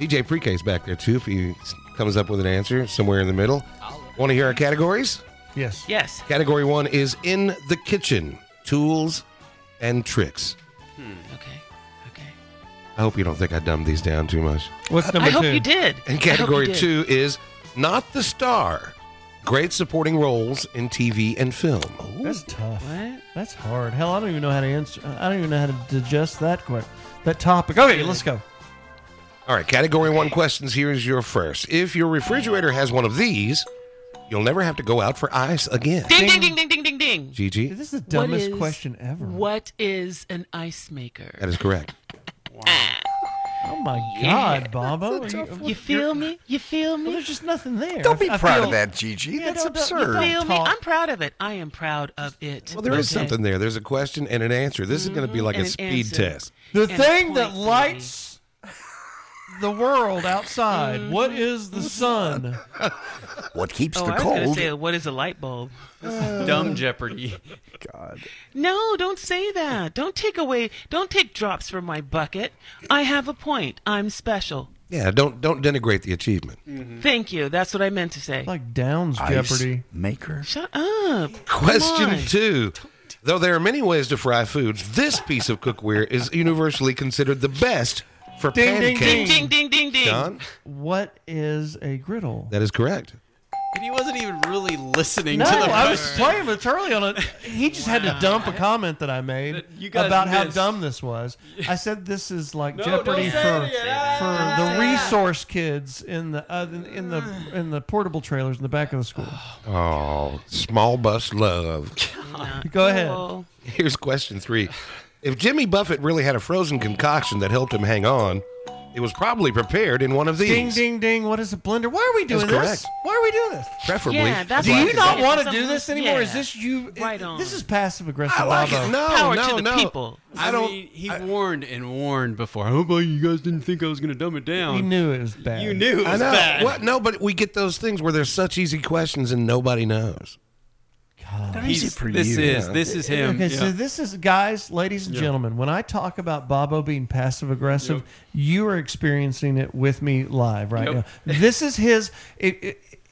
[SPEAKER 2] DJ Prek's back there too if he s- comes up with an answer somewhere in the middle. Want to hear our categories?
[SPEAKER 6] Yes.
[SPEAKER 4] Yes.
[SPEAKER 2] Category one is in the kitchen tools and tricks.
[SPEAKER 4] Okay.
[SPEAKER 2] I hope you don't think I dumbed these down too much.
[SPEAKER 6] What's number
[SPEAKER 4] I hope
[SPEAKER 6] two?
[SPEAKER 4] you did. I
[SPEAKER 2] And
[SPEAKER 4] hope
[SPEAKER 2] category
[SPEAKER 4] you did.
[SPEAKER 2] two is not the star. Great supporting roles in TV and film.
[SPEAKER 6] That's tough. That's hard. Hell, I don't even know how to answer. I don't even know how to digest that quick. That topic. Okay, let's go.
[SPEAKER 2] All right, category one questions. Here is your first. If your refrigerator has one of these, you'll never have to go out for ice again.
[SPEAKER 4] Ding ding ding ding ding ding ding.
[SPEAKER 2] Gigi? This is the dumbest question
[SPEAKER 6] ever.
[SPEAKER 4] What is an ice maker?
[SPEAKER 2] That is correct.
[SPEAKER 6] Oh my
[SPEAKER 4] Yeah.
[SPEAKER 6] God, oh, Bobo. Are you,
[SPEAKER 4] You feel me? You feel me?
[SPEAKER 6] there's just nothing there.
[SPEAKER 2] Don't be
[SPEAKER 6] I
[SPEAKER 2] proud of
[SPEAKER 6] feel-
[SPEAKER 2] that, Gigi. That's
[SPEAKER 6] don't- don't-
[SPEAKER 2] absurd.
[SPEAKER 6] you
[SPEAKER 4] Feel
[SPEAKER 6] don't
[SPEAKER 4] me?
[SPEAKER 6] talk.
[SPEAKER 4] I'm proud of it. I am proud of it.
[SPEAKER 2] Well, there is
[SPEAKER 4] Okay. Mm-hmm.
[SPEAKER 2] something there. There's a question and an answer. This is going to be like
[SPEAKER 4] And
[SPEAKER 2] a
[SPEAKER 4] an
[SPEAKER 2] speed
[SPEAKER 4] answer.
[SPEAKER 2] test.
[SPEAKER 6] The
[SPEAKER 4] And
[SPEAKER 6] thing
[SPEAKER 4] point,
[SPEAKER 6] that lights the world outside. what
[SPEAKER 5] Mm-hmm.
[SPEAKER 6] is the sun?
[SPEAKER 3] What keeps
[SPEAKER 4] oh,
[SPEAKER 3] the
[SPEAKER 4] I was gonna
[SPEAKER 3] cold?
[SPEAKER 4] say, what is a light bulb?
[SPEAKER 5] Dumb Jeopardy.
[SPEAKER 3] God.
[SPEAKER 4] No, don't say that. Don't take away. Don't take drops from my bucket. I have a point. I'm special.
[SPEAKER 2] Yeah, don't don't denigrate the achievement.
[SPEAKER 4] Thank you. That's what I meant to say.
[SPEAKER 6] Like Downs
[SPEAKER 2] Ice
[SPEAKER 6] Jeopardy.
[SPEAKER 2] Maker.
[SPEAKER 4] Shut up. Come
[SPEAKER 2] Question
[SPEAKER 4] on.
[SPEAKER 2] two. Though there are many ways to fry foods, this piece of cookware is universally considered the best for
[SPEAKER 6] Ding, ding,
[SPEAKER 2] pancakes.
[SPEAKER 6] ding, ding,
[SPEAKER 4] ding, ding, ding.
[SPEAKER 2] John,
[SPEAKER 6] What is a griddle?
[SPEAKER 2] that is correct.
[SPEAKER 5] And he wasn't even really listening
[SPEAKER 6] No,
[SPEAKER 5] to the
[SPEAKER 6] I was
[SPEAKER 5] question.
[SPEAKER 6] playing with Turley on it. He just had to dump a comment that I made
[SPEAKER 5] you guys
[SPEAKER 6] about how
[SPEAKER 5] missed.
[SPEAKER 6] dumb this was. I said this is like
[SPEAKER 5] No, don't
[SPEAKER 6] Jeopardy
[SPEAKER 5] say
[SPEAKER 6] for
[SPEAKER 5] it Ah. again.
[SPEAKER 6] for the resource kids in the uh, in the in the portable trailers in the back of the school.
[SPEAKER 2] Oh, small bus love.
[SPEAKER 6] Go ahead.
[SPEAKER 2] Here's question three. If Jimmy Buffett really had a frozen concoction that helped him hang on, it was probably prepared in one of these.
[SPEAKER 6] Ding ding ding! What is a blender? Why are we doing
[SPEAKER 2] That's
[SPEAKER 6] this? Why are we doing this?
[SPEAKER 2] Preferably.
[SPEAKER 4] Yeah, that's
[SPEAKER 6] Do
[SPEAKER 4] what
[SPEAKER 6] you
[SPEAKER 4] I'm
[SPEAKER 6] not
[SPEAKER 4] saying.
[SPEAKER 6] want to
[SPEAKER 4] Something-
[SPEAKER 6] do this anymore? Is
[SPEAKER 4] yeah.
[SPEAKER 6] this you?
[SPEAKER 4] Right on.
[SPEAKER 6] This is passive aggressive.
[SPEAKER 2] I like
[SPEAKER 6] Bobo.
[SPEAKER 2] it. No,
[SPEAKER 4] Power
[SPEAKER 2] no,
[SPEAKER 4] to the
[SPEAKER 2] no.
[SPEAKER 4] people.
[SPEAKER 2] I don't.
[SPEAKER 5] mean, he warned and warned before. I hope you guys didn't think I was going to dumb it down.
[SPEAKER 6] He knew it was bad.
[SPEAKER 5] You knew it
[SPEAKER 2] I
[SPEAKER 5] was
[SPEAKER 2] know.
[SPEAKER 5] bad.
[SPEAKER 2] What? No, but we get those things where there's such easy questions and nobody knows.
[SPEAKER 5] He's-
[SPEAKER 2] easy for
[SPEAKER 5] this
[SPEAKER 2] you,
[SPEAKER 5] is
[SPEAKER 2] huh?
[SPEAKER 5] this is him.
[SPEAKER 6] Okay,
[SPEAKER 5] yeah.
[SPEAKER 6] so this is guys, ladies and
[SPEAKER 5] Yeah.
[SPEAKER 6] gentlemen. When I talk about Bobo being passive aggressive, you are experiencing it with me live right
[SPEAKER 5] Yep.
[SPEAKER 6] now. This is his. It,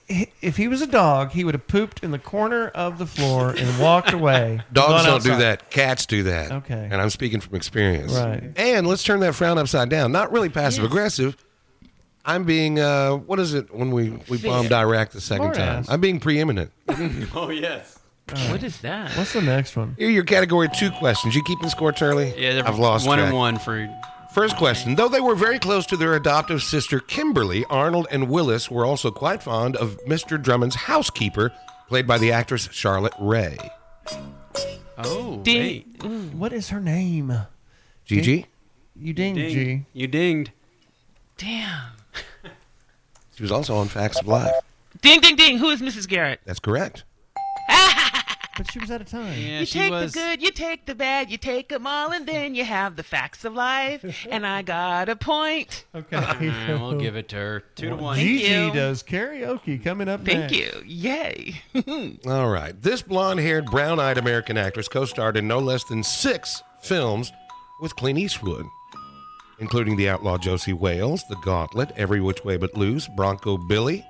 [SPEAKER 6] it, if he was a dog, he would have pooped in the corner of the floor and walked away.
[SPEAKER 2] Dogs
[SPEAKER 6] gone
[SPEAKER 2] don't do
[SPEAKER 6] outside.
[SPEAKER 2] that. Cats do that.
[SPEAKER 6] Okay.
[SPEAKER 2] And I'm speaking from experience.
[SPEAKER 6] Right.
[SPEAKER 2] And let's turn that frown upside down. Not really passive aggressive. I'm being uh, what is it when we, we bombed Iraq the second
[SPEAKER 6] Smart
[SPEAKER 2] time?
[SPEAKER 6] ass.
[SPEAKER 2] I'm being preeminent.
[SPEAKER 5] oh yes.
[SPEAKER 4] What is that?
[SPEAKER 6] What's the next one?
[SPEAKER 2] Here are your category two questions. You keeping score, Charlie?
[SPEAKER 5] Yeah, they're
[SPEAKER 2] I've lost
[SPEAKER 5] one and
[SPEAKER 2] track.
[SPEAKER 5] one for.
[SPEAKER 2] First question. Though they were very close to their adoptive sister Kimberly, Arnold and Willis were also quite fond of Mr. Drummond's housekeeper, played by the actress Charlotte Ray.
[SPEAKER 5] Oh, hey.
[SPEAKER 6] Ding. What is her name?
[SPEAKER 2] Gigi?
[SPEAKER 6] You ding,
[SPEAKER 5] Ding.
[SPEAKER 6] G.
[SPEAKER 5] You dinged.
[SPEAKER 4] Damn.
[SPEAKER 2] She was also on Facts of Life.
[SPEAKER 4] Ding ding ding. Who is Mrs. Garrett?
[SPEAKER 2] That's correct.
[SPEAKER 6] But she was out of time.
[SPEAKER 5] Yeah,
[SPEAKER 4] you
[SPEAKER 5] she
[SPEAKER 4] take
[SPEAKER 5] was.
[SPEAKER 4] the good, you take the bad, you take 'em all, and then you have the facts of life. and I got a point.
[SPEAKER 6] Okay.
[SPEAKER 5] Alright, we'll give it to her. Two to one.
[SPEAKER 6] Gigi
[SPEAKER 4] you.
[SPEAKER 6] does karaoke coming up
[SPEAKER 4] Thank
[SPEAKER 6] next.
[SPEAKER 4] you. Yay.
[SPEAKER 2] All right. This blonde haired, brown eyed American actress co starred in no less than six films with Clint Eastwood, including The Outlaw Josie Wales, The Gauntlet, Every Which Way But Loose, Bronco Billy,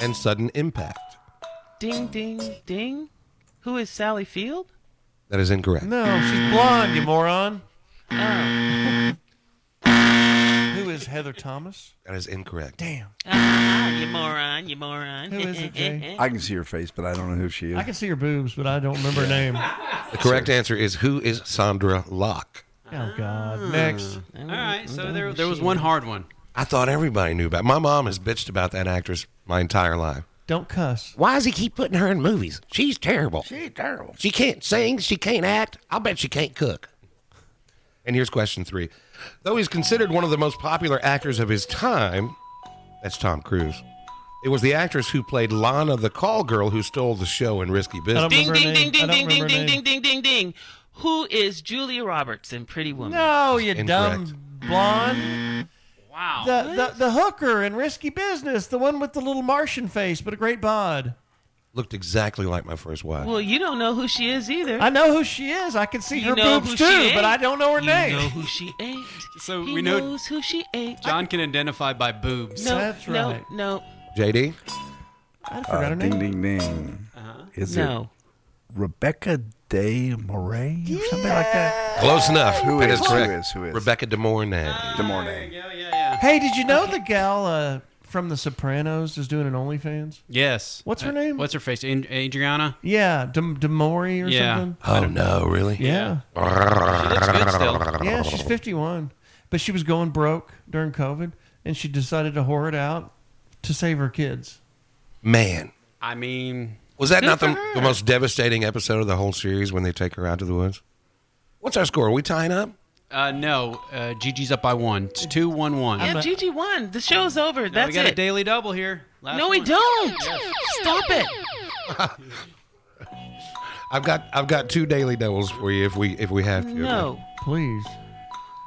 [SPEAKER 2] and Sudden Impact.
[SPEAKER 4] Ding ding ding. Who is Sally Field?
[SPEAKER 2] That is incorrect.
[SPEAKER 6] No,
[SPEAKER 4] Mm.
[SPEAKER 6] she's blonde, you moron.
[SPEAKER 4] Oh.
[SPEAKER 6] Who is Heather Thomas?
[SPEAKER 2] That is incorrect.
[SPEAKER 6] Damn.
[SPEAKER 4] Ah, you moron, you moron.
[SPEAKER 6] Who is it,
[SPEAKER 4] Eh.
[SPEAKER 6] Jay?
[SPEAKER 3] I can see her face, but I don't know who she is.
[SPEAKER 6] I can see her boobs, but I don't remember her name.
[SPEAKER 2] The correct answer is Who is Sandra Locke?
[SPEAKER 6] Oh
[SPEAKER 4] Ah.
[SPEAKER 6] God. Next.
[SPEAKER 5] Hmm. All right, so there, there was one hard one.
[SPEAKER 2] I thought everybody knew about. My mom has bitched about that actress my entire life.
[SPEAKER 6] Don't cuss.
[SPEAKER 2] Why does he keep putting her in movies? She's terrible.
[SPEAKER 3] She's terrible.
[SPEAKER 2] She can't sing. She can't act. I'll bet she can't cook. And here's question three. Though he's considered one of the most popular actors of his time, that's Tom Cruise. It was the actress who played Lana, the call girl, who stole the show in Risky Business.
[SPEAKER 4] Ding ding ding ding ding ding ding ding ding ding ding. Who is Julia Roberts in Pretty Woman?
[SPEAKER 6] No, you
[SPEAKER 2] Incorrect.
[SPEAKER 6] dumb blonde.
[SPEAKER 4] Wow.
[SPEAKER 6] The, the the hooker in Risky Business, the one with the little Martian face but a great bod.
[SPEAKER 2] Looked exactly like my first wife.
[SPEAKER 4] Well, you don't know who she is either.
[SPEAKER 6] I know who she is. I can see
[SPEAKER 4] You
[SPEAKER 6] her
[SPEAKER 4] know
[SPEAKER 6] boobs
[SPEAKER 4] who
[SPEAKER 6] too,
[SPEAKER 4] she
[SPEAKER 6] but
[SPEAKER 4] ate.
[SPEAKER 6] I don't know her
[SPEAKER 4] You
[SPEAKER 6] name.
[SPEAKER 4] know who she ate. So he
[SPEAKER 5] we know-
[SPEAKER 4] knows who she ate.
[SPEAKER 5] John can identify by boobs.
[SPEAKER 4] No, no, no.
[SPEAKER 2] JD?
[SPEAKER 6] I
[SPEAKER 4] forgot her
[SPEAKER 3] Uh, ding,
[SPEAKER 4] name.
[SPEAKER 3] ding, ding. Is
[SPEAKER 4] No.
[SPEAKER 3] it Rebecca De Moray or something like that?
[SPEAKER 2] Close enough.
[SPEAKER 3] Who
[SPEAKER 2] That
[SPEAKER 3] is,
[SPEAKER 2] is
[SPEAKER 3] who
[SPEAKER 2] correct.
[SPEAKER 3] is, who is?
[SPEAKER 2] Rebecca De Mornay.
[SPEAKER 5] Ah,
[SPEAKER 3] De Mornay.
[SPEAKER 6] Hey, did you know the gal uh, from The Sopranos is doing an OnlyFans?
[SPEAKER 5] Yes.
[SPEAKER 6] What's her
[SPEAKER 5] Uh,
[SPEAKER 6] name?
[SPEAKER 5] What's her face? Ad- Adriana?
[SPEAKER 6] Yeah, Dem- Demori or
[SPEAKER 5] Yeah.
[SPEAKER 6] something.
[SPEAKER 5] Oh, no,
[SPEAKER 2] really?
[SPEAKER 6] Yeah.
[SPEAKER 5] She looks good still.
[SPEAKER 6] Yeah, she's 51, but she was going broke during COVID, and she decided to whore it out to save her kids.
[SPEAKER 2] Man.
[SPEAKER 5] I mean,
[SPEAKER 2] Was that
[SPEAKER 5] good
[SPEAKER 2] not
[SPEAKER 5] for
[SPEAKER 2] the,
[SPEAKER 5] her.
[SPEAKER 2] the most devastating episode of the whole series when they take her out to the woods? What's our score? Are we tying up?
[SPEAKER 5] Uh, no, uh, Gigi's up by one. It's two one one.
[SPEAKER 4] Yeah, Gigi won. The show's over. That's
[SPEAKER 5] we got
[SPEAKER 4] it.
[SPEAKER 5] a daily double here. Last
[SPEAKER 4] no, we
[SPEAKER 5] one.
[SPEAKER 4] don't. Stop it.
[SPEAKER 2] I've got I've got two daily doubles for you if we if we have to.
[SPEAKER 4] No.
[SPEAKER 6] Please.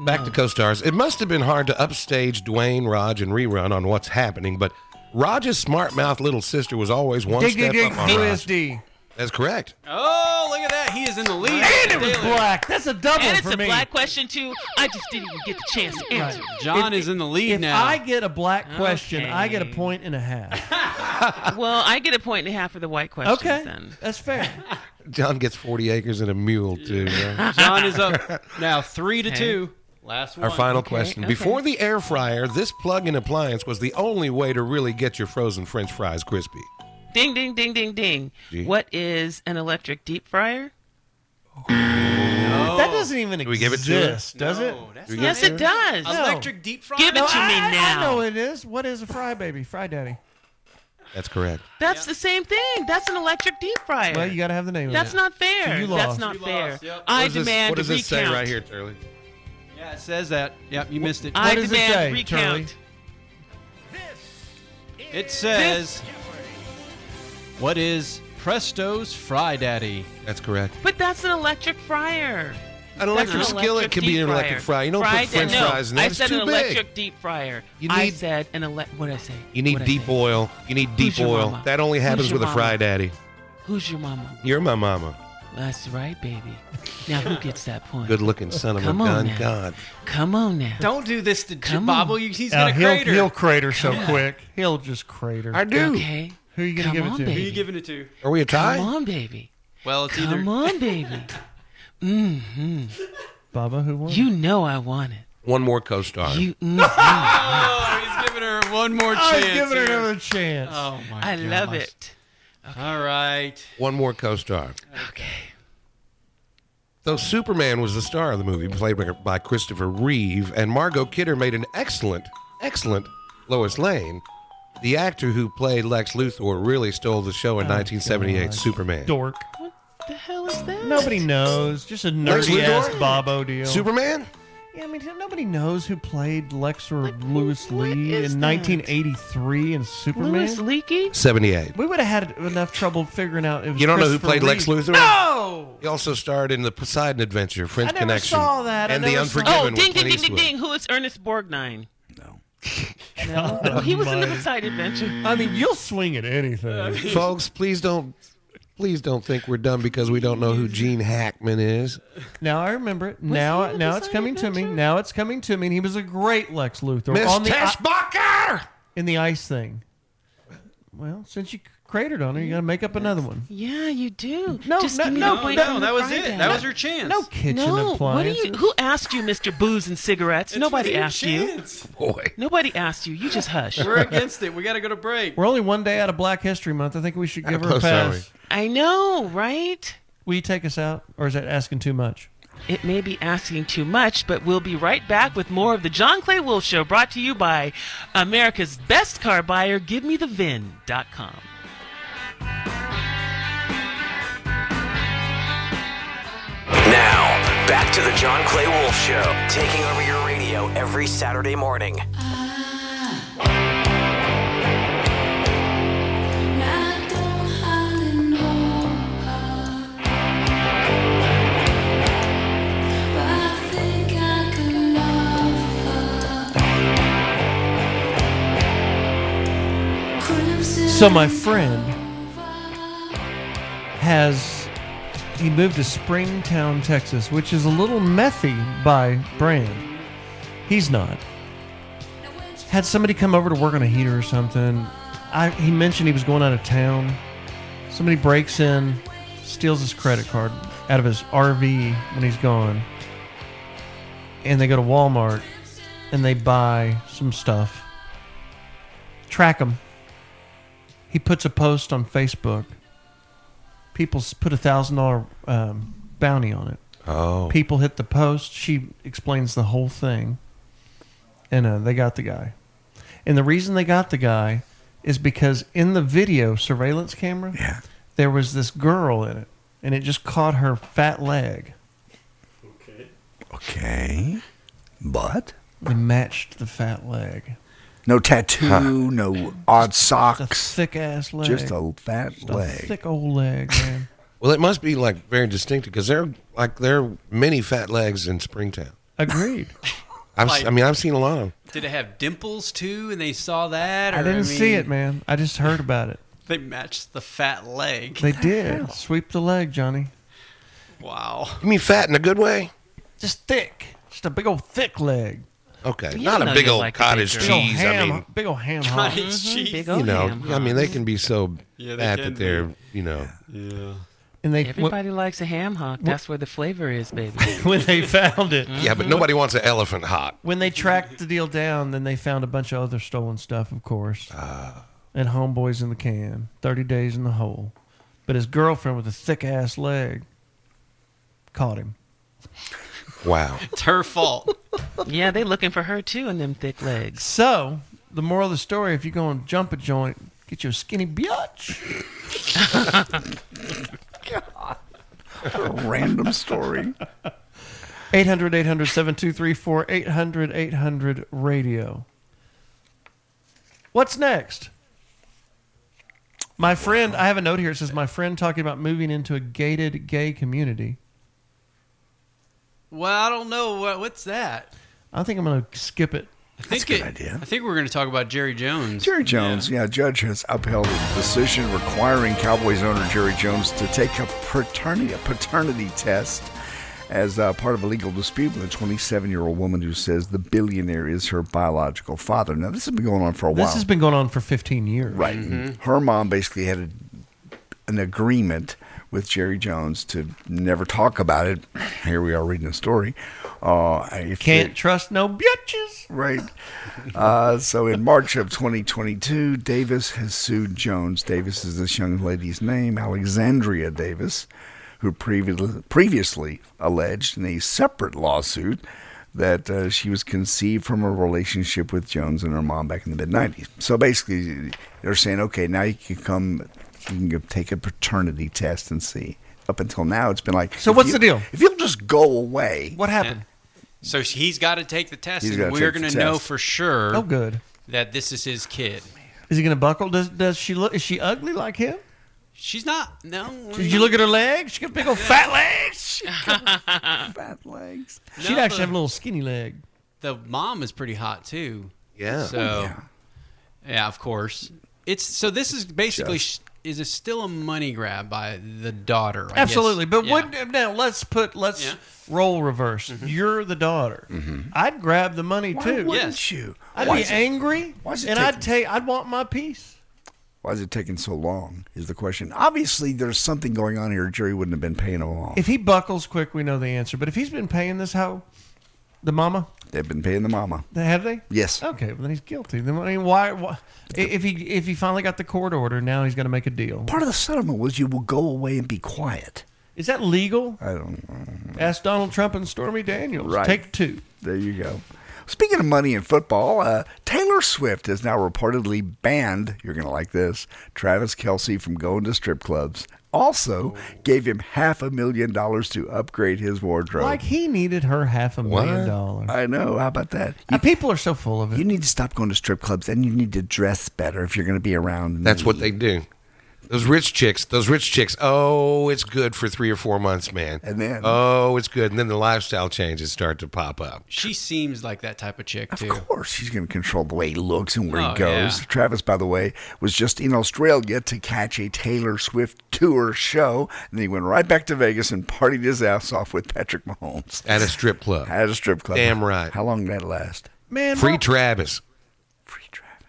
[SPEAKER 2] Back to co-stars. It must have been hard to upstage Dwayne, Raj, and rerun on what's happening, but Raj's smart mouth little sister was always one
[SPEAKER 6] dig,
[SPEAKER 2] step
[SPEAKER 6] dig, dig,
[SPEAKER 2] up on Raj.
[SPEAKER 6] USD.
[SPEAKER 2] That's correct.
[SPEAKER 5] Oh, look at that. He is in the lead.
[SPEAKER 6] And it was black. That's a double
[SPEAKER 4] and it's
[SPEAKER 6] for
[SPEAKER 4] a
[SPEAKER 6] me.
[SPEAKER 4] black question too. I just didn't even get the chance to answer.
[SPEAKER 5] John is in the lead
[SPEAKER 6] if
[SPEAKER 5] now.
[SPEAKER 6] I get a black question, I get a
[SPEAKER 4] Okay.
[SPEAKER 6] point and a half.
[SPEAKER 4] well, I get a point and a half for the white question.
[SPEAKER 6] Okay,
[SPEAKER 4] then.
[SPEAKER 6] that's fair.
[SPEAKER 2] John gets 40 acres and a mule too. right?
[SPEAKER 5] John is up now three to two. Last one.
[SPEAKER 2] Our final question. Before the air fryer, this plug-in appliance was the only way to really get your frozen French fries crispy.
[SPEAKER 4] Ding, ding, ding, ding, ding.
[SPEAKER 2] Gee.
[SPEAKER 4] What is an electric deep fryer?
[SPEAKER 6] That doesn't even
[SPEAKER 2] Do we give it to her?
[SPEAKER 6] exist, does it?
[SPEAKER 2] Do we
[SPEAKER 4] Yes,
[SPEAKER 2] give
[SPEAKER 4] it
[SPEAKER 2] to her?
[SPEAKER 4] does.
[SPEAKER 6] No.
[SPEAKER 5] Electric deep fryer.
[SPEAKER 4] Give it
[SPEAKER 6] No,
[SPEAKER 4] to
[SPEAKER 6] I,
[SPEAKER 4] me
[SPEAKER 6] I-
[SPEAKER 4] now.
[SPEAKER 6] I know it is. What is a fry baby? Fry daddy.
[SPEAKER 2] That's correct.
[SPEAKER 4] That's the same thing. That's an electric deep fryer.
[SPEAKER 6] Well, you got to have the name.
[SPEAKER 4] That's
[SPEAKER 6] of it.
[SPEAKER 4] not fair.
[SPEAKER 6] So you
[SPEAKER 4] That's
[SPEAKER 6] lost.
[SPEAKER 4] not fair.
[SPEAKER 5] yep.
[SPEAKER 4] I
[SPEAKER 2] What does this-
[SPEAKER 4] demand
[SPEAKER 2] What does
[SPEAKER 4] a
[SPEAKER 2] this say
[SPEAKER 4] recount.
[SPEAKER 2] right here, Turley?
[SPEAKER 5] Yeah, it says that. Yep, you missed it.
[SPEAKER 4] I
[SPEAKER 6] does it
[SPEAKER 4] demand
[SPEAKER 6] say,
[SPEAKER 4] recount.
[SPEAKER 5] It says, "What is Presto's Fry Daddy?"
[SPEAKER 2] That's correct.
[SPEAKER 4] But that's an electric fryer.
[SPEAKER 2] An
[SPEAKER 4] That's
[SPEAKER 2] electric skillet can be
[SPEAKER 4] deep
[SPEAKER 2] an electric fryer. You don't put
[SPEAKER 4] Fried-
[SPEAKER 2] French
[SPEAKER 4] no,
[SPEAKER 2] fries in there.
[SPEAKER 4] I
[SPEAKER 2] It's
[SPEAKER 4] said
[SPEAKER 2] too
[SPEAKER 4] an
[SPEAKER 2] big.
[SPEAKER 4] electric deep fryer.
[SPEAKER 2] You
[SPEAKER 4] I
[SPEAKER 2] need-
[SPEAKER 4] said an elect. What did I say?
[SPEAKER 2] You need
[SPEAKER 4] What'd I
[SPEAKER 2] deep
[SPEAKER 4] say?
[SPEAKER 2] oil. You need deep
[SPEAKER 4] Who's your
[SPEAKER 2] oil.
[SPEAKER 4] mama?
[SPEAKER 2] That only
[SPEAKER 4] Who's
[SPEAKER 2] happens
[SPEAKER 4] your
[SPEAKER 2] with a
[SPEAKER 4] mama?
[SPEAKER 2] fry daddy.
[SPEAKER 4] Who's your mama?
[SPEAKER 2] You're my mama.
[SPEAKER 4] That's right, baby. Now who gets that point?
[SPEAKER 2] Good looking son of
[SPEAKER 4] Come
[SPEAKER 2] a
[SPEAKER 4] on
[SPEAKER 2] gun.
[SPEAKER 4] now.
[SPEAKER 2] God.
[SPEAKER 4] Come on now.
[SPEAKER 5] Don't do this to
[SPEAKER 4] Come
[SPEAKER 5] Bobble.
[SPEAKER 4] on.
[SPEAKER 5] You- He's
[SPEAKER 6] Uh,
[SPEAKER 5] gonna
[SPEAKER 6] he'll,
[SPEAKER 5] crater.
[SPEAKER 6] he'll crater so
[SPEAKER 5] Come on.
[SPEAKER 6] quick. He'll just crater.
[SPEAKER 2] I do.
[SPEAKER 4] Okay.
[SPEAKER 6] Who are you gonna
[SPEAKER 4] Come
[SPEAKER 6] give it
[SPEAKER 4] on,
[SPEAKER 6] to?
[SPEAKER 5] Who are you
[SPEAKER 4] baby.
[SPEAKER 5] giving it to?
[SPEAKER 2] Are we a
[SPEAKER 4] Come
[SPEAKER 2] tie?
[SPEAKER 4] on, baby.
[SPEAKER 5] Well, it's
[SPEAKER 4] Come
[SPEAKER 5] either
[SPEAKER 4] on, baby. hmm
[SPEAKER 6] Baba, who won?
[SPEAKER 4] You know I want it.
[SPEAKER 2] One more co star.
[SPEAKER 4] You. mhm.
[SPEAKER 5] oh, he's giving her one more chance.
[SPEAKER 6] I was Oh, giving her
[SPEAKER 5] here.
[SPEAKER 6] another chance.
[SPEAKER 5] Oh my
[SPEAKER 4] I love
[SPEAKER 5] gosh.
[SPEAKER 4] it.
[SPEAKER 5] All right.
[SPEAKER 2] One more co star.
[SPEAKER 4] Okay.
[SPEAKER 2] Though Superman was the star of the movie, played by- by Christopher Reeve, and Margot Kidder made an excellent, excellent Lois Lane, the actor who played Lex Luthor really stole the show in
[SPEAKER 6] Oh,
[SPEAKER 2] 1978 Superman.
[SPEAKER 6] Dork.
[SPEAKER 4] The hell is that?
[SPEAKER 6] Nobody knows. Just a
[SPEAKER 2] Lex
[SPEAKER 6] nerdy ass
[SPEAKER 2] Luthor?
[SPEAKER 6] Bobo deal.
[SPEAKER 2] Superman?
[SPEAKER 6] Yeah, I mean, nobody knows who played Lex or Lewis Lee
[SPEAKER 4] is
[SPEAKER 6] in
[SPEAKER 4] that?
[SPEAKER 6] 1983 in Superman.
[SPEAKER 4] Louis Leakey?
[SPEAKER 2] 78.
[SPEAKER 6] We would have had enough trouble figuring out it was.
[SPEAKER 2] You don't know who
[SPEAKER 6] Christopher
[SPEAKER 2] played Lex
[SPEAKER 6] Reeve.
[SPEAKER 2] Luthor?
[SPEAKER 6] No.
[SPEAKER 2] He also starred in the Poseidon Adventure, French
[SPEAKER 6] I never
[SPEAKER 2] Connection,
[SPEAKER 6] saw that. I
[SPEAKER 2] and The
[SPEAKER 6] never saw-
[SPEAKER 4] Oh,
[SPEAKER 2] Unforgiven
[SPEAKER 4] ding,
[SPEAKER 2] with
[SPEAKER 4] ding,
[SPEAKER 2] Clint
[SPEAKER 4] ding, ding,
[SPEAKER 2] Eastwood.
[SPEAKER 4] ding. Who is Ernest Borgnine?
[SPEAKER 6] No.
[SPEAKER 4] Oh, he was in the Beside Adventure.
[SPEAKER 6] I mean, you'll swing at
[SPEAKER 4] Uh,
[SPEAKER 6] anything.
[SPEAKER 2] Folks, please don't, please don't think we're dumb because we don't know who Gene Hackman is.
[SPEAKER 6] now I remember it. Now,
[SPEAKER 4] he in
[SPEAKER 6] now
[SPEAKER 4] The
[SPEAKER 6] it's
[SPEAKER 4] Side
[SPEAKER 6] coming to me.
[SPEAKER 4] Adventure?
[SPEAKER 6] Now it's coming to me. And he was a great Lex Luthor
[SPEAKER 2] Miss
[SPEAKER 6] on the
[SPEAKER 2] Tessbacher!
[SPEAKER 6] in the ice thing. Well, since you cratered on her, you got to make up another one.
[SPEAKER 4] Yeah, you do.
[SPEAKER 6] No,
[SPEAKER 4] Just
[SPEAKER 6] no,
[SPEAKER 4] give me
[SPEAKER 6] no,
[SPEAKER 4] the point
[SPEAKER 6] no,
[SPEAKER 4] from
[SPEAKER 6] no,
[SPEAKER 4] the
[SPEAKER 5] that was
[SPEAKER 4] Friday.
[SPEAKER 5] it. That was your chance.
[SPEAKER 6] No kitchen
[SPEAKER 4] No, what are
[SPEAKER 6] appliances.
[SPEAKER 4] you? Who asked you, Mister Booze and Cigarettes? Nobody asked you.
[SPEAKER 2] Boy,
[SPEAKER 4] Nobody asked you. You just hush.
[SPEAKER 5] We're against it. We got to go to break.
[SPEAKER 6] We're only one day out of Black History Month. I think we should give her
[SPEAKER 2] close
[SPEAKER 6] a
[SPEAKER 2] are
[SPEAKER 6] pass.
[SPEAKER 4] I know, right?
[SPEAKER 6] Will you take us out, or is that asking too much?
[SPEAKER 4] It may be asking too much, but we'll be right back with more of the John Clay Wolf Show, brought to you by America's best car buyer, GiveMeTheVin.com.
[SPEAKER 1] Now, back to the John Clay Wolf Show, taking over your radio every Saturday morning.
[SPEAKER 6] So my friend has he moved to Springtown, Texas, which is a little methy by brand. He's not. Had somebody come over to work on a heater or something. I, he mentioned he was going out of town. Somebody breaks in, steals his credit card out of his RV when he's gone, and they go to Walmart and they buy some stuff. Track him. He puts a post on Facebook people s- put a thousand dollar um, bounty on it.
[SPEAKER 2] Oh.
[SPEAKER 6] People hit the post. She explains the whole thing, and uh, they got the guy. And the reason they got the guy is because in the video surveillance camera, there was this girl in it, and it just caught her fat leg.
[SPEAKER 3] Okay. But
[SPEAKER 6] They matched the fat leg.
[SPEAKER 3] no tattoo,
[SPEAKER 6] Huh.
[SPEAKER 3] no odd socks.
[SPEAKER 6] Thick ass leg.
[SPEAKER 2] Just a
[SPEAKER 3] fat
[SPEAKER 6] Just a thick old leg, man.
[SPEAKER 2] Well, it must be like very distinctive because there, like, there are many fat legs in Springtown.
[SPEAKER 6] Agreed.
[SPEAKER 2] I've,
[SPEAKER 5] Like-
[SPEAKER 2] I mean, I've seen a lot of them.
[SPEAKER 5] Did it have dimples too? And they saw that? Or,
[SPEAKER 6] I didn't see
[SPEAKER 5] mean,
[SPEAKER 6] it, man. I just heard about it.
[SPEAKER 5] They matched the fat leg.
[SPEAKER 6] They did. Sweep the leg, Johnny.
[SPEAKER 5] Wow.
[SPEAKER 2] You mean fat in a good way?
[SPEAKER 6] Just thick. Just a big old thick leg.
[SPEAKER 2] Okay, not a big old cottage cheese.
[SPEAKER 6] Big ol'
[SPEAKER 2] I
[SPEAKER 6] ham-
[SPEAKER 2] mean,
[SPEAKER 6] big old ham hock.
[SPEAKER 7] Cottage Mhm, cheese. big ol'
[SPEAKER 2] you know,
[SPEAKER 7] ham
[SPEAKER 2] I mean, they can be so
[SPEAKER 7] Yeah, they
[SPEAKER 2] fat
[SPEAKER 7] can
[SPEAKER 2] that
[SPEAKER 7] be.
[SPEAKER 2] they're, you know,
[SPEAKER 5] yeah.
[SPEAKER 6] Mm-hmm. And they
[SPEAKER 11] Everybody likes a ham hock. That's where the flavor is, baby.
[SPEAKER 6] when they found it.
[SPEAKER 2] yeah, but nobody wants an elephant hot.
[SPEAKER 6] When they tracked the deal down, then they found a bunch of other stolen stuff, of course.
[SPEAKER 2] Ah.
[SPEAKER 6] and homeboys in the can, thirty days in the hole. But his girlfriend with a thick ass leg caught him.
[SPEAKER 2] Wow.
[SPEAKER 5] It's her fault.
[SPEAKER 11] yeah, they looking for her too in them thick legs.
[SPEAKER 6] So the moral of the story: if you're going to jump a joint, get you a skinny biatch.
[SPEAKER 3] A random story.
[SPEAKER 6] 800 800 7234 800 800 radio. What's next? My friend, I have a note here. It says, My friend talking about moving into a gated gay community.
[SPEAKER 5] Well, I don't know. What, what's that?
[SPEAKER 6] I think I'm going to skip it.
[SPEAKER 5] I think it, I think we're going to talk about Jerry Jones.
[SPEAKER 3] Jerry Jones, yeah. judge has upheld a decision requiring Cowboys owner Jerry Jones to take a paternity, a paternity test as uh, part of a legal dispute with a 27 year old woman who says the billionaire is her biological father. Now, this has been going on for a while.
[SPEAKER 6] This has been going on for 15 years.
[SPEAKER 3] Right.
[SPEAKER 5] Mm-hmm.
[SPEAKER 3] Her mom basically had a, an agreement with Jerry Jones to never talk about it. Here we are reading the story. Uh, if
[SPEAKER 6] Can't
[SPEAKER 3] they-
[SPEAKER 6] trust no bitches.
[SPEAKER 3] Right. uh, so in March of 2022, Davis has sued Jones. Davis is this young lady's name, Alexandria Davis, who previ- previously alleged in a separate lawsuit that uh, she was conceived from a relationship with Jones and her mom back in the mid 90s. So basically, they're saying, okay, now you can come, you can go take a paternity test and see. Up until now, it's been like.
[SPEAKER 6] So
[SPEAKER 3] if
[SPEAKER 6] what's
[SPEAKER 3] you-
[SPEAKER 6] the deal?
[SPEAKER 3] If you'll just go away.
[SPEAKER 6] What happened?
[SPEAKER 5] So he's got to take the test,
[SPEAKER 3] He's
[SPEAKER 5] and
[SPEAKER 3] gotta
[SPEAKER 5] we're
[SPEAKER 3] take the
[SPEAKER 5] going to know
[SPEAKER 3] test.
[SPEAKER 5] for sure.
[SPEAKER 6] Oh, good.
[SPEAKER 5] That this is his kid.
[SPEAKER 6] Is he going to buckle? Does, does she look? Is she ugly like him?
[SPEAKER 5] She's not. No.
[SPEAKER 6] Did you look at her legs? She got big old fat legs.
[SPEAKER 3] fat legs.
[SPEAKER 6] She'd
[SPEAKER 5] No,
[SPEAKER 6] actually
[SPEAKER 5] but-
[SPEAKER 6] have a little skinny leg.
[SPEAKER 5] The mom is pretty hot too.
[SPEAKER 2] Yeah.
[SPEAKER 5] So.
[SPEAKER 2] Oh,
[SPEAKER 5] yeah. of course. It's so. This is basically sh is a, still a money grab by the daughter. I guess.
[SPEAKER 6] Absolutely, but
[SPEAKER 5] Yeah.
[SPEAKER 6] what now? Let's put let's role reverse. You're the daughter. I'd grab the money
[SPEAKER 3] Mm-hmm. Why
[SPEAKER 6] too.
[SPEAKER 3] wouldn't Mm-hmm. Yes. you?
[SPEAKER 6] I'd
[SPEAKER 3] Why
[SPEAKER 6] be
[SPEAKER 3] is it-
[SPEAKER 6] angry,
[SPEAKER 3] why is it
[SPEAKER 6] and I'd
[SPEAKER 3] taking-
[SPEAKER 6] take. I'd want my piece.
[SPEAKER 3] Why is it taking so long? Is the question. Obviously, there's something going on here. Jerry wouldn't have been paying them all.
[SPEAKER 6] If he buckles quick, we know the answer. But if he's been paying this hoe, the mama,
[SPEAKER 3] They've been paying the mama.
[SPEAKER 6] have they?
[SPEAKER 3] Yes.
[SPEAKER 6] Okay, well then he's guilty. Then I mean, why? why if he if he finally got the court order, now he's going to make a deal.
[SPEAKER 3] Part of the settlement was you will go away and be quiet.
[SPEAKER 6] Is that legal?
[SPEAKER 3] I don't know.
[SPEAKER 6] Ask Donald Trump and Stormy Daniels.
[SPEAKER 3] Right.
[SPEAKER 6] Take two.
[SPEAKER 3] There you go. Speaking of money and football, uh, Taylor Swift has now reportedly banned, you're going to like this, Travis Kelsey from going to strip clubs. Also, gave him half a million dollars to upgrade his wardrobe.
[SPEAKER 6] Like he needed her half a million
[SPEAKER 3] What?
[SPEAKER 6] dollars.
[SPEAKER 3] I know. How about that?
[SPEAKER 6] people are so full of it.
[SPEAKER 3] You need to stop going to strip clubs and you need to dress better if you're going to be around.
[SPEAKER 2] That's
[SPEAKER 3] me.
[SPEAKER 2] what they do. Those rich chicks, those rich chicks. Oh, it's good for three or four months, man. And then, oh, it's good. And then the lifestyle changes start to pop up.
[SPEAKER 5] She seems like that type of chick too.
[SPEAKER 3] Of course, he's going to control the way he looks and where
[SPEAKER 5] Oh,
[SPEAKER 3] he goes.
[SPEAKER 5] yeah.
[SPEAKER 3] Travis, by the way, was just in Australia to catch a Taylor Swift tour show, and then he went right back to Vegas and partied his ass off with Patrick Mahomes
[SPEAKER 2] at a strip club.
[SPEAKER 3] At a strip club.
[SPEAKER 2] Damn right.
[SPEAKER 3] How long did that last?
[SPEAKER 6] Man,
[SPEAKER 2] free
[SPEAKER 6] my-
[SPEAKER 2] Travis.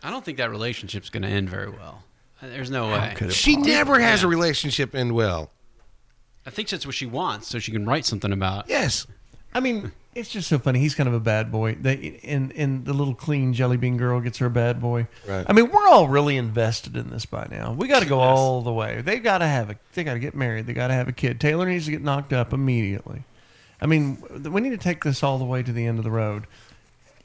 [SPEAKER 5] I don't think that relationship's going to end very well. Uh, There's no way.
[SPEAKER 2] She never has
[SPEAKER 5] Yeah.
[SPEAKER 2] a relationship end well.
[SPEAKER 5] I think that's what she wants, so she can write something about.
[SPEAKER 2] Yes.
[SPEAKER 6] I mean, it's just so funny. He's kind of a bad boy. They and and the little clean jelly bean girl gets her bad boy.
[SPEAKER 2] Right.
[SPEAKER 6] I mean, we're all really invested in this by now. We got to go all the way. They got to have a. They got to get married. They got to have a kid. Taylor needs to get knocked up immediately. I mean, we need to take this all the way to the end of the road.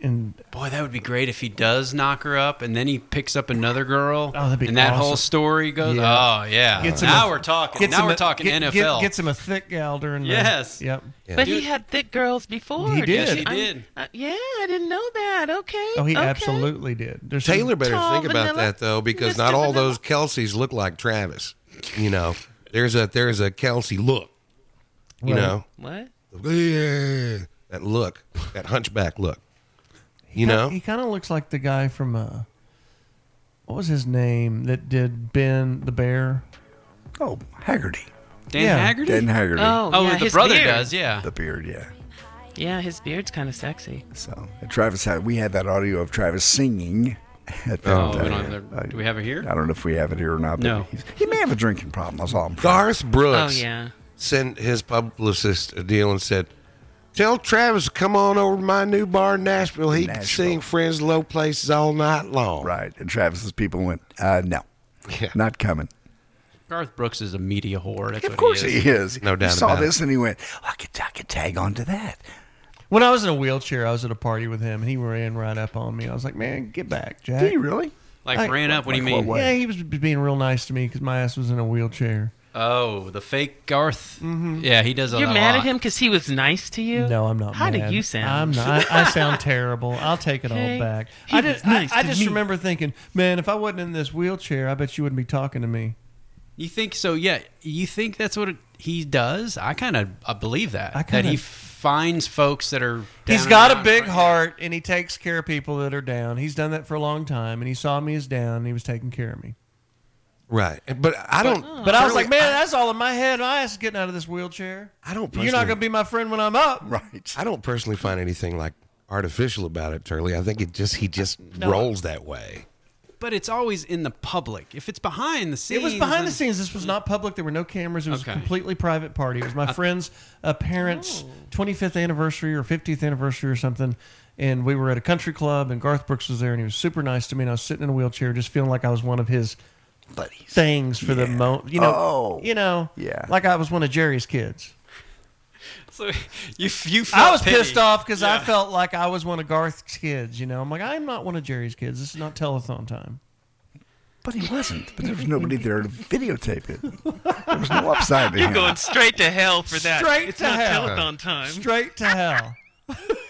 [SPEAKER 6] And
[SPEAKER 5] Boy, that would be great if he does knock her up, and then he picks up another girl, oh,
[SPEAKER 6] that'd be
[SPEAKER 5] and that whole
[SPEAKER 6] awesome.
[SPEAKER 5] story goes.
[SPEAKER 6] Yeah.
[SPEAKER 5] Oh yeah,
[SPEAKER 6] Gets him
[SPEAKER 5] now
[SPEAKER 6] a-
[SPEAKER 5] we're talking.
[SPEAKER 6] gets
[SPEAKER 5] Now
[SPEAKER 6] him
[SPEAKER 5] we're
[SPEAKER 6] a-
[SPEAKER 5] talking
[SPEAKER 6] get-
[SPEAKER 5] NFL.
[SPEAKER 6] get- gets him a thick gal during the
[SPEAKER 5] Yes.
[SPEAKER 6] Yep.
[SPEAKER 11] But he had thick girls before.
[SPEAKER 6] He did. Yes, he
[SPEAKER 11] I'm-
[SPEAKER 6] did.
[SPEAKER 11] uh, yeah, I didn't know that. Okay.
[SPEAKER 6] Oh, he
[SPEAKER 11] okay.
[SPEAKER 6] absolutely did. There's some-
[SPEAKER 2] Taylor better
[SPEAKER 11] Tall
[SPEAKER 2] think about
[SPEAKER 11] vanilla.
[SPEAKER 2] that though, because
[SPEAKER 11] Mr.
[SPEAKER 2] not all those Kelseys look like Travis. You know, there's a there's a Kelsey look. You
[SPEAKER 11] Right.
[SPEAKER 2] know,
[SPEAKER 11] What?
[SPEAKER 2] Yeah. that look, that hunchback look. You
[SPEAKER 6] Ki-
[SPEAKER 2] know,
[SPEAKER 6] he kind of looks like the guy from uh, what was his name that did Ben the Bear?
[SPEAKER 3] Oh, Haggerty.
[SPEAKER 5] Dan Haggerty?
[SPEAKER 3] Dan Haggerty.
[SPEAKER 11] Oh,
[SPEAKER 5] Oh,
[SPEAKER 11] yeah,
[SPEAKER 5] the
[SPEAKER 11] his
[SPEAKER 5] brother
[SPEAKER 11] beard.
[SPEAKER 5] does, yeah.
[SPEAKER 3] The beard, yeah.
[SPEAKER 11] Yeah, his beard's kind of sexy.
[SPEAKER 3] So And Travis had we had that audio of Travis singing. At the,
[SPEAKER 5] Oh, we don't have the- do we have it here?
[SPEAKER 3] I don't know if we have it here or not. But
[SPEAKER 5] No.
[SPEAKER 3] he's- he may have a drinking problem. That's all. I'm
[SPEAKER 2] Garth Brooks
[SPEAKER 11] Oh, yeah.
[SPEAKER 2] sent his publicist a deal and said, Tell Travis to come on over to my new bar in Nashville. He can sing Friends Low Places all night long.
[SPEAKER 3] Right. And Travis's people went, uh, no, not coming.
[SPEAKER 5] Garth Brooks is a media whore. That's
[SPEAKER 3] Of course he is.
[SPEAKER 2] No doubt
[SPEAKER 3] He saw
[SPEAKER 2] about it.
[SPEAKER 3] this and he went, I could, I could tag on to that.
[SPEAKER 6] When I was in a wheelchair, I was at a party with him, and he ran right up on me. I was like, "Man, get back, Jack!"
[SPEAKER 3] Did he really?
[SPEAKER 5] Like, ran up? What do you mean?
[SPEAKER 6] Yeah, he was being real nice to me because my ass was in a wheelchair.
[SPEAKER 5] Oh, the fake Garth.
[SPEAKER 6] Mm-hmm.
[SPEAKER 5] Yeah, he does.
[SPEAKER 11] You're
[SPEAKER 5] that a
[SPEAKER 11] mad
[SPEAKER 5] lot.
[SPEAKER 11] at him because he was nice to you?
[SPEAKER 6] No, I'm not.
[SPEAKER 11] How
[SPEAKER 6] mad.
[SPEAKER 11] do you sound?
[SPEAKER 6] I'm not. I, I sound terrible. I'll take it all
[SPEAKER 11] Okay.
[SPEAKER 6] back.
[SPEAKER 11] He
[SPEAKER 6] I
[SPEAKER 11] was
[SPEAKER 6] just,
[SPEAKER 11] nice
[SPEAKER 6] I, I
[SPEAKER 11] to
[SPEAKER 6] just
[SPEAKER 11] me.
[SPEAKER 6] remember thinking, man, if I wasn't in this wheelchair, I bet you wouldn't be talking to me.
[SPEAKER 5] You think so? Yeah. You think that's what it, he does? I kind of I believe that. that
[SPEAKER 6] kinda-
[SPEAKER 5] he finds folks that are. down
[SPEAKER 6] He's
[SPEAKER 5] and
[SPEAKER 6] got
[SPEAKER 5] out.
[SPEAKER 6] a big heart, and he takes care of people that are down. He's done that for a long time, and he saw me as down, and he was taking care of me.
[SPEAKER 2] Right. But I don't.
[SPEAKER 6] But I was
[SPEAKER 2] Charlie,
[SPEAKER 6] like, man, that's all in my head. My ass is getting out of this wheelchair.
[SPEAKER 2] I don't
[SPEAKER 6] You're not
[SPEAKER 2] personally-
[SPEAKER 6] going to be my friend when I'm up.
[SPEAKER 3] Right.
[SPEAKER 2] I don't personally find anything like artificial about it, Turley. I think it just he just
[SPEAKER 5] No.
[SPEAKER 2] rolls that way.
[SPEAKER 5] But it's always in the public. If it's behind the scenes,
[SPEAKER 6] It was behind the
[SPEAKER 5] then-
[SPEAKER 6] scenes. This was not public. There were no cameras. It was
[SPEAKER 5] Okay. Oh.
[SPEAKER 6] a completely private party. It was my friend's uh, parents' 25th anniversary or 50th anniversary or something. And we were at a country club, and Garth Brooks was there, and he was super nice to me. And I was sitting in a wheelchair, just feeling like I was one of his
[SPEAKER 3] buddies
[SPEAKER 6] things for the moment. You know,
[SPEAKER 3] Oh.
[SPEAKER 6] you know,
[SPEAKER 3] Yeah.
[SPEAKER 6] like I was one of Jerry's kids.
[SPEAKER 5] So you you. Felt
[SPEAKER 6] I was
[SPEAKER 5] pity.
[SPEAKER 6] pissed off because I
[SPEAKER 5] Yeah.
[SPEAKER 6] felt like I was one of Garth's kids. You know, I'm like, I'm not one of Jerry's kids. This is not telethon time.
[SPEAKER 3] But he wasn't. But there was nobody there to videotape it. There was no upside to
[SPEAKER 11] You're
[SPEAKER 3] him.
[SPEAKER 11] going straight to hell for that.
[SPEAKER 6] Straight
[SPEAKER 11] it's
[SPEAKER 6] to
[SPEAKER 11] not
[SPEAKER 6] hell.
[SPEAKER 11] telethon time.
[SPEAKER 6] Straight to hell.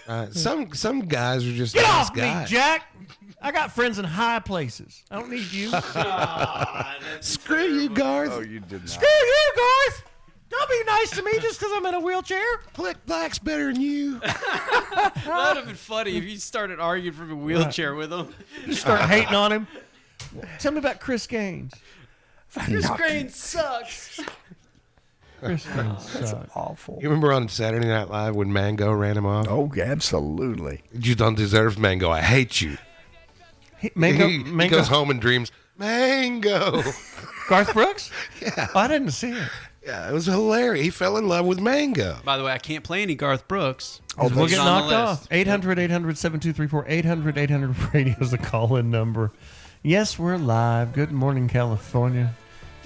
[SPEAKER 2] Uh, some some guys are just
[SPEAKER 6] Hmm. Get
[SPEAKER 2] nice
[SPEAKER 6] off me,
[SPEAKER 2] guys.
[SPEAKER 6] Jack. I got friends in high places. I don't need you.
[SPEAKER 2] Screw you, Garth.
[SPEAKER 3] Oh, you did not.
[SPEAKER 6] Screw you, Garth. Don't be nice to me just because I'm in a wheelchair.
[SPEAKER 2] Click Black's better than you.
[SPEAKER 5] That would have been funny if you started arguing from a wheelchair with him.
[SPEAKER 6] You start hating on him. Tell me about Chris Gaines.
[SPEAKER 5] This grain sucks.
[SPEAKER 6] Chris
[SPEAKER 8] Oh,
[SPEAKER 6] Gaines
[SPEAKER 3] That's
[SPEAKER 6] sucks.
[SPEAKER 3] awful.
[SPEAKER 2] You remember on Saturday Night Live when Mango ran him off?
[SPEAKER 3] Oh, absolutely.
[SPEAKER 2] You don't deserve Mango. I hate you.
[SPEAKER 6] He- Mango,
[SPEAKER 2] he, he
[SPEAKER 6] Mango,
[SPEAKER 2] goes home and dreams. Mango.
[SPEAKER 6] Garth Brooks? yeah. Oh, I didn't see it.
[SPEAKER 2] yeah, it was hilarious. He fell in love with Mango.
[SPEAKER 5] By the way, I can't play any Garth Brooks.
[SPEAKER 6] Oh, we'll
[SPEAKER 5] He's
[SPEAKER 6] get
[SPEAKER 5] on the
[SPEAKER 6] knocked
[SPEAKER 5] list.
[SPEAKER 6] off. 800 800 7234 800 800 radio is the call in number. Yes, we're live. Good morning, California.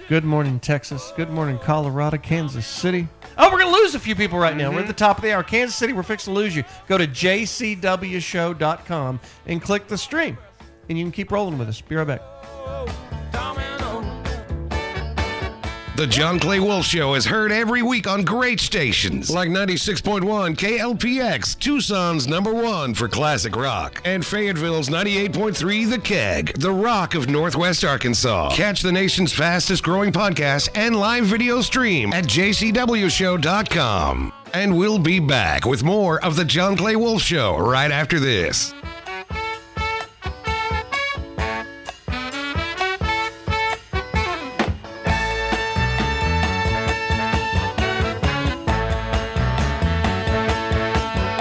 [SPEAKER 6] Good morning, Texas. Good morning, Colorado, Kansas City. Oh, we're going to lose a few people right now. We're at the top of the hour. Kansas City, we're fixing to lose you. Go to jcwshow.com and click the stream, and you can keep rolling with us. Be right back.
[SPEAKER 2] The John Clay Wolf Show is heard every week on great stations like 96.1 KLPX, Tucson's number one for classic rock, and Fayetteville's 98.3 The Keg, the rock of Northwest Arkansas. Catch the nation's fastest growing podcast and live video stream at jcwshow.com. And we'll be back with more of The John Clay Wolf Show right after this.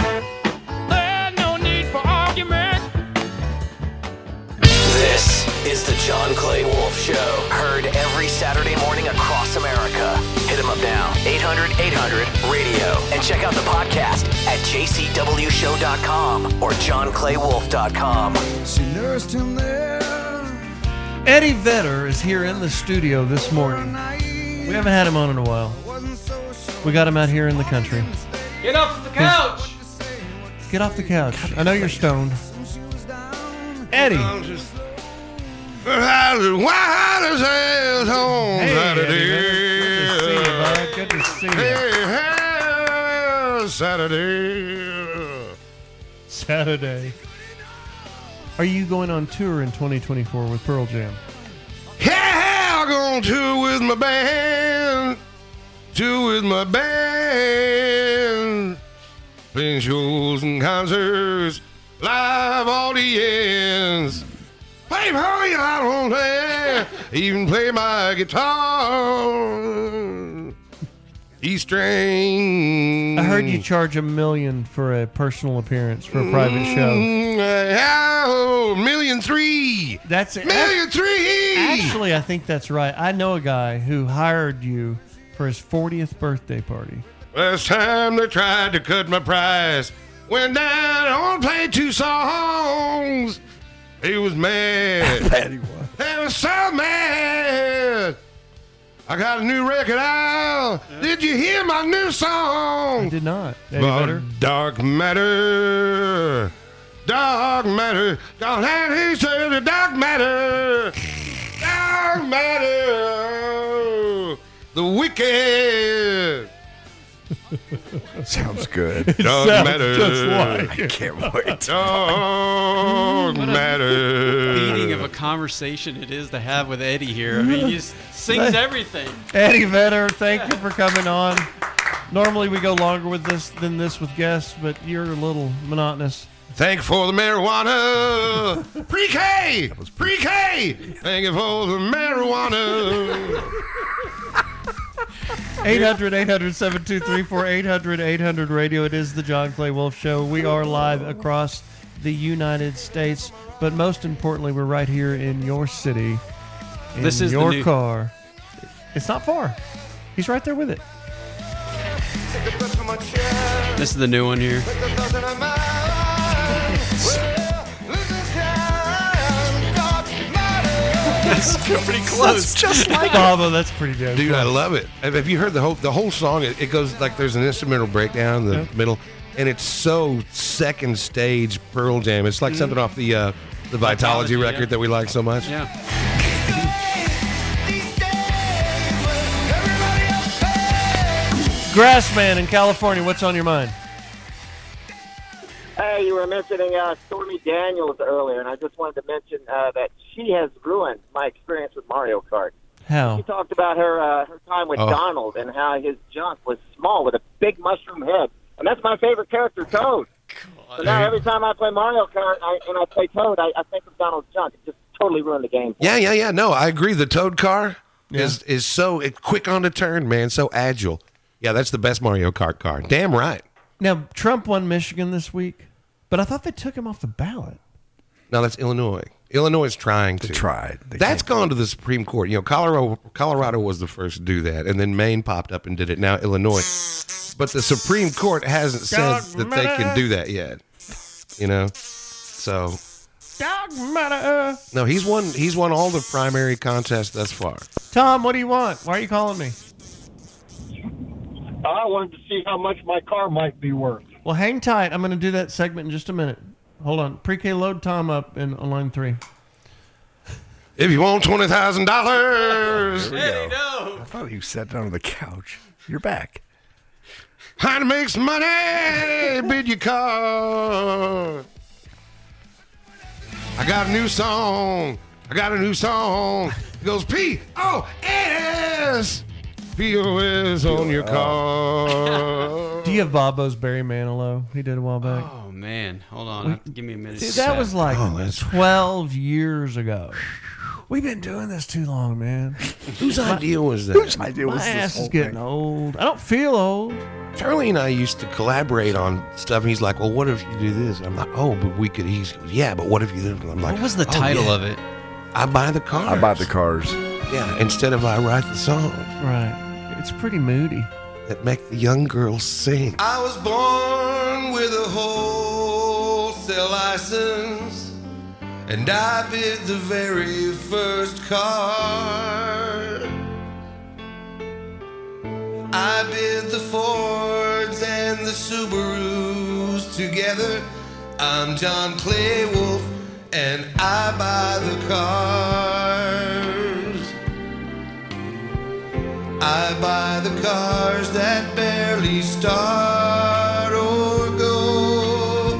[SPEAKER 7] There's no need for argument.
[SPEAKER 1] This is the John Clay Wolf Show. Heard every Saturday morning across America. Hit him up now. 800 800 radio. And check out the podcast at jcwshow.com or johnclaywolf.com.
[SPEAKER 28] She nursed him there.
[SPEAKER 6] Eddie Vedder is here in the studio this morning. We haven't had him on in a while. We got him out here in the country.
[SPEAKER 24] Get off the couch.
[SPEAKER 6] Get off the couch. I know you're stoned. Eddie.
[SPEAKER 2] Why does his home
[SPEAKER 7] Hey,
[SPEAKER 2] Saturday?
[SPEAKER 6] Good to see you.
[SPEAKER 2] Hey, hey, Saturday.
[SPEAKER 6] Saturday. Are you going on tour in 2024 with Pearl Jam?
[SPEAKER 2] Yeah, I'm going to with my band. Two with my band. Playing shows and concerts. Live audience. Play party out on there. Even play my guitar. E string.
[SPEAKER 6] I heard you charge a million for a personal appearance for a private show.
[SPEAKER 2] Oh, million three.
[SPEAKER 6] That's it.
[SPEAKER 2] Million three.
[SPEAKER 6] Actually, I think that's right. I know a guy who hired you for his 40th birthday party.
[SPEAKER 2] Last time they tried to cut my price, went down and only played two songs. He was mad. They were so mad. I got a new record out. Did you hear my new song?
[SPEAKER 6] did not. Eddie
[SPEAKER 2] About
[SPEAKER 6] Vedder?
[SPEAKER 2] dark matter. Dark matter. Don't have he said the dark matter. Dark matter. The wicked.
[SPEAKER 3] Sounds good.
[SPEAKER 2] It Dark sounds matter. just like
[SPEAKER 3] I
[SPEAKER 2] it.
[SPEAKER 3] can't wait.
[SPEAKER 2] Dark matter.
[SPEAKER 5] Beating of a conversation it is to have with Eddie here. I mean, he just sings everything.
[SPEAKER 6] Eddie Vedder, thank you for coming on. Normally we go longer with this than this with guests, but you're a little monotonous.
[SPEAKER 2] Thank for the marijuana. Pre-K. Pre-K. Thank you for the marijuana.
[SPEAKER 6] 800 800 7234 800 800 radio. It is the John Clay Wolf Show. We are live across the United States, but most importantly, we're right here in your city. In
[SPEAKER 5] This is the
[SPEAKER 6] your
[SPEAKER 5] new-
[SPEAKER 6] car. It's not far. He's right there with it.
[SPEAKER 5] This is the new one here.
[SPEAKER 7] That's pretty close.
[SPEAKER 6] Bravo, that's pretty good.
[SPEAKER 2] Dude, I love it. Have have you heard the whole the whole song? It, it goes like there's an instrumental breakdown in the
[SPEAKER 6] Yeah.
[SPEAKER 2] middle, and it's so second stage Pearl Jam. It's like
[SPEAKER 5] Mhm.
[SPEAKER 2] something off the uh, the Vitology,
[SPEAKER 5] Vitology, yeah.
[SPEAKER 2] record that we like so much.
[SPEAKER 5] Yeah.
[SPEAKER 6] Grassman in California, what's on your mind?
[SPEAKER 10] Hey, you were mentioning uh, Stormy Daniels earlier, and I just wanted to mention uh, that she has ruined my experience with Mario Kart. She
[SPEAKER 6] How?
[SPEAKER 10] talked about her uh, her time with
[SPEAKER 6] Oh.
[SPEAKER 10] Donald and how his junk was small with a big mushroom head, and that's my favorite character, Toad. So now every time I play Mario Kart I, and I play Toad, I, I think of Donald's junk. It just totally ruined the game.
[SPEAKER 2] Yeah, yeah, yeah. No, I agree. The Toad car is is so it, quick on the turn, man. So agile. Yeah, that's the best Mario Kart car. Damn right.
[SPEAKER 6] Now, Trump won Michigan this week, but I thought they took him off the ballot.
[SPEAKER 2] No, that's Illinois. Illinois is trying to.
[SPEAKER 3] tried.
[SPEAKER 2] that's gone to the Supreme Court. You know, Colorado Colorado was the first to do that, and then Maine popped up and did it. Now Illinois, but the Supreme Court hasn't said that they can do that yet. You know, so
[SPEAKER 6] Dog matter.
[SPEAKER 2] no, he's won. He's won all the primary contests thus far.
[SPEAKER 6] Tom, what do you want? Why are you calling me?
[SPEAKER 16] I wanted to see how much my car might be worth.
[SPEAKER 6] Well, hang tight. I'm going to do that segment in just a minute. Hold on. Pre K load Tom up in on line three.
[SPEAKER 2] If you want twenty thousand dollars,
[SPEAKER 3] I thought you sat down on the couch. You're back.
[SPEAKER 2] how to make some money? Bid your car. I got a new song. I got a new song. It goes P O S. P O S on your car.
[SPEAKER 6] Do you have Bobo's Barry Manilow? He did a while back.
[SPEAKER 5] Oh man, hold on.
[SPEAKER 6] We-
[SPEAKER 5] I- Give me a minute.
[SPEAKER 6] Dude, that was like
[SPEAKER 2] Oh,
[SPEAKER 6] 12 years ago. Oh, We've been doing this too long, man.
[SPEAKER 2] Whose
[SPEAKER 6] My-
[SPEAKER 2] idea was that?
[SPEAKER 6] Whose idea was My this ass is whole getting thing? old. I don't feel old.
[SPEAKER 2] Charlie and I used to collaborate on stuff. He's like, "Well, what if you do this?" I'm like, "Oh, but we could." He's, "Yeah, but what if you?" do this?" I'm like,
[SPEAKER 5] What was the
[SPEAKER 2] "Oh,
[SPEAKER 5] title
[SPEAKER 2] yeah.
[SPEAKER 5] of it?
[SPEAKER 2] I buy the cars.
[SPEAKER 3] I bought the cars.
[SPEAKER 2] Yeah, instead of I write the song
[SPEAKER 6] Right. It's pretty moody.
[SPEAKER 2] that make the young girls sing.
[SPEAKER 28] I was born with a wholesale license, and I bid the very first car. I bid the Fords and the Subarus together. I'm John Clay Wolf, and I buy the cars. I buy the cars that barely start or go.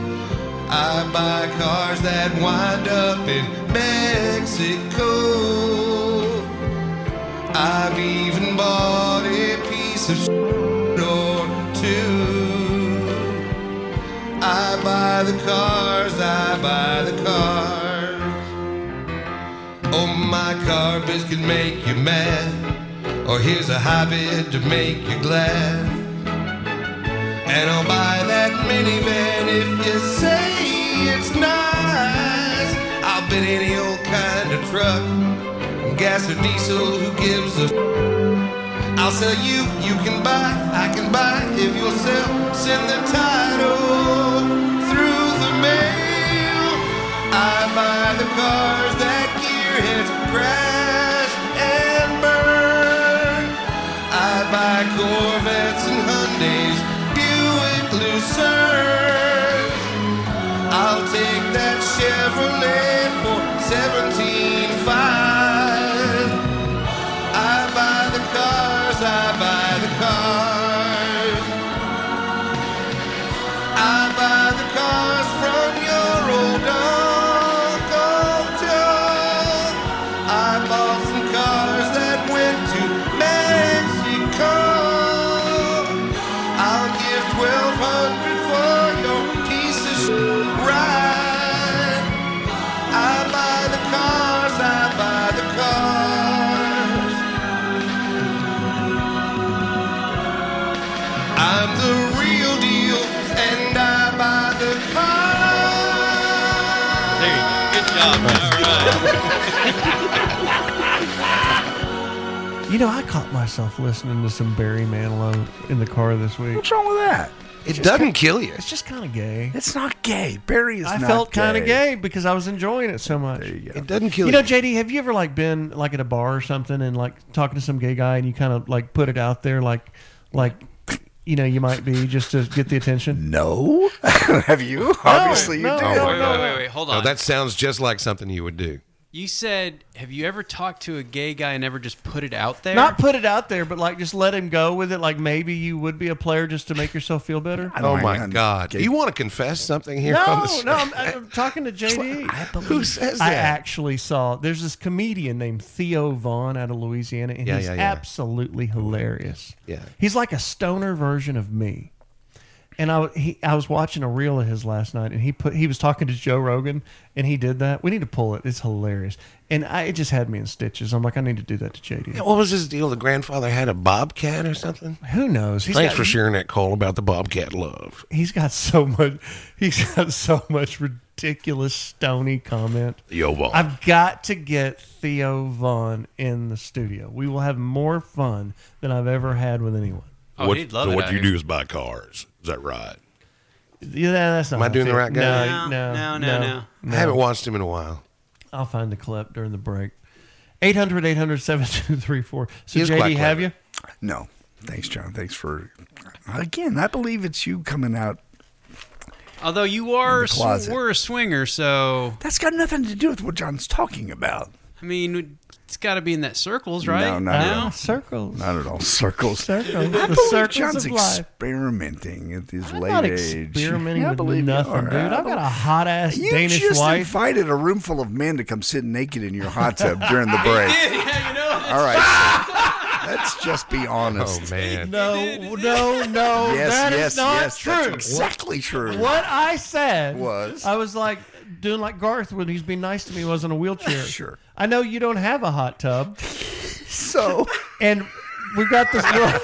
[SPEAKER 28] I buy cars that wind up in Mexico. I've even bought a piece of shit or two. I buy the cars, I buy the cars. Oh, my car biz can make you mad. Or here's a hobby to make you glad. And I'll buy that minivan if you say it's nice. I'll bet any old kind of truck, gas or diesel, who gives a. f- I'll sell you, you can buy, I can buy if you'll sell. Send the title through the mail. I buy the cars that gearheads crash and burn. I buy Corvettes and Hyundais, Buick Lucerne. I'll take that Chevrolet for seventeen five. I buy the cars, I buy the cars. I buy the cars from your old Uncle Joe. I bought some cars that went to Mexico. I'll give twelve hundred for your piece of shit ride. I buy the cars, I buy the cars. I'm the real deal, and I buy the cars. There you go. Good job.
[SPEAKER 6] You know, I caught myself listening to some Barry Manilow in the car this week.
[SPEAKER 3] What's wrong with that?
[SPEAKER 6] It's
[SPEAKER 3] It
[SPEAKER 6] just
[SPEAKER 3] doesn't
[SPEAKER 6] ki-
[SPEAKER 3] kill you.
[SPEAKER 6] It's just kind of gay.
[SPEAKER 3] It's not gay. Barry is
[SPEAKER 6] I
[SPEAKER 3] not
[SPEAKER 6] felt kind of gay
[SPEAKER 3] gay.
[SPEAKER 6] because I was enjoying it so much.
[SPEAKER 2] It doesn't kill
[SPEAKER 6] you
[SPEAKER 2] you.
[SPEAKER 6] know, JD, have you ever like been like at a bar or something and like talking to some gay guy and you kind of like put it out there like like you know you might be just to get the attention?
[SPEAKER 3] No, have you?
[SPEAKER 6] Obviously, you
[SPEAKER 2] Oh,
[SPEAKER 6] did.
[SPEAKER 2] my
[SPEAKER 5] wait,
[SPEAKER 2] God.
[SPEAKER 5] wait, wait, hold
[SPEAKER 2] No,
[SPEAKER 5] on.
[SPEAKER 2] that sounds just like something you would do.
[SPEAKER 5] You said, have you ever talked to a gay guy and ever just put it out there?
[SPEAKER 6] Not put it out there, but like just let him go with it. Like maybe you would be a player just to make yourself feel better.
[SPEAKER 2] Oh my God! Do you want to confess something here
[SPEAKER 6] No,
[SPEAKER 2] on the
[SPEAKER 6] no, I'm, I'm talking to JD.
[SPEAKER 2] Who says
[SPEAKER 6] I
[SPEAKER 2] that?
[SPEAKER 6] actually saw. There's this comedian named Theo Vaughn out of Louisiana, and
[SPEAKER 2] Yeah,
[SPEAKER 6] he's
[SPEAKER 2] yeah, yeah.
[SPEAKER 6] absolutely hilarious.
[SPEAKER 2] Yeah.
[SPEAKER 6] he's like a stoner version of me. And I, he, I was watching a reel of his last night, and he put he was talking to Joe Rogan, and he did that. We need to pull it. It's hilarious, and I, it just had me in stitches. I'm like, I need to do that to JD.
[SPEAKER 2] Yeah, what was his deal? The grandfather had a bobcat or something?
[SPEAKER 6] Who knows? He's
[SPEAKER 2] Thanks
[SPEAKER 6] got-
[SPEAKER 2] for sharing that call about the bobcat love.
[SPEAKER 6] He's got so much. He's got so much ridiculous stony comment.
[SPEAKER 2] Theo Vaughn.
[SPEAKER 6] I've got to get Theo Vaughn in the studio. We will have more fun than I've ever had with anyone.
[SPEAKER 2] Oh, What- he'd love so it what out you here. do is buy cars. Is that right?
[SPEAKER 6] Yeah, that's not.
[SPEAKER 2] Am I doing the right guy?
[SPEAKER 6] No, no, no, no.
[SPEAKER 2] I haven't watched him in a while.
[SPEAKER 6] I'll find the clip during the break. 800 800 7234. So,
[SPEAKER 3] He is quite
[SPEAKER 6] JD, have you?
[SPEAKER 3] clever. No, thanks, John. Thanks for again. I believe it's you coming out.
[SPEAKER 5] Although you are,
[SPEAKER 3] the
[SPEAKER 5] a sw-
[SPEAKER 3] closet.
[SPEAKER 5] we're a swinger, so
[SPEAKER 3] That's got nothing to do with what John's talking about.
[SPEAKER 5] I mean, it's got to be in that circles, right?
[SPEAKER 3] No, not at all.
[SPEAKER 5] circles.
[SPEAKER 3] Not at all. Circles.
[SPEAKER 5] Circles.
[SPEAKER 3] I
[SPEAKER 5] The
[SPEAKER 3] believe
[SPEAKER 5] circles
[SPEAKER 3] John's
[SPEAKER 5] of life.
[SPEAKER 3] experimenting at his late
[SPEAKER 6] not
[SPEAKER 3] age.
[SPEAKER 6] experimenting
[SPEAKER 3] I
[SPEAKER 6] with
[SPEAKER 3] believe you
[SPEAKER 6] nothing,
[SPEAKER 3] are.
[SPEAKER 6] dude. I've got
[SPEAKER 3] believe-
[SPEAKER 6] a hot-ass
[SPEAKER 3] you
[SPEAKER 6] Danish
[SPEAKER 3] just
[SPEAKER 6] wife.
[SPEAKER 3] invited a room full of men to come sit naked in your hot tub during the break. All right. so let's just be honest.
[SPEAKER 2] Oh, man.
[SPEAKER 6] No, no, no.
[SPEAKER 3] Yes,
[SPEAKER 6] that is
[SPEAKER 3] yes,
[SPEAKER 6] not
[SPEAKER 3] yes,
[SPEAKER 6] true.
[SPEAKER 3] that's exactly true.
[SPEAKER 6] What I said
[SPEAKER 3] Was.
[SPEAKER 6] I was like doing like Garth when he's being nice to me. when I Was in a wheelchair.
[SPEAKER 3] Sure.
[SPEAKER 6] I know you don't have a hot tub,
[SPEAKER 3] so
[SPEAKER 6] and we've got this little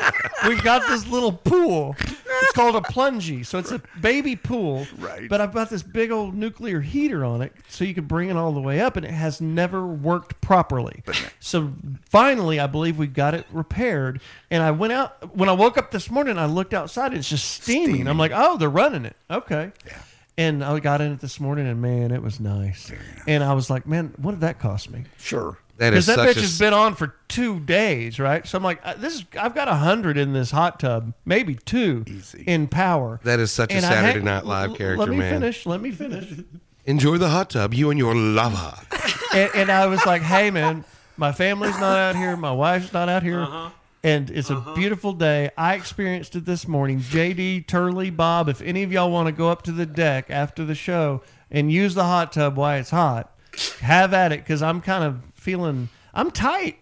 [SPEAKER 6] we've got this little pool. It's called a plungy, so it's a baby pool.
[SPEAKER 3] Right.
[SPEAKER 6] But I've got this big old nuclear heater on it, so you could bring it all the way up, and it has never worked properly. So finally, I believe we got it repaired. And I went out when I woke up this morning. I looked outside; it's just steaming. I'm like, oh, they're running it. Okay. Yeah. And I got in it this morning, and man, it was nice. And I was like, man, what did that cost me?
[SPEAKER 3] Sure.
[SPEAKER 2] That
[SPEAKER 6] Because
[SPEAKER 2] is
[SPEAKER 6] that
[SPEAKER 2] such
[SPEAKER 6] bitch
[SPEAKER 2] a
[SPEAKER 6] has been on for two days, right? So I'm like, I- this is I've got a hundred in this hot tub, maybe two in power.
[SPEAKER 2] That is such a
[SPEAKER 6] And I
[SPEAKER 2] Saturday
[SPEAKER 6] hang-
[SPEAKER 2] Night Live
[SPEAKER 6] l-
[SPEAKER 2] character,
[SPEAKER 6] Let me
[SPEAKER 2] man.
[SPEAKER 6] finish. Let me finish.
[SPEAKER 2] Enjoy the hot tub, you and your lava.
[SPEAKER 6] and, and I was like, hey man, my family's not out here, my wife's not out here. And it's a beautiful day. I experienced it this morning. JD, Turley, Bob, if any of y'all want to go up to the deck after the show and use the hot tub while it's hot, have at it because I'm kind of feeling, I'm tight.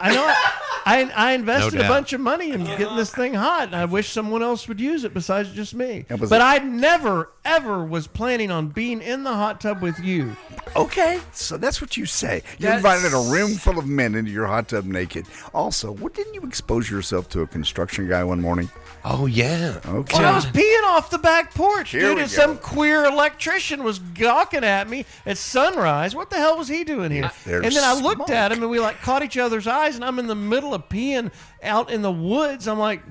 [SPEAKER 6] I know I, I, I invested a
[SPEAKER 2] doubt.
[SPEAKER 6] bunch of money in getting this thing hot, and I wish someone else would use it besides just me.
[SPEAKER 3] That was
[SPEAKER 6] But
[SPEAKER 3] a-
[SPEAKER 6] I never, ever was planning on being in the hot tub with you.
[SPEAKER 3] Okay, so that's what you say. You
[SPEAKER 6] That's-
[SPEAKER 3] invited a room full of men into your hot tub naked. Also, what didn't you expose yourself to a construction guy one morning?
[SPEAKER 2] Oh yeah.
[SPEAKER 3] Okay.
[SPEAKER 6] Well, I was peeing off the back porch,
[SPEAKER 3] Here
[SPEAKER 6] dude,
[SPEAKER 3] we
[SPEAKER 6] and
[SPEAKER 3] go.
[SPEAKER 6] some queer electrician was gawking at me at sunrise. What the hell was he doing here?
[SPEAKER 3] If there's
[SPEAKER 6] and then I looked at him, and we like caught each other's eyes, and I'm in the middle of peeing out in the woods. I'm like,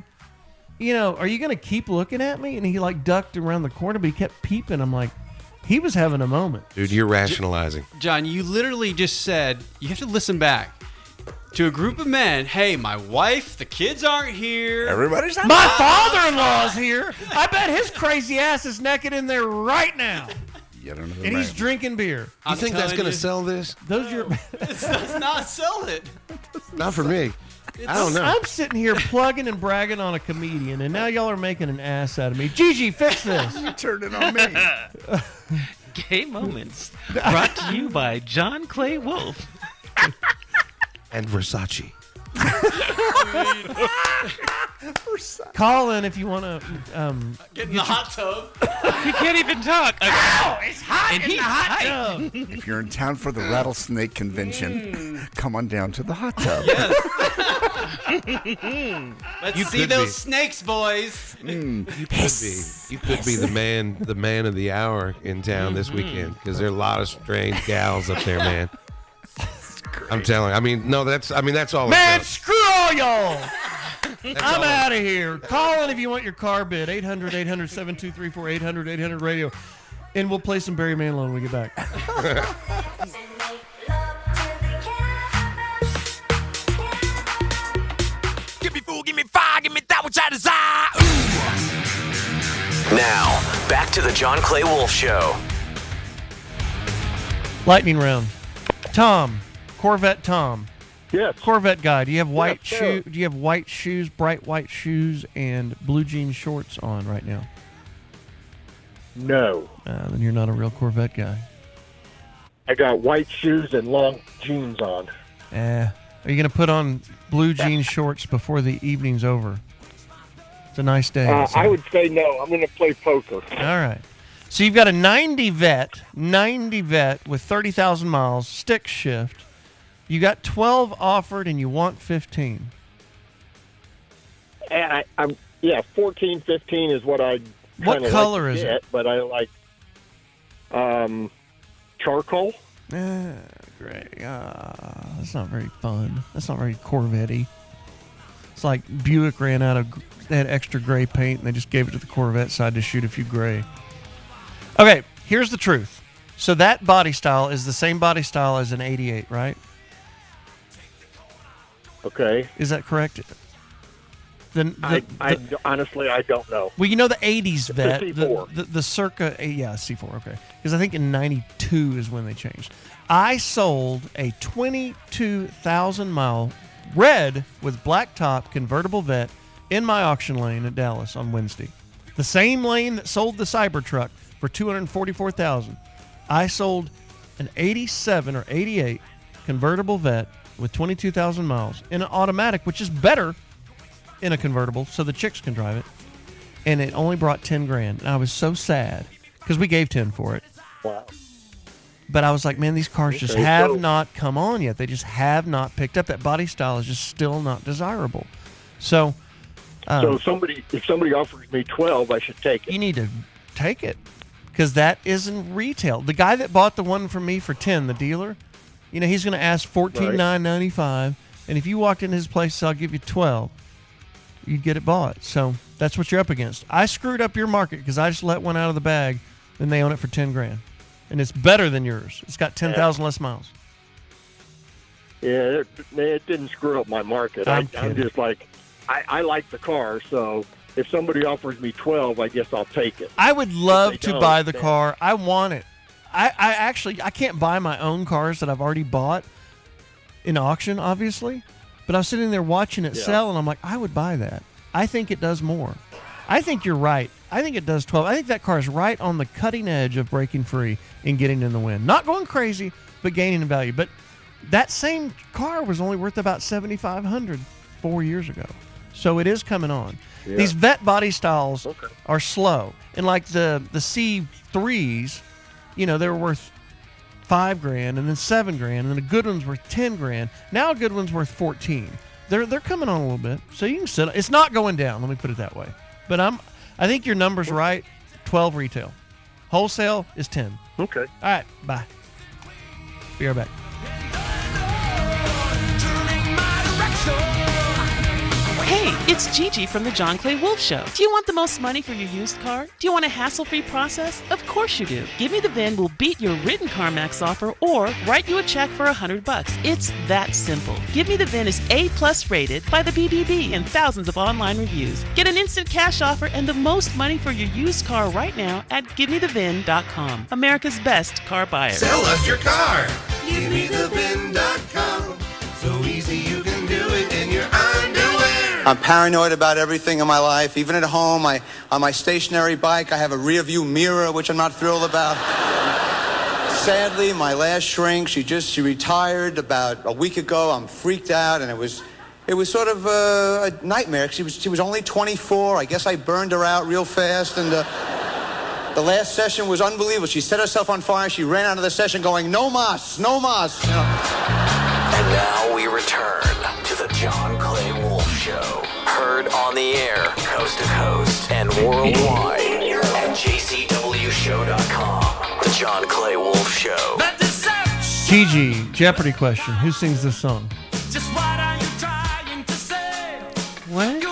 [SPEAKER 6] you know, are you gonna keep looking at me? And he like ducked around the corner, but he kept peeping. I'm like, he was having a moment.
[SPEAKER 2] Dude, you're rationalizing.
[SPEAKER 5] John, you literally just said you have to listen back to a group of men. Hey, my wife, the kids aren't here.
[SPEAKER 3] Everybody's
[SPEAKER 5] not.
[SPEAKER 6] My father-in-law's here. I bet his crazy ass is naked in there right now,
[SPEAKER 3] Yet another
[SPEAKER 6] and he's
[SPEAKER 3] man.
[SPEAKER 6] drinking beer.
[SPEAKER 2] You think that's gonna sell this?
[SPEAKER 6] Those are your.
[SPEAKER 5] This does not sell it.
[SPEAKER 2] Not for me. I
[SPEAKER 6] It's-
[SPEAKER 2] don't know.
[SPEAKER 6] I'm sitting here plugging and bragging on a comedian, and now y'all are making an ass out of me. Gigi, fix this.
[SPEAKER 3] you turned it on me.
[SPEAKER 11] Gay Moments, brought to you by John Clay Wolf.
[SPEAKER 2] And Versace.
[SPEAKER 6] Call in if you want to. Um,
[SPEAKER 5] Get in the hot tub.
[SPEAKER 11] He can't even talk.
[SPEAKER 6] Ow, it's hot
[SPEAKER 11] And
[SPEAKER 6] in
[SPEAKER 11] he's
[SPEAKER 6] the hot tub.
[SPEAKER 3] If you're in town for the rattlesnake convention, come on down to the hot tub.
[SPEAKER 5] Let's
[SPEAKER 2] You
[SPEAKER 5] see
[SPEAKER 2] could
[SPEAKER 5] those
[SPEAKER 2] be.
[SPEAKER 5] snakes, boys.
[SPEAKER 3] Hmm.
[SPEAKER 2] You could be. You could be the man, the man of the hour in town
[SPEAKER 6] Mm-hmm.
[SPEAKER 2] this weekend because there are a lot of strange gals up there, man. I'm telling. I mean, no, that's. I mean, that's all. it
[SPEAKER 6] Man,
[SPEAKER 2] does.
[SPEAKER 6] screw all y'all. I'm
[SPEAKER 2] all.
[SPEAKER 6] out of here. Call in if you want your car bid. 800 800 7234 800 800 radio. And we'll play some Barry Manilow when we get back.
[SPEAKER 7] Give me food, give me fire, give me that which I desire.
[SPEAKER 1] Now, back to the John Clay Wolf Show.
[SPEAKER 6] Lightning round. Tom, Corvette Tom.
[SPEAKER 16] Yes.
[SPEAKER 6] Corvette guy, do you have white
[SPEAKER 16] Yes,
[SPEAKER 6] shoe
[SPEAKER 16] sir.
[SPEAKER 6] do you have white shoes, bright white shoes and blue jean shorts on right now?
[SPEAKER 16] No.
[SPEAKER 6] Uh, then you're not a real Corvette guy.
[SPEAKER 16] I got white shoes and long jeans on.
[SPEAKER 6] Eh. Are you gonna put on blue jean shorts before the evening's over? It's a nice day.
[SPEAKER 16] Uh,
[SPEAKER 6] outside.
[SPEAKER 16] I would say no. I'm going to play poker.
[SPEAKER 6] All right. So you've got a 90 vet, 90 vet with 30,000 miles, stick shift. You got 12 offered and you want 15.
[SPEAKER 16] And I, I'm yeah, 14, 15 is what I.
[SPEAKER 6] What
[SPEAKER 16] kinda
[SPEAKER 6] color
[SPEAKER 16] like to
[SPEAKER 6] is
[SPEAKER 16] get,
[SPEAKER 6] it?
[SPEAKER 16] But I like um, charcoal.
[SPEAKER 6] Uh, great. Uh, that's not very fun. That's not very Corvette It's like Buick ran out of, gr- they had extra gray paint and they just gave it to the Corvette side to shoot a few gray. Okay, here's the truth. So that body style is the same body style as an 88, right?
[SPEAKER 16] Okay.
[SPEAKER 6] Is that correct? The, the,
[SPEAKER 16] I, I
[SPEAKER 6] the-
[SPEAKER 16] honestly, I don't know.
[SPEAKER 6] well, you know the '80s
[SPEAKER 16] The
[SPEAKER 6] vet, the,
[SPEAKER 16] C4.
[SPEAKER 6] the, the circa eh, yeah C4 okay, because I think in '92 is when they changed. I sold a 22,000 mile red with black top convertible vet in my auction lane at Dallas on Wednesday, the same lane that sold the Cybertruck for 244,000. I sold an 87 or 88 convertible vet with 22,000 miles in an automatic, which is better in a convertible so the chicks can drive it. And it only brought 10 grand. And I was so sad because we gave 10 for it.
[SPEAKER 16] Wow.
[SPEAKER 6] But I was like, man, these cars just
[SPEAKER 16] Okay,
[SPEAKER 6] have
[SPEAKER 16] so-
[SPEAKER 6] not come on yet. They just have not picked up. That body style is just still not desirable. So, um,
[SPEAKER 16] so somebody, if somebody offers me twelve, I should take it.
[SPEAKER 6] You need to take it because that isn't retail. The guy that bought the one from me for ten, the dealer, you know, he's going to ask fourteen nine ninety five, and if you walked into his place, I'll give you twelve. You'd get it bought. So that's what you're up against. I screwed up your market because I just let one out of the bag, and they own it for ten grand, and it's better than yours. It's got ten thousand less miles.
[SPEAKER 16] Yeah, it, it didn't screw up my market.
[SPEAKER 6] I'm
[SPEAKER 16] I, I'm
[SPEAKER 6] kidding.
[SPEAKER 16] just like, I, I like the car, so if somebody offers me twelve, I guess I'll take it.
[SPEAKER 6] I would love
[SPEAKER 16] they
[SPEAKER 6] to
[SPEAKER 16] don't,
[SPEAKER 6] buy the
[SPEAKER 16] then-
[SPEAKER 6] car. I want it. I, I actually I can't buy my own cars that I've already bought in auction, obviously. But I was sitting there watching it
[SPEAKER 16] Yeah.
[SPEAKER 6] sell, and I'm like, I would buy that. I think it does more. I think you're right. I think it does 12. I think that car is right on the cutting edge of breaking free and getting in the win. Not going crazy, but gaining in value. But that same car was only worth about 7,500 four years ago. So it is coming on.
[SPEAKER 16] Yeah.
[SPEAKER 6] These vet body styles are slow. And like the the C3s, you know, they were worth five grand and then seven grand and then a good one's worth ten grand. Now a good one's worth fourteen. They're they're coming on a little bit. So you can sit it's not going down, let me put it that way. But I'm I think your number's right. Twelve retail. Wholesale is ten.
[SPEAKER 16] Okay.
[SPEAKER 6] All right, bye. Be right back.
[SPEAKER 4] Hey, it's Gigi from the John Clay Wolf Show. Do you want the most money for your used car? Do you want a hassle free process? Of course you do. Give Me the Vin will beat your written CarMax offer or write you a check for 100 bucks. It's that simple. Give Me the Vin is A plus rated by the BBB and thousands of online reviews. Get an instant cash offer and the most money for your used car right now at GiveMeTheVin.com. America's best car buyer.
[SPEAKER 7] Sell us your car. Give me the VIN.com. So easy you can do it in your underwear.
[SPEAKER 25] I'm paranoid about everything in my life. Even at home, I, on my stationary bike, I have a rear view mirror, which I'm not thrilled about. Sadly, my last shrink, she just she retired about a week ago. I'm freaked out, and it was, it was sort of a, a nightmare. She was she was only 24. I guess I burned her out real fast, and uh, the last session was unbelievable. She set herself on fire. She ran out of the session going, "No mas, no mas." You know.
[SPEAKER 1] And now we return to the John Clay Wolf Show. Heard on the air, coast to coast, and worldwide at jcwshow.com. The John Clay Wolf Show.
[SPEAKER 6] Gigi, Jeopardy question. Who sings this song?
[SPEAKER 7] Just what are you trying to say?
[SPEAKER 4] What?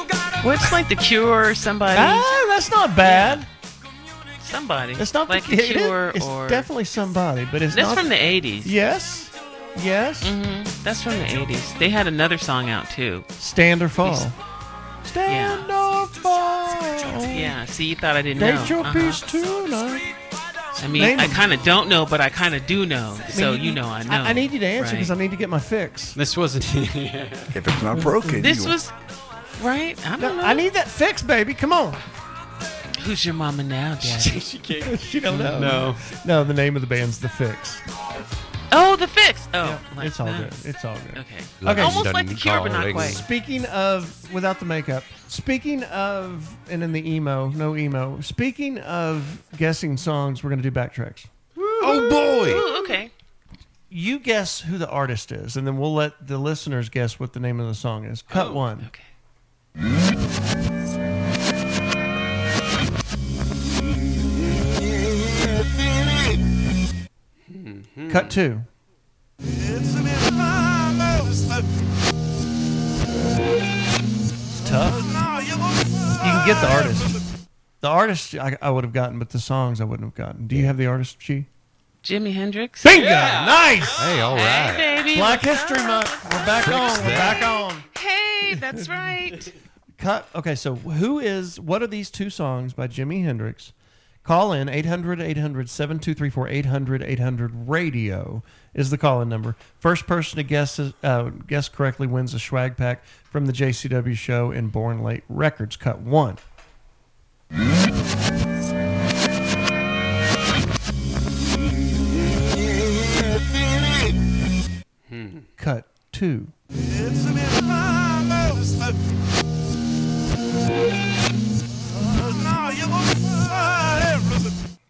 [SPEAKER 4] What's like The Cure or somebody?
[SPEAKER 6] Ah, that's not bad.
[SPEAKER 4] Somebody.
[SPEAKER 6] It's not
[SPEAKER 4] like
[SPEAKER 6] the,
[SPEAKER 4] The
[SPEAKER 6] it is-
[SPEAKER 4] Cure
[SPEAKER 6] It's
[SPEAKER 4] or.
[SPEAKER 6] definitely somebody, but it's
[SPEAKER 4] That's
[SPEAKER 6] not.
[SPEAKER 4] from the 80s.
[SPEAKER 6] Yes. Yes.
[SPEAKER 4] Mm-hmm. That's from the 80s. They had another song out too.
[SPEAKER 6] Stand or fall.
[SPEAKER 4] Stand
[SPEAKER 6] or fall.
[SPEAKER 4] Yeah, see, you thought I didn't know.
[SPEAKER 6] Date your
[SPEAKER 4] Uh-huh.
[SPEAKER 6] piece tonight.
[SPEAKER 4] I mean,
[SPEAKER 6] Name
[SPEAKER 4] I
[SPEAKER 6] them.
[SPEAKER 4] kind of don't know, but I kind of do know. so, you know, I know.
[SPEAKER 6] I, need you to answer because I need to get my fix.
[SPEAKER 5] This wasn't. if it's
[SPEAKER 3] not broken,
[SPEAKER 4] This was. Right? I don't know.
[SPEAKER 6] I need that fix, baby. Come on.
[SPEAKER 4] Who's your mama now, Daddy? she can't.
[SPEAKER 6] She don't know. No, the name of the band's The Fix.
[SPEAKER 4] Oh, the fix. Oh, like
[SPEAKER 6] it's all
[SPEAKER 4] that.
[SPEAKER 6] good. It's all good.
[SPEAKER 4] Okay. Almost like the cure, but not quite.
[SPEAKER 6] Speaking of without the makeup. Speaking of and in the emo, no emo. Speaking of guessing songs, we're gonna do backtracks.
[SPEAKER 4] Oh
[SPEAKER 6] boy.
[SPEAKER 4] Ooh, okay.
[SPEAKER 6] You guess who the artist is, and then we'll let the listeners guess what the name of the song is. Cut
[SPEAKER 4] Oh,
[SPEAKER 6] one. Okay. Cut two. It's tough. You can get the artist. The artist I, I would have gotten, but the songs I wouldn't have gotten. Do you have the artist, G?
[SPEAKER 4] Jimi Hendrix.
[SPEAKER 6] Bingo! Nice!
[SPEAKER 4] Hey, all right. Hey, baby.
[SPEAKER 6] Black
[SPEAKER 4] What's
[SPEAKER 6] History
[SPEAKER 4] up?
[SPEAKER 6] Month. We're back
[SPEAKER 4] Fix
[SPEAKER 6] on. We're
[SPEAKER 4] that.
[SPEAKER 6] back on.
[SPEAKER 4] Hey, that's right.
[SPEAKER 6] Cut. Okay, so who is, what are these two songs by Jimi Hendrix? Call in 800 800 7234 800 800 radio is the call in number. First person to guess uh, guess correctly wins a swag pack from the JCW show in Born Late Records. Cut one. Cut two.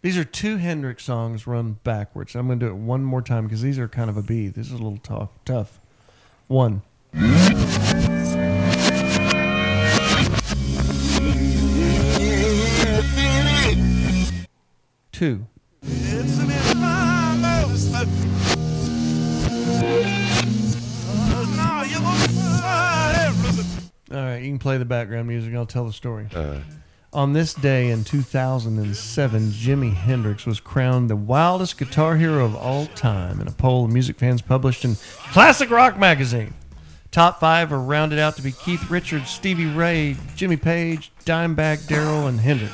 [SPEAKER 6] These are two Hendrix songs run backwards. I'm going to do it one more time because these are kind of a B. This is a little tough. Tough. One. Two. All right, you can play the background music. I'll tell the story.
[SPEAKER 2] Uh.
[SPEAKER 6] On this day in 2007, Jimi Hendrix was crowned the wildest guitar hero of all time in a poll of music fans published in Classic Rock magazine. Top five are rounded out to be Keith Richards, Stevie Ray, Jimmy Page, Dimebag Darrell, and Hendrix.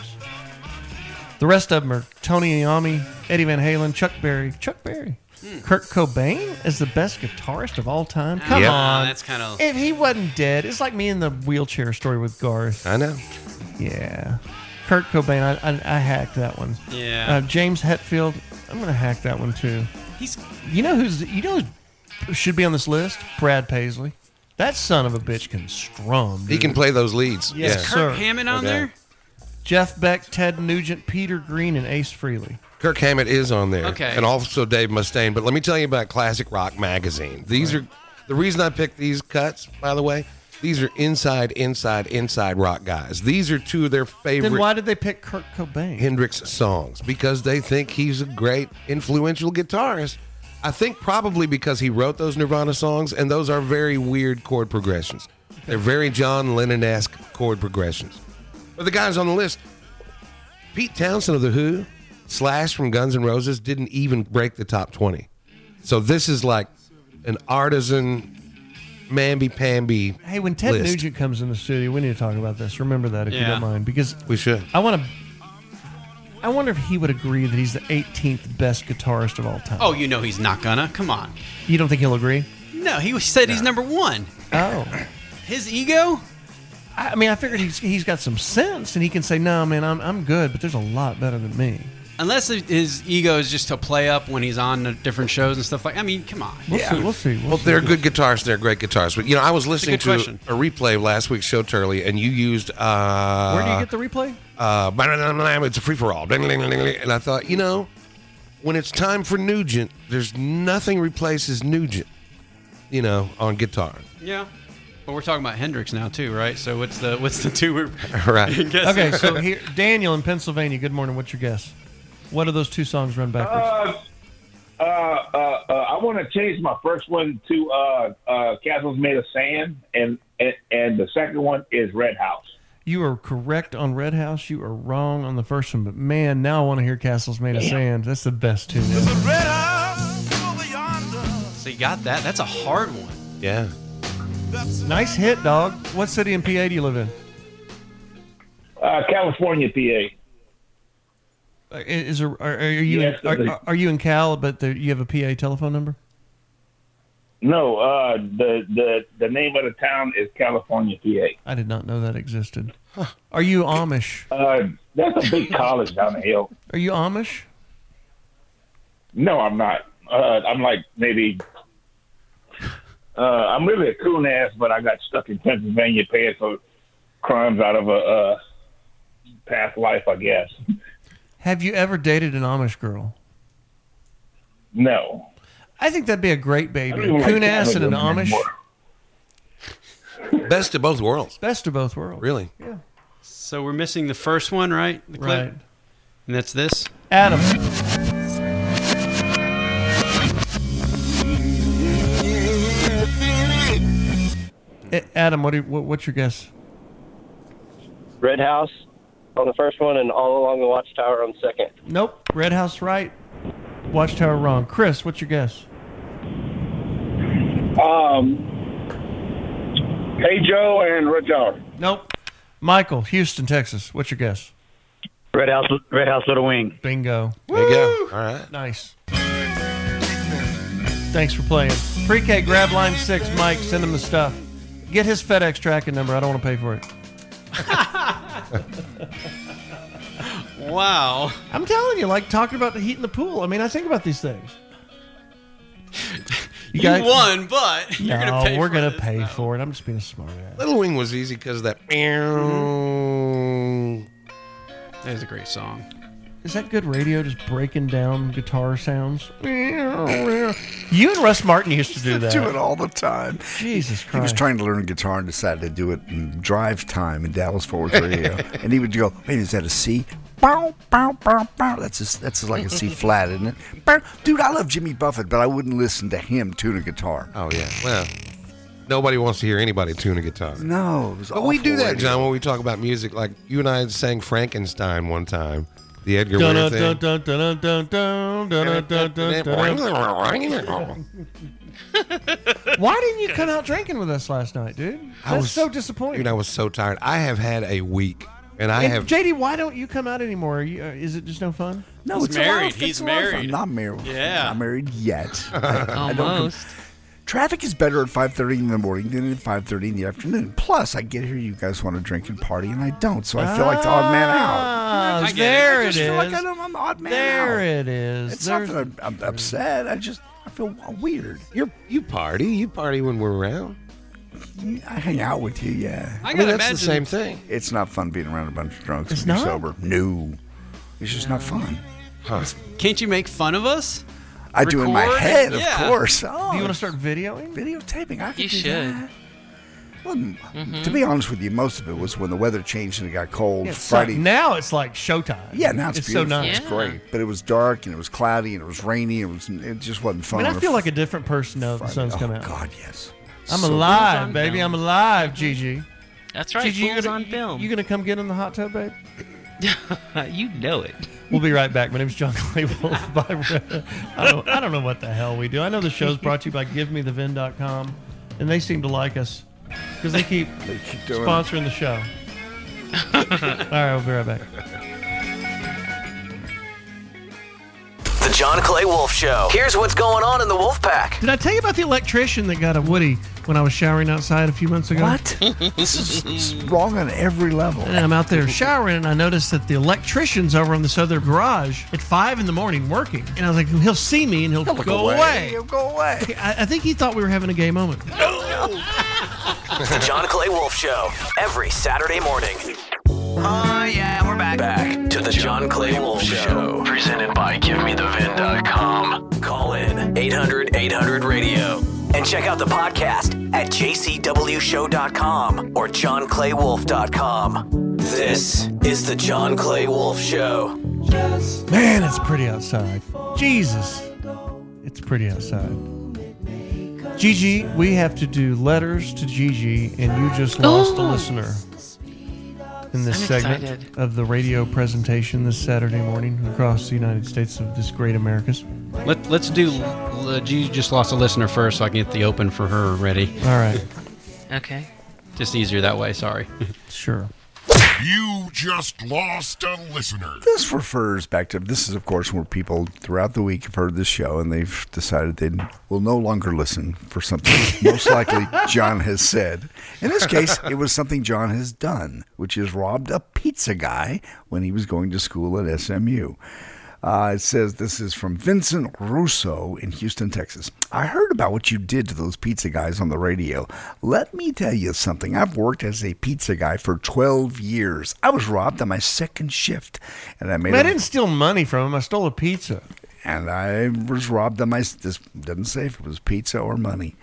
[SPEAKER 6] The rest of them are Tony Iommi, Eddie Van Halen, Chuck Berry. Chuck Berry.
[SPEAKER 5] Hmm.
[SPEAKER 6] Kurt Cobain is the best guitarist of all time. Come
[SPEAKER 5] Yep.
[SPEAKER 6] on,
[SPEAKER 5] Ah, That's kinda-
[SPEAKER 6] If he wasn't dead, it's like me in the wheelchair story with Garth.
[SPEAKER 2] I know.
[SPEAKER 6] Yeah, Kurt Cobain. I, I, I hacked that one.
[SPEAKER 5] Yeah.
[SPEAKER 6] Uh, James Hetfield. I'm gonna hack that one too.
[SPEAKER 5] He's.
[SPEAKER 6] You know who's? You know who should be on this list? Brad Paisley. That son of a bitch can strum.
[SPEAKER 2] He
[SPEAKER 6] dude.
[SPEAKER 2] can play those leads.
[SPEAKER 6] Yes,
[SPEAKER 2] Yeah.
[SPEAKER 6] sir.
[SPEAKER 5] Oh, Hammond on Okay. there?
[SPEAKER 6] Jeff Beck, Ted Nugent, Peter Green, and Ace Frehley.
[SPEAKER 2] Kirk Hammett is on there.
[SPEAKER 6] Okay.
[SPEAKER 2] And also Dave Mustaine. But let me tell you about Classic Rock Magazine. These are the reason I picked these cuts, by the way. These are inside, inside, inside rock guys. These are two of their favorite
[SPEAKER 6] Then why did they pick Kurt Cobain?
[SPEAKER 2] Hendrix songs because they think he's a great influential guitarist. I think probably because he wrote those Nirvana songs, and those are very weird chord progressions. They're very John Lennon esque chord progressions. But the guys on the list Pete Townsend of The Who, Slash from Guns N' Roses didn't even break the top 20. So this is like an artisan, mamby pamby.
[SPEAKER 6] Hey, when Ted
[SPEAKER 2] list.
[SPEAKER 6] Nugent comes in the studio, we need to talk about this. Remember that if you
[SPEAKER 2] Yeah.
[SPEAKER 6] don't mind, because
[SPEAKER 2] We should.
[SPEAKER 6] I want to. I wonder if he would agree that he's the 18th best guitarist of all time.
[SPEAKER 5] Oh, you know he's not gonna. Come on.
[SPEAKER 6] You don't think he'll agree?
[SPEAKER 5] No, he said he's number one.
[SPEAKER 6] Oh.
[SPEAKER 5] His ego?
[SPEAKER 6] I I mean, I figured he's, he's got some sense and he can say, no, man, I'm, I'm good, but there's a lot better than me.
[SPEAKER 5] Unless it- his ego is just to play up when he's on the different shows and stuff like. I mean, come on.
[SPEAKER 6] we'll see. We'll
[SPEAKER 2] well, they're good guitarists. They're great guitarists. But you know, I was listening
[SPEAKER 5] good question.
[SPEAKER 2] to a replay of last week's show, Turley, and you used. Uh,
[SPEAKER 6] Where do you get the replay?
[SPEAKER 2] uh, blah, blah, blah, blah, it's a free for all. And I thought, you know, when it's time for Nugent, there's nothing replaces Nugent, you know, on guitar.
[SPEAKER 5] Yeah. But we're talking about Hendrix now too, right? So what's the what's the two we're
[SPEAKER 2] Right.
[SPEAKER 5] guessing?
[SPEAKER 6] Okay, so here, Daniel in Pennsylvania, good morning. What's your guess? What are those two songs run backwards?
[SPEAKER 13] Uh, uh, uh, I want to change my first one to uh, uh, Castles Made of Sand, and, and and the second one is Red House.
[SPEAKER 6] You are correct on Red House. You are wrong on the first one, but man, now I want to hear Castles Made of Sand. That's the best tune. ever.
[SPEAKER 5] So you got that? That's a hard one.
[SPEAKER 2] Yeah.
[SPEAKER 6] Nice hit, dog. What city in PA do you live in?
[SPEAKER 13] Uh, California, PA.
[SPEAKER 6] Uh, Is there, are, are you
[SPEAKER 13] Yes,
[SPEAKER 6] in,
[SPEAKER 13] the-
[SPEAKER 6] are, are you in Cal? But there, you have a PA telephone number.
[SPEAKER 13] No, uh, the the the name of the town is California, PA.
[SPEAKER 6] I did not know that existed. Are you Amish?
[SPEAKER 13] Uh, that's a big college down the hill.
[SPEAKER 6] Are you Amish?
[SPEAKER 13] No, I'm not. Uh, I'm like maybe. Uh, I'm really a coon ass, but I got stuck in Pennsylvania paying for crimes out of a uh, past life, I guess.
[SPEAKER 6] Have you ever dated an Amish girl?
[SPEAKER 13] No.
[SPEAKER 6] I think that'd be a great baby.
[SPEAKER 13] don't even
[SPEAKER 6] A
[SPEAKER 13] like
[SPEAKER 6] coon ass
[SPEAKER 13] Catholic
[SPEAKER 6] and an
[SPEAKER 13] women
[SPEAKER 6] Amish.
[SPEAKER 13] anymore.
[SPEAKER 2] Best of both worlds.
[SPEAKER 6] Best of both worlds.
[SPEAKER 2] Really?
[SPEAKER 6] Yeah.
[SPEAKER 5] So we're missing the first one, right? The
[SPEAKER 6] Right.
[SPEAKER 5] And that's this.
[SPEAKER 6] Adam. Eh, Adam, what, do you, what what's your guess?
[SPEAKER 27] Red House on the first one, and All Along the Watchtower on the second.
[SPEAKER 6] Nope. Red House right. Watchtower wrong. Chris, what's your guess?
[SPEAKER 13] Um, hey Joe and Red Dog.
[SPEAKER 6] Nope. Michael, Houston, Texas. What's your guess?
[SPEAKER 26] Red House, Red House, Little Wing.
[SPEAKER 6] Bingo.
[SPEAKER 26] There you go. All
[SPEAKER 2] right.
[SPEAKER 6] Nice. Thanks for playing. Pre-K grab line six, Mike. Send him the stuff. Get his FedEx tracking number. I don't want to pay for it.
[SPEAKER 5] wow.
[SPEAKER 6] I'm telling you, like talking about the heat in the pool. I mean, I think about these things.
[SPEAKER 5] You, won, but you're
[SPEAKER 6] no,
[SPEAKER 5] gonna pay.
[SPEAKER 6] we're
[SPEAKER 5] for
[SPEAKER 6] gonna
[SPEAKER 5] this.
[SPEAKER 6] pay for it. I'm just being a smart ass.
[SPEAKER 2] Little Wing was easy because that.
[SPEAKER 6] Mm-hmm.
[SPEAKER 5] That is a great song.
[SPEAKER 6] Is that good radio? Just breaking down guitar sounds. You and Russ Martin used to do that.
[SPEAKER 3] Hmm. do it all the time.
[SPEAKER 6] Jesus
[SPEAKER 3] He was
[SPEAKER 6] Christ.
[SPEAKER 3] trying to learn guitar and decided to do it in drive time in Dallas Fort Worth radio. and he would go, "Wait, is that a C? Bow, bow, bow, bow. That's just, that's just like a C flat, isn't it? Bow. Dude, I love Jimmy Buffett, but I wouldn't listen to him tune a guitar.
[SPEAKER 2] Oh yeah. Well, nobody wants to hear anybody tune a guitar.
[SPEAKER 3] No, it was
[SPEAKER 2] But we
[SPEAKER 3] awful
[SPEAKER 2] do that,
[SPEAKER 3] radio.
[SPEAKER 2] John, when we talk about music. Like you and I sang Frankenstein one time, the Edgar
[SPEAKER 6] Dun-
[SPEAKER 2] Ware
[SPEAKER 6] dun-
[SPEAKER 2] thing.
[SPEAKER 6] dun- dun- dun- dun- dun- dun- dun- dun- dun. Why didn't you come out drinking with us last night, dude?
[SPEAKER 2] I
[SPEAKER 6] That's
[SPEAKER 2] was-
[SPEAKER 6] so disappointing.
[SPEAKER 2] Dude, I was so tired. I have had a week, and I
[SPEAKER 6] And
[SPEAKER 2] have.
[SPEAKER 6] JD, why don't you come out anymore? Are you- uh, is it just no fun?
[SPEAKER 3] No, it's A lot of- it's a lot of fun. not married.
[SPEAKER 2] Yeah.
[SPEAKER 3] not married yet. I- I don't com-
[SPEAKER 2] Almost.
[SPEAKER 3] Traffic is better at 5:30 in the morning than at 5:30 in the afternoon. Plus, I get here, you guys want to drink and party, and I don't, so I feel like the odd man out.
[SPEAKER 6] Ah,
[SPEAKER 3] I just-
[SPEAKER 6] there
[SPEAKER 3] I just
[SPEAKER 6] it
[SPEAKER 3] feel like
[SPEAKER 6] is.
[SPEAKER 3] I don't- I'm the odd man
[SPEAKER 6] There
[SPEAKER 3] out.
[SPEAKER 6] it is.
[SPEAKER 3] It's not
[SPEAKER 6] There's-
[SPEAKER 3] that I'm, I'm upset. I just I feel weird.
[SPEAKER 2] You're you party. You party when we're around.
[SPEAKER 3] I hang out with you, yeah.
[SPEAKER 2] I I mean, gotta that's the imagine- same thing.
[SPEAKER 3] It's not fun being around a bunch of drunks
[SPEAKER 2] It's
[SPEAKER 3] when
[SPEAKER 2] not?
[SPEAKER 3] you're sober. No, it's just not fun.
[SPEAKER 5] Can't you make fun of us?
[SPEAKER 3] I do in my
[SPEAKER 5] Record?
[SPEAKER 3] head, of
[SPEAKER 5] Yeah.
[SPEAKER 3] course. Oh,
[SPEAKER 6] Do you want to start videoing?
[SPEAKER 3] Videotaping. I could
[SPEAKER 6] You
[SPEAKER 3] do
[SPEAKER 6] should.
[SPEAKER 3] that. Well, To be honest with you, most of it was when the weather changed and it got cold.
[SPEAKER 6] Yeah, it's
[SPEAKER 3] Friday.
[SPEAKER 6] like- now it's like showtime.
[SPEAKER 3] yeah, now it's,
[SPEAKER 6] so
[SPEAKER 3] beautiful.
[SPEAKER 6] nice.
[SPEAKER 3] It's great, but it was dark and it was cloudy and it was rainy. And it was it just wasn't
[SPEAKER 6] I
[SPEAKER 3] fun.
[SPEAKER 6] mean, I
[SPEAKER 3] or
[SPEAKER 6] feel like a different person now that the sun's come out.
[SPEAKER 3] God, yes.
[SPEAKER 6] I'm
[SPEAKER 3] So-
[SPEAKER 6] alive,
[SPEAKER 3] Fool's on
[SPEAKER 6] baby.
[SPEAKER 3] film.
[SPEAKER 6] I'm alive, Gigi.
[SPEAKER 11] That's right,
[SPEAKER 6] Gigi, you
[SPEAKER 11] fool's
[SPEAKER 6] gonna,
[SPEAKER 11] on film.
[SPEAKER 6] You gonna come get in the hot tub, babe?
[SPEAKER 11] you know it.
[SPEAKER 6] We'll be right back. My name's John Clay Wolf. By I, don't, I don't know what the hell we do. I know the show's brought to you by GiveMeTheVin.com, and they seem to like us because they keep,
[SPEAKER 3] keep doing it.
[SPEAKER 6] sponsoring the show. All right, we'll be right back.
[SPEAKER 1] The John Clay Wolf Show. Here's what's going on in the Wolf Pack.
[SPEAKER 6] Did I tell you about the electrician that got a Woody when I was showering outside a few months ago?
[SPEAKER 3] What? this is it's wrong on every level.
[SPEAKER 6] And I'm out there showering, and I noticed that the electrician's over on this other garage at five in the morning working. And I was like, he'll see me and he'll,
[SPEAKER 3] Look
[SPEAKER 6] go away.
[SPEAKER 3] You'll go away.
[SPEAKER 6] I, I think he thought we were having a gay moment.
[SPEAKER 1] the John Clay Wolf Show. Every Saturday morning. Oh, yeah, we're back. Back to the John Clay Wolf Show. Presented by GiveMeTheVin.com. Call in 800 800 radio. And check out the podcast at jcwshow.com or johnclaywolf.com. This is the John Clay Wolf Show.
[SPEAKER 6] Man, it's pretty outside. Jesus. It's pretty outside. Gigi, we have to do letters to Gigi, and you just lost a
[SPEAKER 11] Oh.
[SPEAKER 6] listener in this
[SPEAKER 11] I'm
[SPEAKER 6] segment
[SPEAKER 11] excited.
[SPEAKER 6] of the radio presentation this Saturday morning across the United States of this great Americas.
[SPEAKER 5] Let Let's do. Uh, G just lost a listener first, so I can get the open for her ready.
[SPEAKER 6] All right.
[SPEAKER 11] Okay.
[SPEAKER 5] just easier that way. Sorry.
[SPEAKER 6] Sure.
[SPEAKER 17] You just lost a listener.
[SPEAKER 3] This refers back to this is, of course, where people throughout the week have heard this show and they've decided they will no longer listen for something most likely John has said. In this case, it was something John has done, which is robbed a pizza guy when he was going to school at SMU. Uh, it says this is from Vincent Russo in Houston, Texas. I heard about what you did to those pizza guys on the radio. Let me tell you something. I've worked as a pizza guy for 12 years. I was robbed on my second shift, and I
[SPEAKER 6] I,
[SPEAKER 3] made.
[SPEAKER 6] mean, I
[SPEAKER 3] a-
[SPEAKER 6] didn't steal money from him. I stole a pizza.
[SPEAKER 3] and I was robbed on my. This doesn't say if it was pizza or money.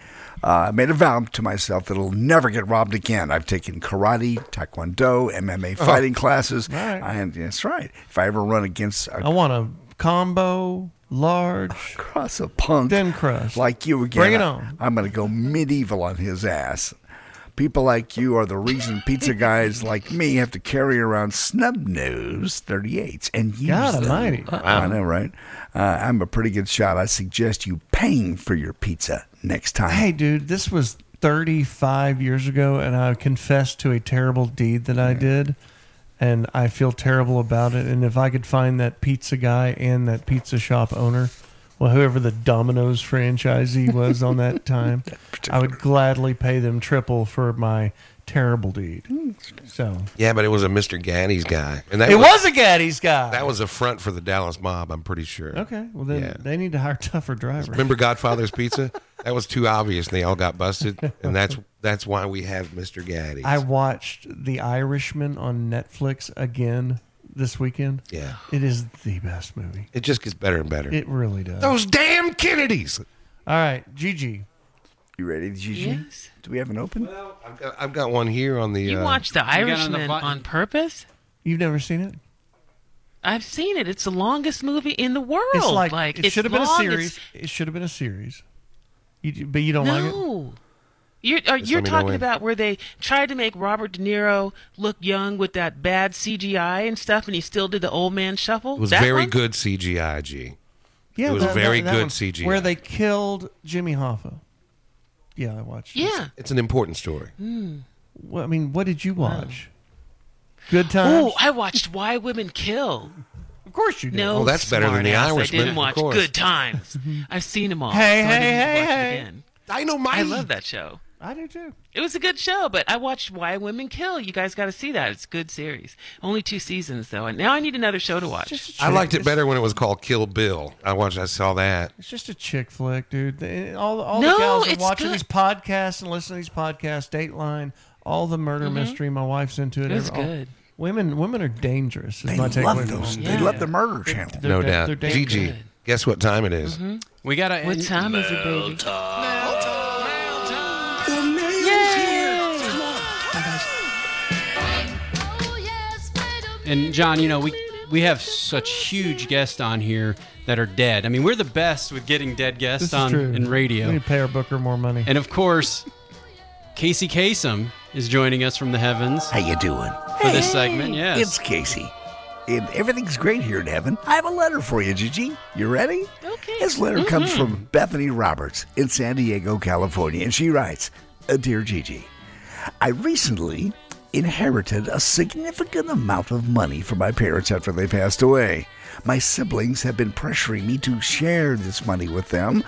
[SPEAKER 3] Uh, I made a vow to myself that I'll never get robbed again. I've taken karate, taekwondo, MMA
[SPEAKER 6] Oh.
[SPEAKER 3] fighting classes.
[SPEAKER 6] All right.
[SPEAKER 3] I- that's right. If I ever run against a
[SPEAKER 6] I want a combo, large.
[SPEAKER 3] Cross a punk.
[SPEAKER 6] Then crust.
[SPEAKER 3] like you again.
[SPEAKER 6] Bring it on.
[SPEAKER 3] I, am going to go medieval on his ass. People like you are the reason pizza guys like me have to carry around snub nose 38s and use
[SPEAKER 6] God
[SPEAKER 3] them.
[SPEAKER 6] almighty.
[SPEAKER 3] I know, right? Uh, I'm a pretty good shot. I suggest you paying for your pizza next time.
[SPEAKER 6] Hey, dude, this was 35 years ago, and I confessed to a terrible deed that I did, and I feel terrible about it. And if I could find that pizza guy and that pizza shop owner, well, whoever the Domino's franchisee was on that time, I would gladly pay them triple for my terrible deed. So
[SPEAKER 2] Yeah, but it was a Mr. Gaddy's guy, and
[SPEAKER 6] it was, a Gaddy's guy.
[SPEAKER 2] that was a front for the Dallas mob. I'm pretty sure.
[SPEAKER 6] Okay, well then
[SPEAKER 2] Yeah.
[SPEAKER 6] they need to hire tougher drivers.
[SPEAKER 2] Remember Godfather's Pizza? That was too obvious, and they all got busted, and that's that's why we have Mr. Gaddy.
[SPEAKER 6] I watched The Irishman on Netflix again this weekend.
[SPEAKER 2] Yeah.
[SPEAKER 6] It is the best movie.
[SPEAKER 2] It just gets better and better.
[SPEAKER 6] It really does.
[SPEAKER 2] Those damn Kennedys.
[SPEAKER 6] All right, Gigi.
[SPEAKER 3] You ready, Gigi?
[SPEAKER 6] Yes.
[SPEAKER 3] Do we have an open?
[SPEAKER 2] I've got, I've got one here on the.
[SPEAKER 4] You
[SPEAKER 2] uh,
[SPEAKER 4] watched The Irishman on, purpose?
[SPEAKER 6] You've never seen it?
[SPEAKER 4] I've seen it. It's the longest movie in the world.
[SPEAKER 6] It's like, it
[SPEAKER 4] it's
[SPEAKER 6] should have been a
[SPEAKER 4] long,
[SPEAKER 6] series.
[SPEAKER 4] it's-
[SPEAKER 6] It should have been a series. You, but you don't like it.
[SPEAKER 4] no. You're, are,
[SPEAKER 6] Just let me
[SPEAKER 4] you're
[SPEAKER 6] know
[SPEAKER 4] talking
[SPEAKER 6] when.
[SPEAKER 4] about where they tried to make Robert De Niro look young with that bad CGI and stuff, and he still did the old man shuffle.
[SPEAKER 2] It was
[SPEAKER 4] That
[SPEAKER 2] very
[SPEAKER 4] one?
[SPEAKER 2] good CGI. G.
[SPEAKER 6] Yeah,
[SPEAKER 2] it was
[SPEAKER 6] that-
[SPEAKER 2] very
[SPEAKER 6] that- that
[SPEAKER 2] good
[SPEAKER 6] one,
[SPEAKER 2] CGI.
[SPEAKER 6] Where they killed Jimmy Hoffa. Yeah, I watched. it.
[SPEAKER 4] Yeah.
[SPEAKER 2] It's an important story.
[SPEAKER 4] Hmm.
[SPEAKER 6] Well, I mean, what did you watch? Good times.
[SPEAKER 4] Oh, I watched Why Women Kill.
[SPEAKER 6] Of course you did.
[SPEAKER 4] No,
[SPEAKER 2] Oh, that's better than The
[SPEAKER 4] smartass,
[SPEAKER 2] Irishman,
[SPEAKER 4] I didn't
[SPEAKER 2] of
[SPEAKER 4] watch
[SPEAKER 2] course.
[SPEAKER 4] Good Times. I've seen them all.
[SPEAKER 6] Hey,
[SPEAKER 4] so I
[SPEAKER 6] hey,
[SPEAKER 4] didn't
[SPEAKER 6] hey,
[SPEAKER 4] watch it
[SPEAKER 6] hey.
[SPEAKER 4] again.
[SPEAKER 2] Dynamite.
[SPEAKER 4] I love that show.
[SPEAKER 6] I do too.
[SPEAKER 4] It was a good show, but I watched Why Women Kill. You guys got to see that. It's a good series. Only two seasons though, and now I need another show to watch.
[SPEAKER 2] I liked it better when it was called Kill Bill. I watched. I saw that.
[SPEAKER 6] It's just a chick flick, dude. They- All, all
[SPEAKER 4] No,
[SPEAKER 6] the gals are
[SPEAKER 4] it's
[SPEAKER 6] watching
[SPEAKER 4] good.
[SPEAKER 6] these podcasts and listening to these podcasts. Dateline, all the murder
[SPEAKER 4] Mhm.
[SPEAKER 6] mystery. My wife's into it.
[SPEAKER 4] It's
[SPEAKER 6] Every- all-
[SPEAKER 4] good.
[SPEAKER 6] women, women are dangerous. Is
[SPEAKER 3] They
[SPEAKER 6] my takeaway
[SPEAKER 3] love
[SPEAKER 6] from
[SPEAKER 3] those.
[SPEAKER 6] all
[SPEAKER 3] They
[SPEAKER 6] this.
[SPEAKER 3] love the murder channel.
[SPEAKER 6] They're
[SPEAKER 2] no
[SPEAKER 6] da-
[SPEAKER 2] doubt.
[SPEAKER 6] they're damn
[SPEAKER 2] Gigi,
[SPEAKER 6] good.
[SPEAKER 2] guess what time it is?
[SPEAKER 5] We gotta.
[SPEAKER 4] What time is it, baby?
[SPEAKER 5] And John, you know, we we have such huge guests on here that are dead. I mean, we're the best with getting dead guests
[SPEAKER 6] This is
[SPEAKER 5] on
[SPEAKER 6] true.
[SPEAKER 5] in radio.
[SPEAKER 6] We need to pay our booker more money.
[SPEAKER 5] And of course, Casey Kasem is joining us from the heavens. How
[SPEAKER 3] you doing?
[SPEAKER 5] For this segment, yes.
[SPEAKER 3] It's Casey. And everything's great here in heaven. I have a letter for you, Gigi. You ready? Okay. This letter comes
[SPEAKER 29] Mhm.
[SPEAKER 3] from Bethany Roberts in San Diego, California, and she writes, "Uh, "Dear Gigi, I recently inherited a significant amount of money from my parents after they passed away. My siblings have been pressuring me to share this money with them.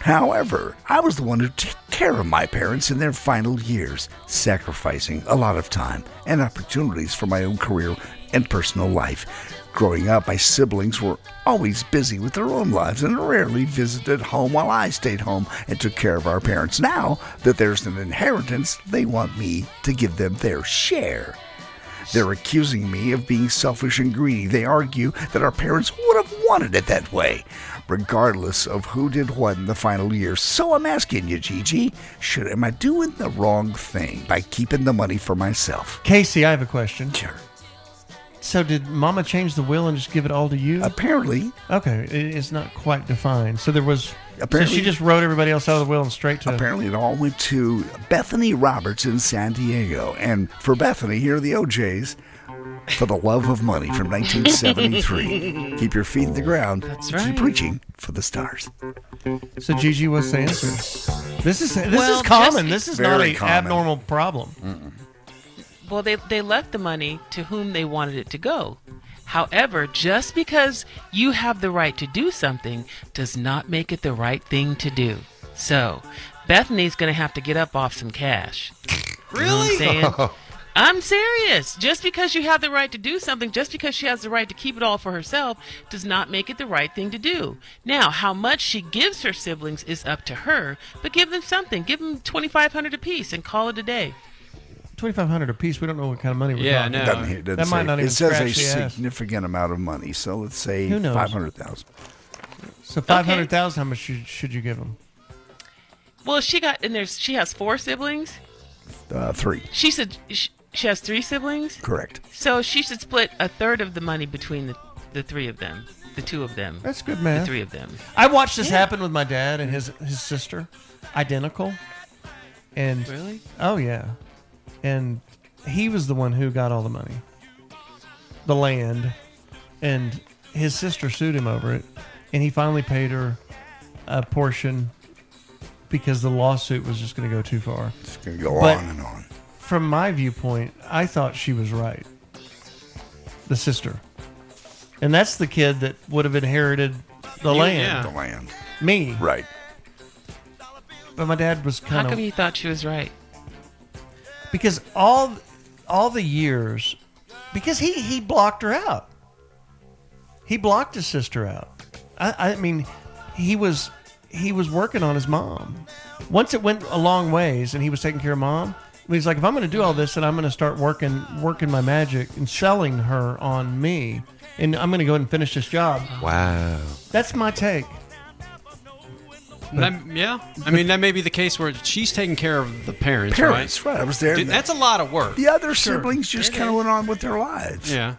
[SPEAKER 3] However, I was the one who took care of my parents in their final years, sacrificing a lot of time and opportunities for my own career and personal life. Growing up, my siblings were always busy with their own lives and rarely visited home while I stayed home and took care of our parents. Now that there's an inheritance, they want me to give them their share. They're accusing me of being selfish and greedy. They argue that our parents would have wanted it that way, regardless of who did what in the final year. So I'm asking you, Gigi, should am I doing the wrong thing by keeping the money for myself?
[SPEAKER 6] Casey, I have a question.
[SPEAKER 3] Sure.
[SPEAKER 6] So did Mama change the will and just give it all to you?
[SPEAKER 3] Apparently.
[SPEAKER 6] Okay, it, it's not quite defined. So there was.
[SPEAKER 3] Apparently-
[SPEAKER 6] so she just wrote everybody else out of the will and straight to.
[SPEAKER 3] Apparently, it all went to Bethany Roberts in San Diego. And for Bethany, here are the OJs for the love of money from 1973. Keep your feet in the ground. That's right. Keep reaching for the stars.
[SPEAKER 6] So Gigi, what's the answer? This is this
[SPEAKER 4] Well,
[SPEAKER 6] is common.
[SPEAKER 4] just-
[SPEAKER 6] This is not
[SPEAKER 3] Very
[SPEAKER 6] an
[SPEAKER 3] common.
[SPEAKER 6] abnormal problem.
[SPEAKER 4] Well, they, they left the money to whom they wanted it to go. However, just because you have the right to do something does not make it the right thing to do. So, Bethany's going to have to get up off some cash. Really? I'm, saying? I'm serious. Just because you have the right to do something, just because she has the right to keep it all for herself, does not make it the right thing to do. Now, how much she gives her siblings is up to her, but give them something. Give them 2500 apiece and call it a day.
[SPEAKER 6] Twenty five hundred apiece. We don't know what kind of money we're
[SPEAKER 5] Yeah,
[SPEAKER 6] talking
[SPEAKER 5] no.
[SPEAKER 6] about.
[SPEAKER 5] Doesn't
[SPEAKER 3] It doesn't
[SPEAKER 6] that might
[SPEAKER 3] say-
[SPEAKER 6] not even
[SPEAKER 3] It says a
[SPEAKER 6] scratch the ass.
[SPEAKER 3] significant amount of money. So let's say
[SPEAKER 6] Who knows?
[SPEAKER 3] 500000
[SPEAKER 6] So five hundred thousand. How much should, should you give them?
[SPEAKER 4] Well, she got and there's she has four siblings.
[SPEAKER 3] uh, Three.
[SPEAKER 4] She said she, she has three siblings,
[SPEAKER 3] Correct.
[SPEAKER 4] so she should split a third of the money between the, the three of them, the two of them.
[SPEAKER 6] That's good math.
[SPEAKER 4] The three of them.
[SPEAKER 6] I watched this
[SPEAKER 4] Yeah.
[SPEAKER 6] happen with my dad and his his sister, identical, and
[SPEAKER 4] Really?
[SPEAKER 6] Oh yeah, and he was the one who got all the money, the land, and his sister sued him over it, and he finally paid her a portion because the lawsuit was just going to go too far. It's
[SPEAKER 3] going to go on and on.
[SPEAKER 6] From my viewpoint, I thought she was right. The sister. And that's the kid that would have inherited the
[SPEAKER 3] You-
[SPEAKER 6] land.
[SPEAKER 3] yeah. The land.
[SPEAKER 6] Me.
[SPEAKER 3] Right.
[SPEAKER 6] But my dad was kind
[SPEAKER 11] How
[SPEAKER 6] of
[SPEAKER 11] come you thought she was right?
[SPEAKER 6] because all all the years because he he blocked her out he blocked his sister out i i mean he was he was working on his mom once it went a long ways and he was taking care of mom he's like if i'm going to do all this then i'm going to start working working my magic and selling her on me and i'm going to go ahead and finish this job
[SPEAKER 2] Wow.
[SPEAKER 6] that's my take
[SPEAKER 5] That- yeah, I mean that may be the case where she's taking care of the parents.
[SPEAKER 3] Parents, right, I was there.
[SPEAKER 5] Dude, that's a lot of work.
[SPEAKER 3] The other
[SPEAKER 5] Sure.
[SPEAKER 3] siblings just
[SPEAKER 5] It
[SPEAKER 3] kind of went on with their lives.
[SPEAKER 5] Yeah.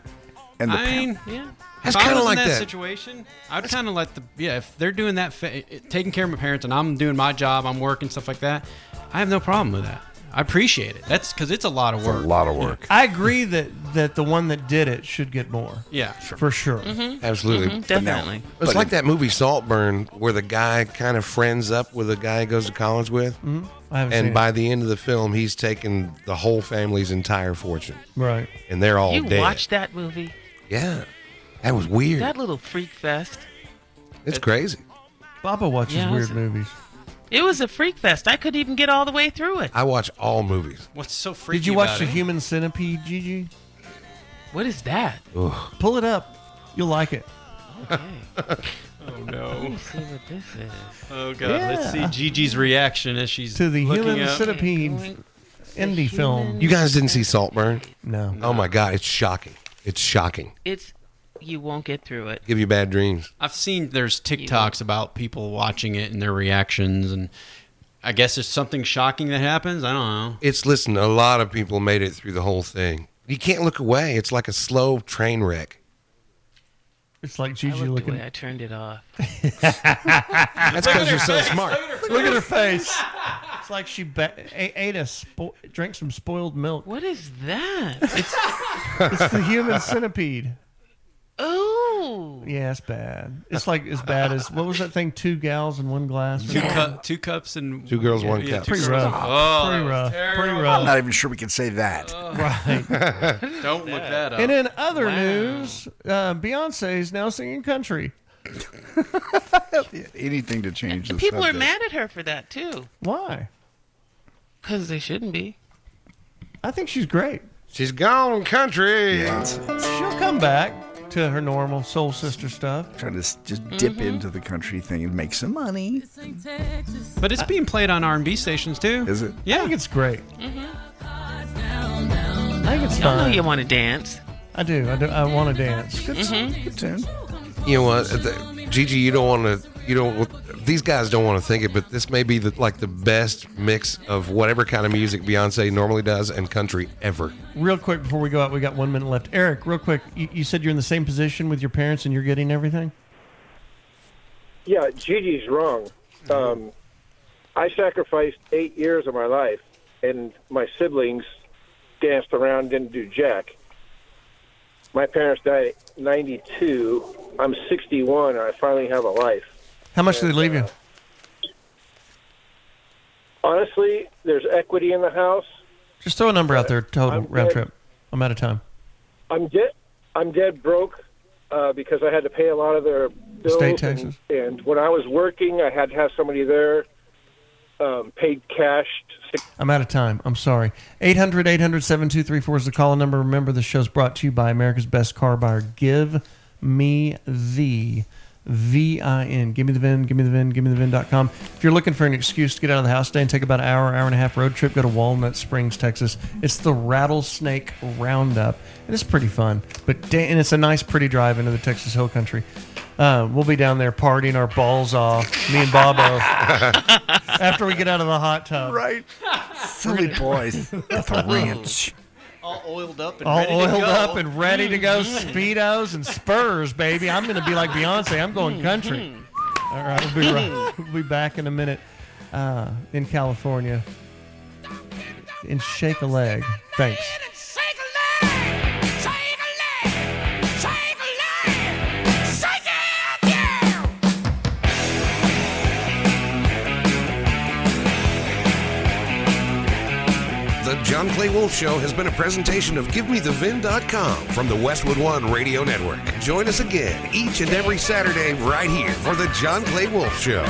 [SPEAKER 3] And the
[SPEAKER 5] I
[SPEAKER 3] pa-
[SPEAKER 5] mean, yeah.
[SPEAKER 3] That's
[SPEAKER 5] If I
[SPEAKER 3] kinda
[SPEAKER 5] was in
[SPEAKER 3] like
[SPEAKER 5] that,
[SPEAKER 3] that.
[SPEAKER 5] situation. I'd kind of let the yeah. If they're doing that, fa- eh, taking care of my parents, and I'm doing my job, I'm working stuff like that. I have no problem with that. I appreciate it. That's because it's a lot of work.
[SPEAKER 2] lot of
[SPEAKER 6] i agree that that the one that did it should get more
[SPEAKER 5] Yeah,
[SPEAKER 6] for sure
[SPEAKER 11] Mm-hmm.
[SPEAKER 2] Absolutely.
[SPEAKER 5] Mm-hmm.
[SPEAKER 2] But now- It's
[SPEAKER 6] But-
[SPEAKER 2] like that movie Saltburn where the guy kind of friends up with a guy he goes to college with.
[SPEAKER 6] Mhm. I haven't
[SPEAKER 2] and
[SPEAKER 6] seen
[SPEAKER 2] by the end of the film, he's taken the whole family's entire fortune.
[SPEAKER 6] Right.
[SPEAKER 2] And they're all
[SPEAKER 11] you
[SPEAKER 2] dead.
[SPEAKER 11] watched that movie?
[SPEAKER 2] yeah. That was weird.
[SPEAKER 11] That little freak fest.
[SPEAKER 2] it's crazy.
[SPEAKER 6] Baba watches
[SPEAKER 11] Yeah, I
[SPEAKER 6] weird
[SPEAKER 11] was-
[SPEAKER 6] movies.
[SPEAKER 11] It was a freak fest. I couldn't even get all the way through it.
[SPEAKER 2] I watch all movies.
[SPEAKER 5] What's so freaky?
[SPEAKER 6] Did you watch
[SPEAKER 11] about
[SPEAKER 6] the
[SPEAKER 11] it?
[SPEAKER 6] Human Centipede, Gigi?
[SPEAKER 11] What is that?
[SPEAKER 2] Ugh.
[SPEAKER 6] Pull it up. You'll like it.
[SPEAKER 5] oh no.
[SPEAKER 11] Let me see what this is.
[SPEAKER 5] Oh god. Let's see
[SPEAKER 6] Yeah.
[SPEAKER 5] Gigi's reaction as she's
[SPEAKER 6] To the
[SPEAKER 5] looking
[SPEAKER 6] Human
[SPEAKER 5] up.
[SPEAKER 6] Centipede indie film.
[SPEAKER 2] You guys didn't see Saltburn?
[SPEAKER 6] No.
[SPEAKER 2] Oh my God. It's shocking. It's shocking.
[SPEAKER 11] It's you won't get through it.
[SPEAKER 2] Give you bad dreams.
[SPEAKER 5] I've seen there's TikToks about people watching it and their reactions, and I guess there's something shocking that happens. I don't know.
[SPEAKER 2] It's, listen, a lot of people made it through the whole thing. You can't look away. It's like a slow train wreck.
[SPEAKER 6] It's like
[SPEAKER 11] I
[SPEAKER 6] Gigi
[SPEAKER 11] looked
[SPEAKER 6] looking.
[SPEAKER 11] away. I turned it off.
[SPEAKER 2] That's
[SPEAKER 6] Look at
[SPEAKER 2] 'cause you're
[SPEAKER 6] her
[SPEAKER 2] so
[SPEAKER 6] face.
[SPEAKER 2] smart.
[SPEAKER 6] Look at her face. It's like she ba- a- ate a spo- drank some spoiled milk.
[SPEAKER 11] What is that? It's,
[SPEAKER 6] it's the Human Centipede.
[SPEAKER 11] Oh.
[SPEAKER 6] Yeah, it's bad. It's like as bad as what was that thing? Two gals in one glass.
[SPEAKER 5] Two, cu- two cups and
[SPEAKER 2] Two girls, one
[SPEAKER 5] yeah,
[SPEAKER 2] cup.
[SPEAKER 5] two
[SPEAKER 6] Pretty
[SPEAKER 5] girls.
[SPEAKER 6] rough.
[SPEAKER 5] Oh,
[SPEAKER 6] Pretty
[SPEAKER 5] that was
[SPEAKER 6] rough.
[SPEAKER 5] terrible.
[SPEAKER 6] Pretty rough.
[SPEAKER 3] I'm not even sure we can say that.
[SPEAKER 6] Right.
[SPEAKER 5] Oh, Don't look that up.
[SPEAKER 6] And in other news, uh, Beyonce is now singing country.
[SPEAKER 3] Anything to change the
[SPEAKER 11] People are
[SPEAKER 3] subject.
[SPEAKER 11] mad at her for that too.
[SPEAKER 6] Why?
[SPEAKER 11] Because they shouldn't be.
[SPEAKER 6] I think she's great.
[SPEAKER 2] She's gone country.
[SPEAKER 6] She'll come back to her normal soul sister stuff.
[SPEAKER 3] Trying to s- just dip into the country thing and make some money.
[SPEAKER 5] But it's being played on R&B stations too.
[SPEAKER 3] Is it?
[SPEAKER 5] Yeah, I think
[SPEAKER 6] it's great. I think it's
[SPEAKER 11] Y'all know
[SPEAKER 6] fine.
[SPEAKER 11] you want to dance.
[SPEAKER 6] I do. I do. I want to dance. Good,
[SPEAKER 11] Mhm.
[SPEAKER 3] good tune.
[SPEAKER 2] You know what, the, Gigi? You don't want to. You don't. These guys don't want to think it, but this may be the, like the best mix of whatever kind of music Beyonce normally does and country ever.
[SPEAKER 6] Real quick before we go out, we got one minute left. Eric, real quick, you, you said you're in the same position with your parents and you're getting everything.
[SPEAKER 16] Yeah, Gigi's wrong. Um, I sacrificed eight years of my life, and my siblings danced around, didn't do jack. My parents died at 92. I'm 61, and I finally have a life.
[SPEAKER 6] How much do they leave you?
[SPEAKER 16] Honestly, there's equity in the house.
[SPEAKER 6] Just throw a number out there. Total
[SPEAKER 16] I'm
[SPEAKER 6] round
[SPEAKER 16] good.
[SPEAKER 6] trip. I'm out of time.
[SPEAKER 16] I'm dead. I'm dead broke uh, because I had to pay a lot of their bills.
[SPEAKER 6] State
[SPEAKER 16] and-
[SPEAKER 6] taxes.
[SPEAKER 16] And, when I was working, I had to have somebody there, um, paid cash.
[SPEAKER 6] I'm out of time. I'm sorry. 800 800 7234 is the call number. Remember, the show's brought to you by America's Best Car Buyer. Give me the VIN. Give me the VIN. Give me the VIN. Give me the VIN.com. If you're looking for an excuse to get out of the house today and take about an hour, hour and a half road trip, go to Walnut Springs, Texas. It's the Rattlesnake Roundup. And it's pretty fun. But da- And it's a nice, pretty drive into the Texas Hill Country. Uh, we'll be down there partying our balls off, me and Bobo, after we get out of the hot tub.
[SPEAKER 3] Right. Silly boys at the ranch.
[SPEAKER 5] All oiled up and
[SPEAKER 6] all
[SPEAKER 5] ready
[SPEAKER 6] oiled
[SPEAKER 5] to go. Mm-hmm.
[SPEAKER 6] up and ready to go. Speedos and spurs, baby. I'm going to be like Beyonce.
[SPEAKER 5] Mm-hmm.
[SPEAKER 6] I'm going country. All right, we'll be, right, we'll be back in a minute uh, in California. And shake a leg. Thanks.
[SPEAKER 7] Shake it, yeah!
[SPEAKER 2] John Clay Wolf Show has been a presentation of GiveMeTheVin.com from the Westwood One Radio Network. Join us again each and every Saturday right here for the John Clay Wolf Show.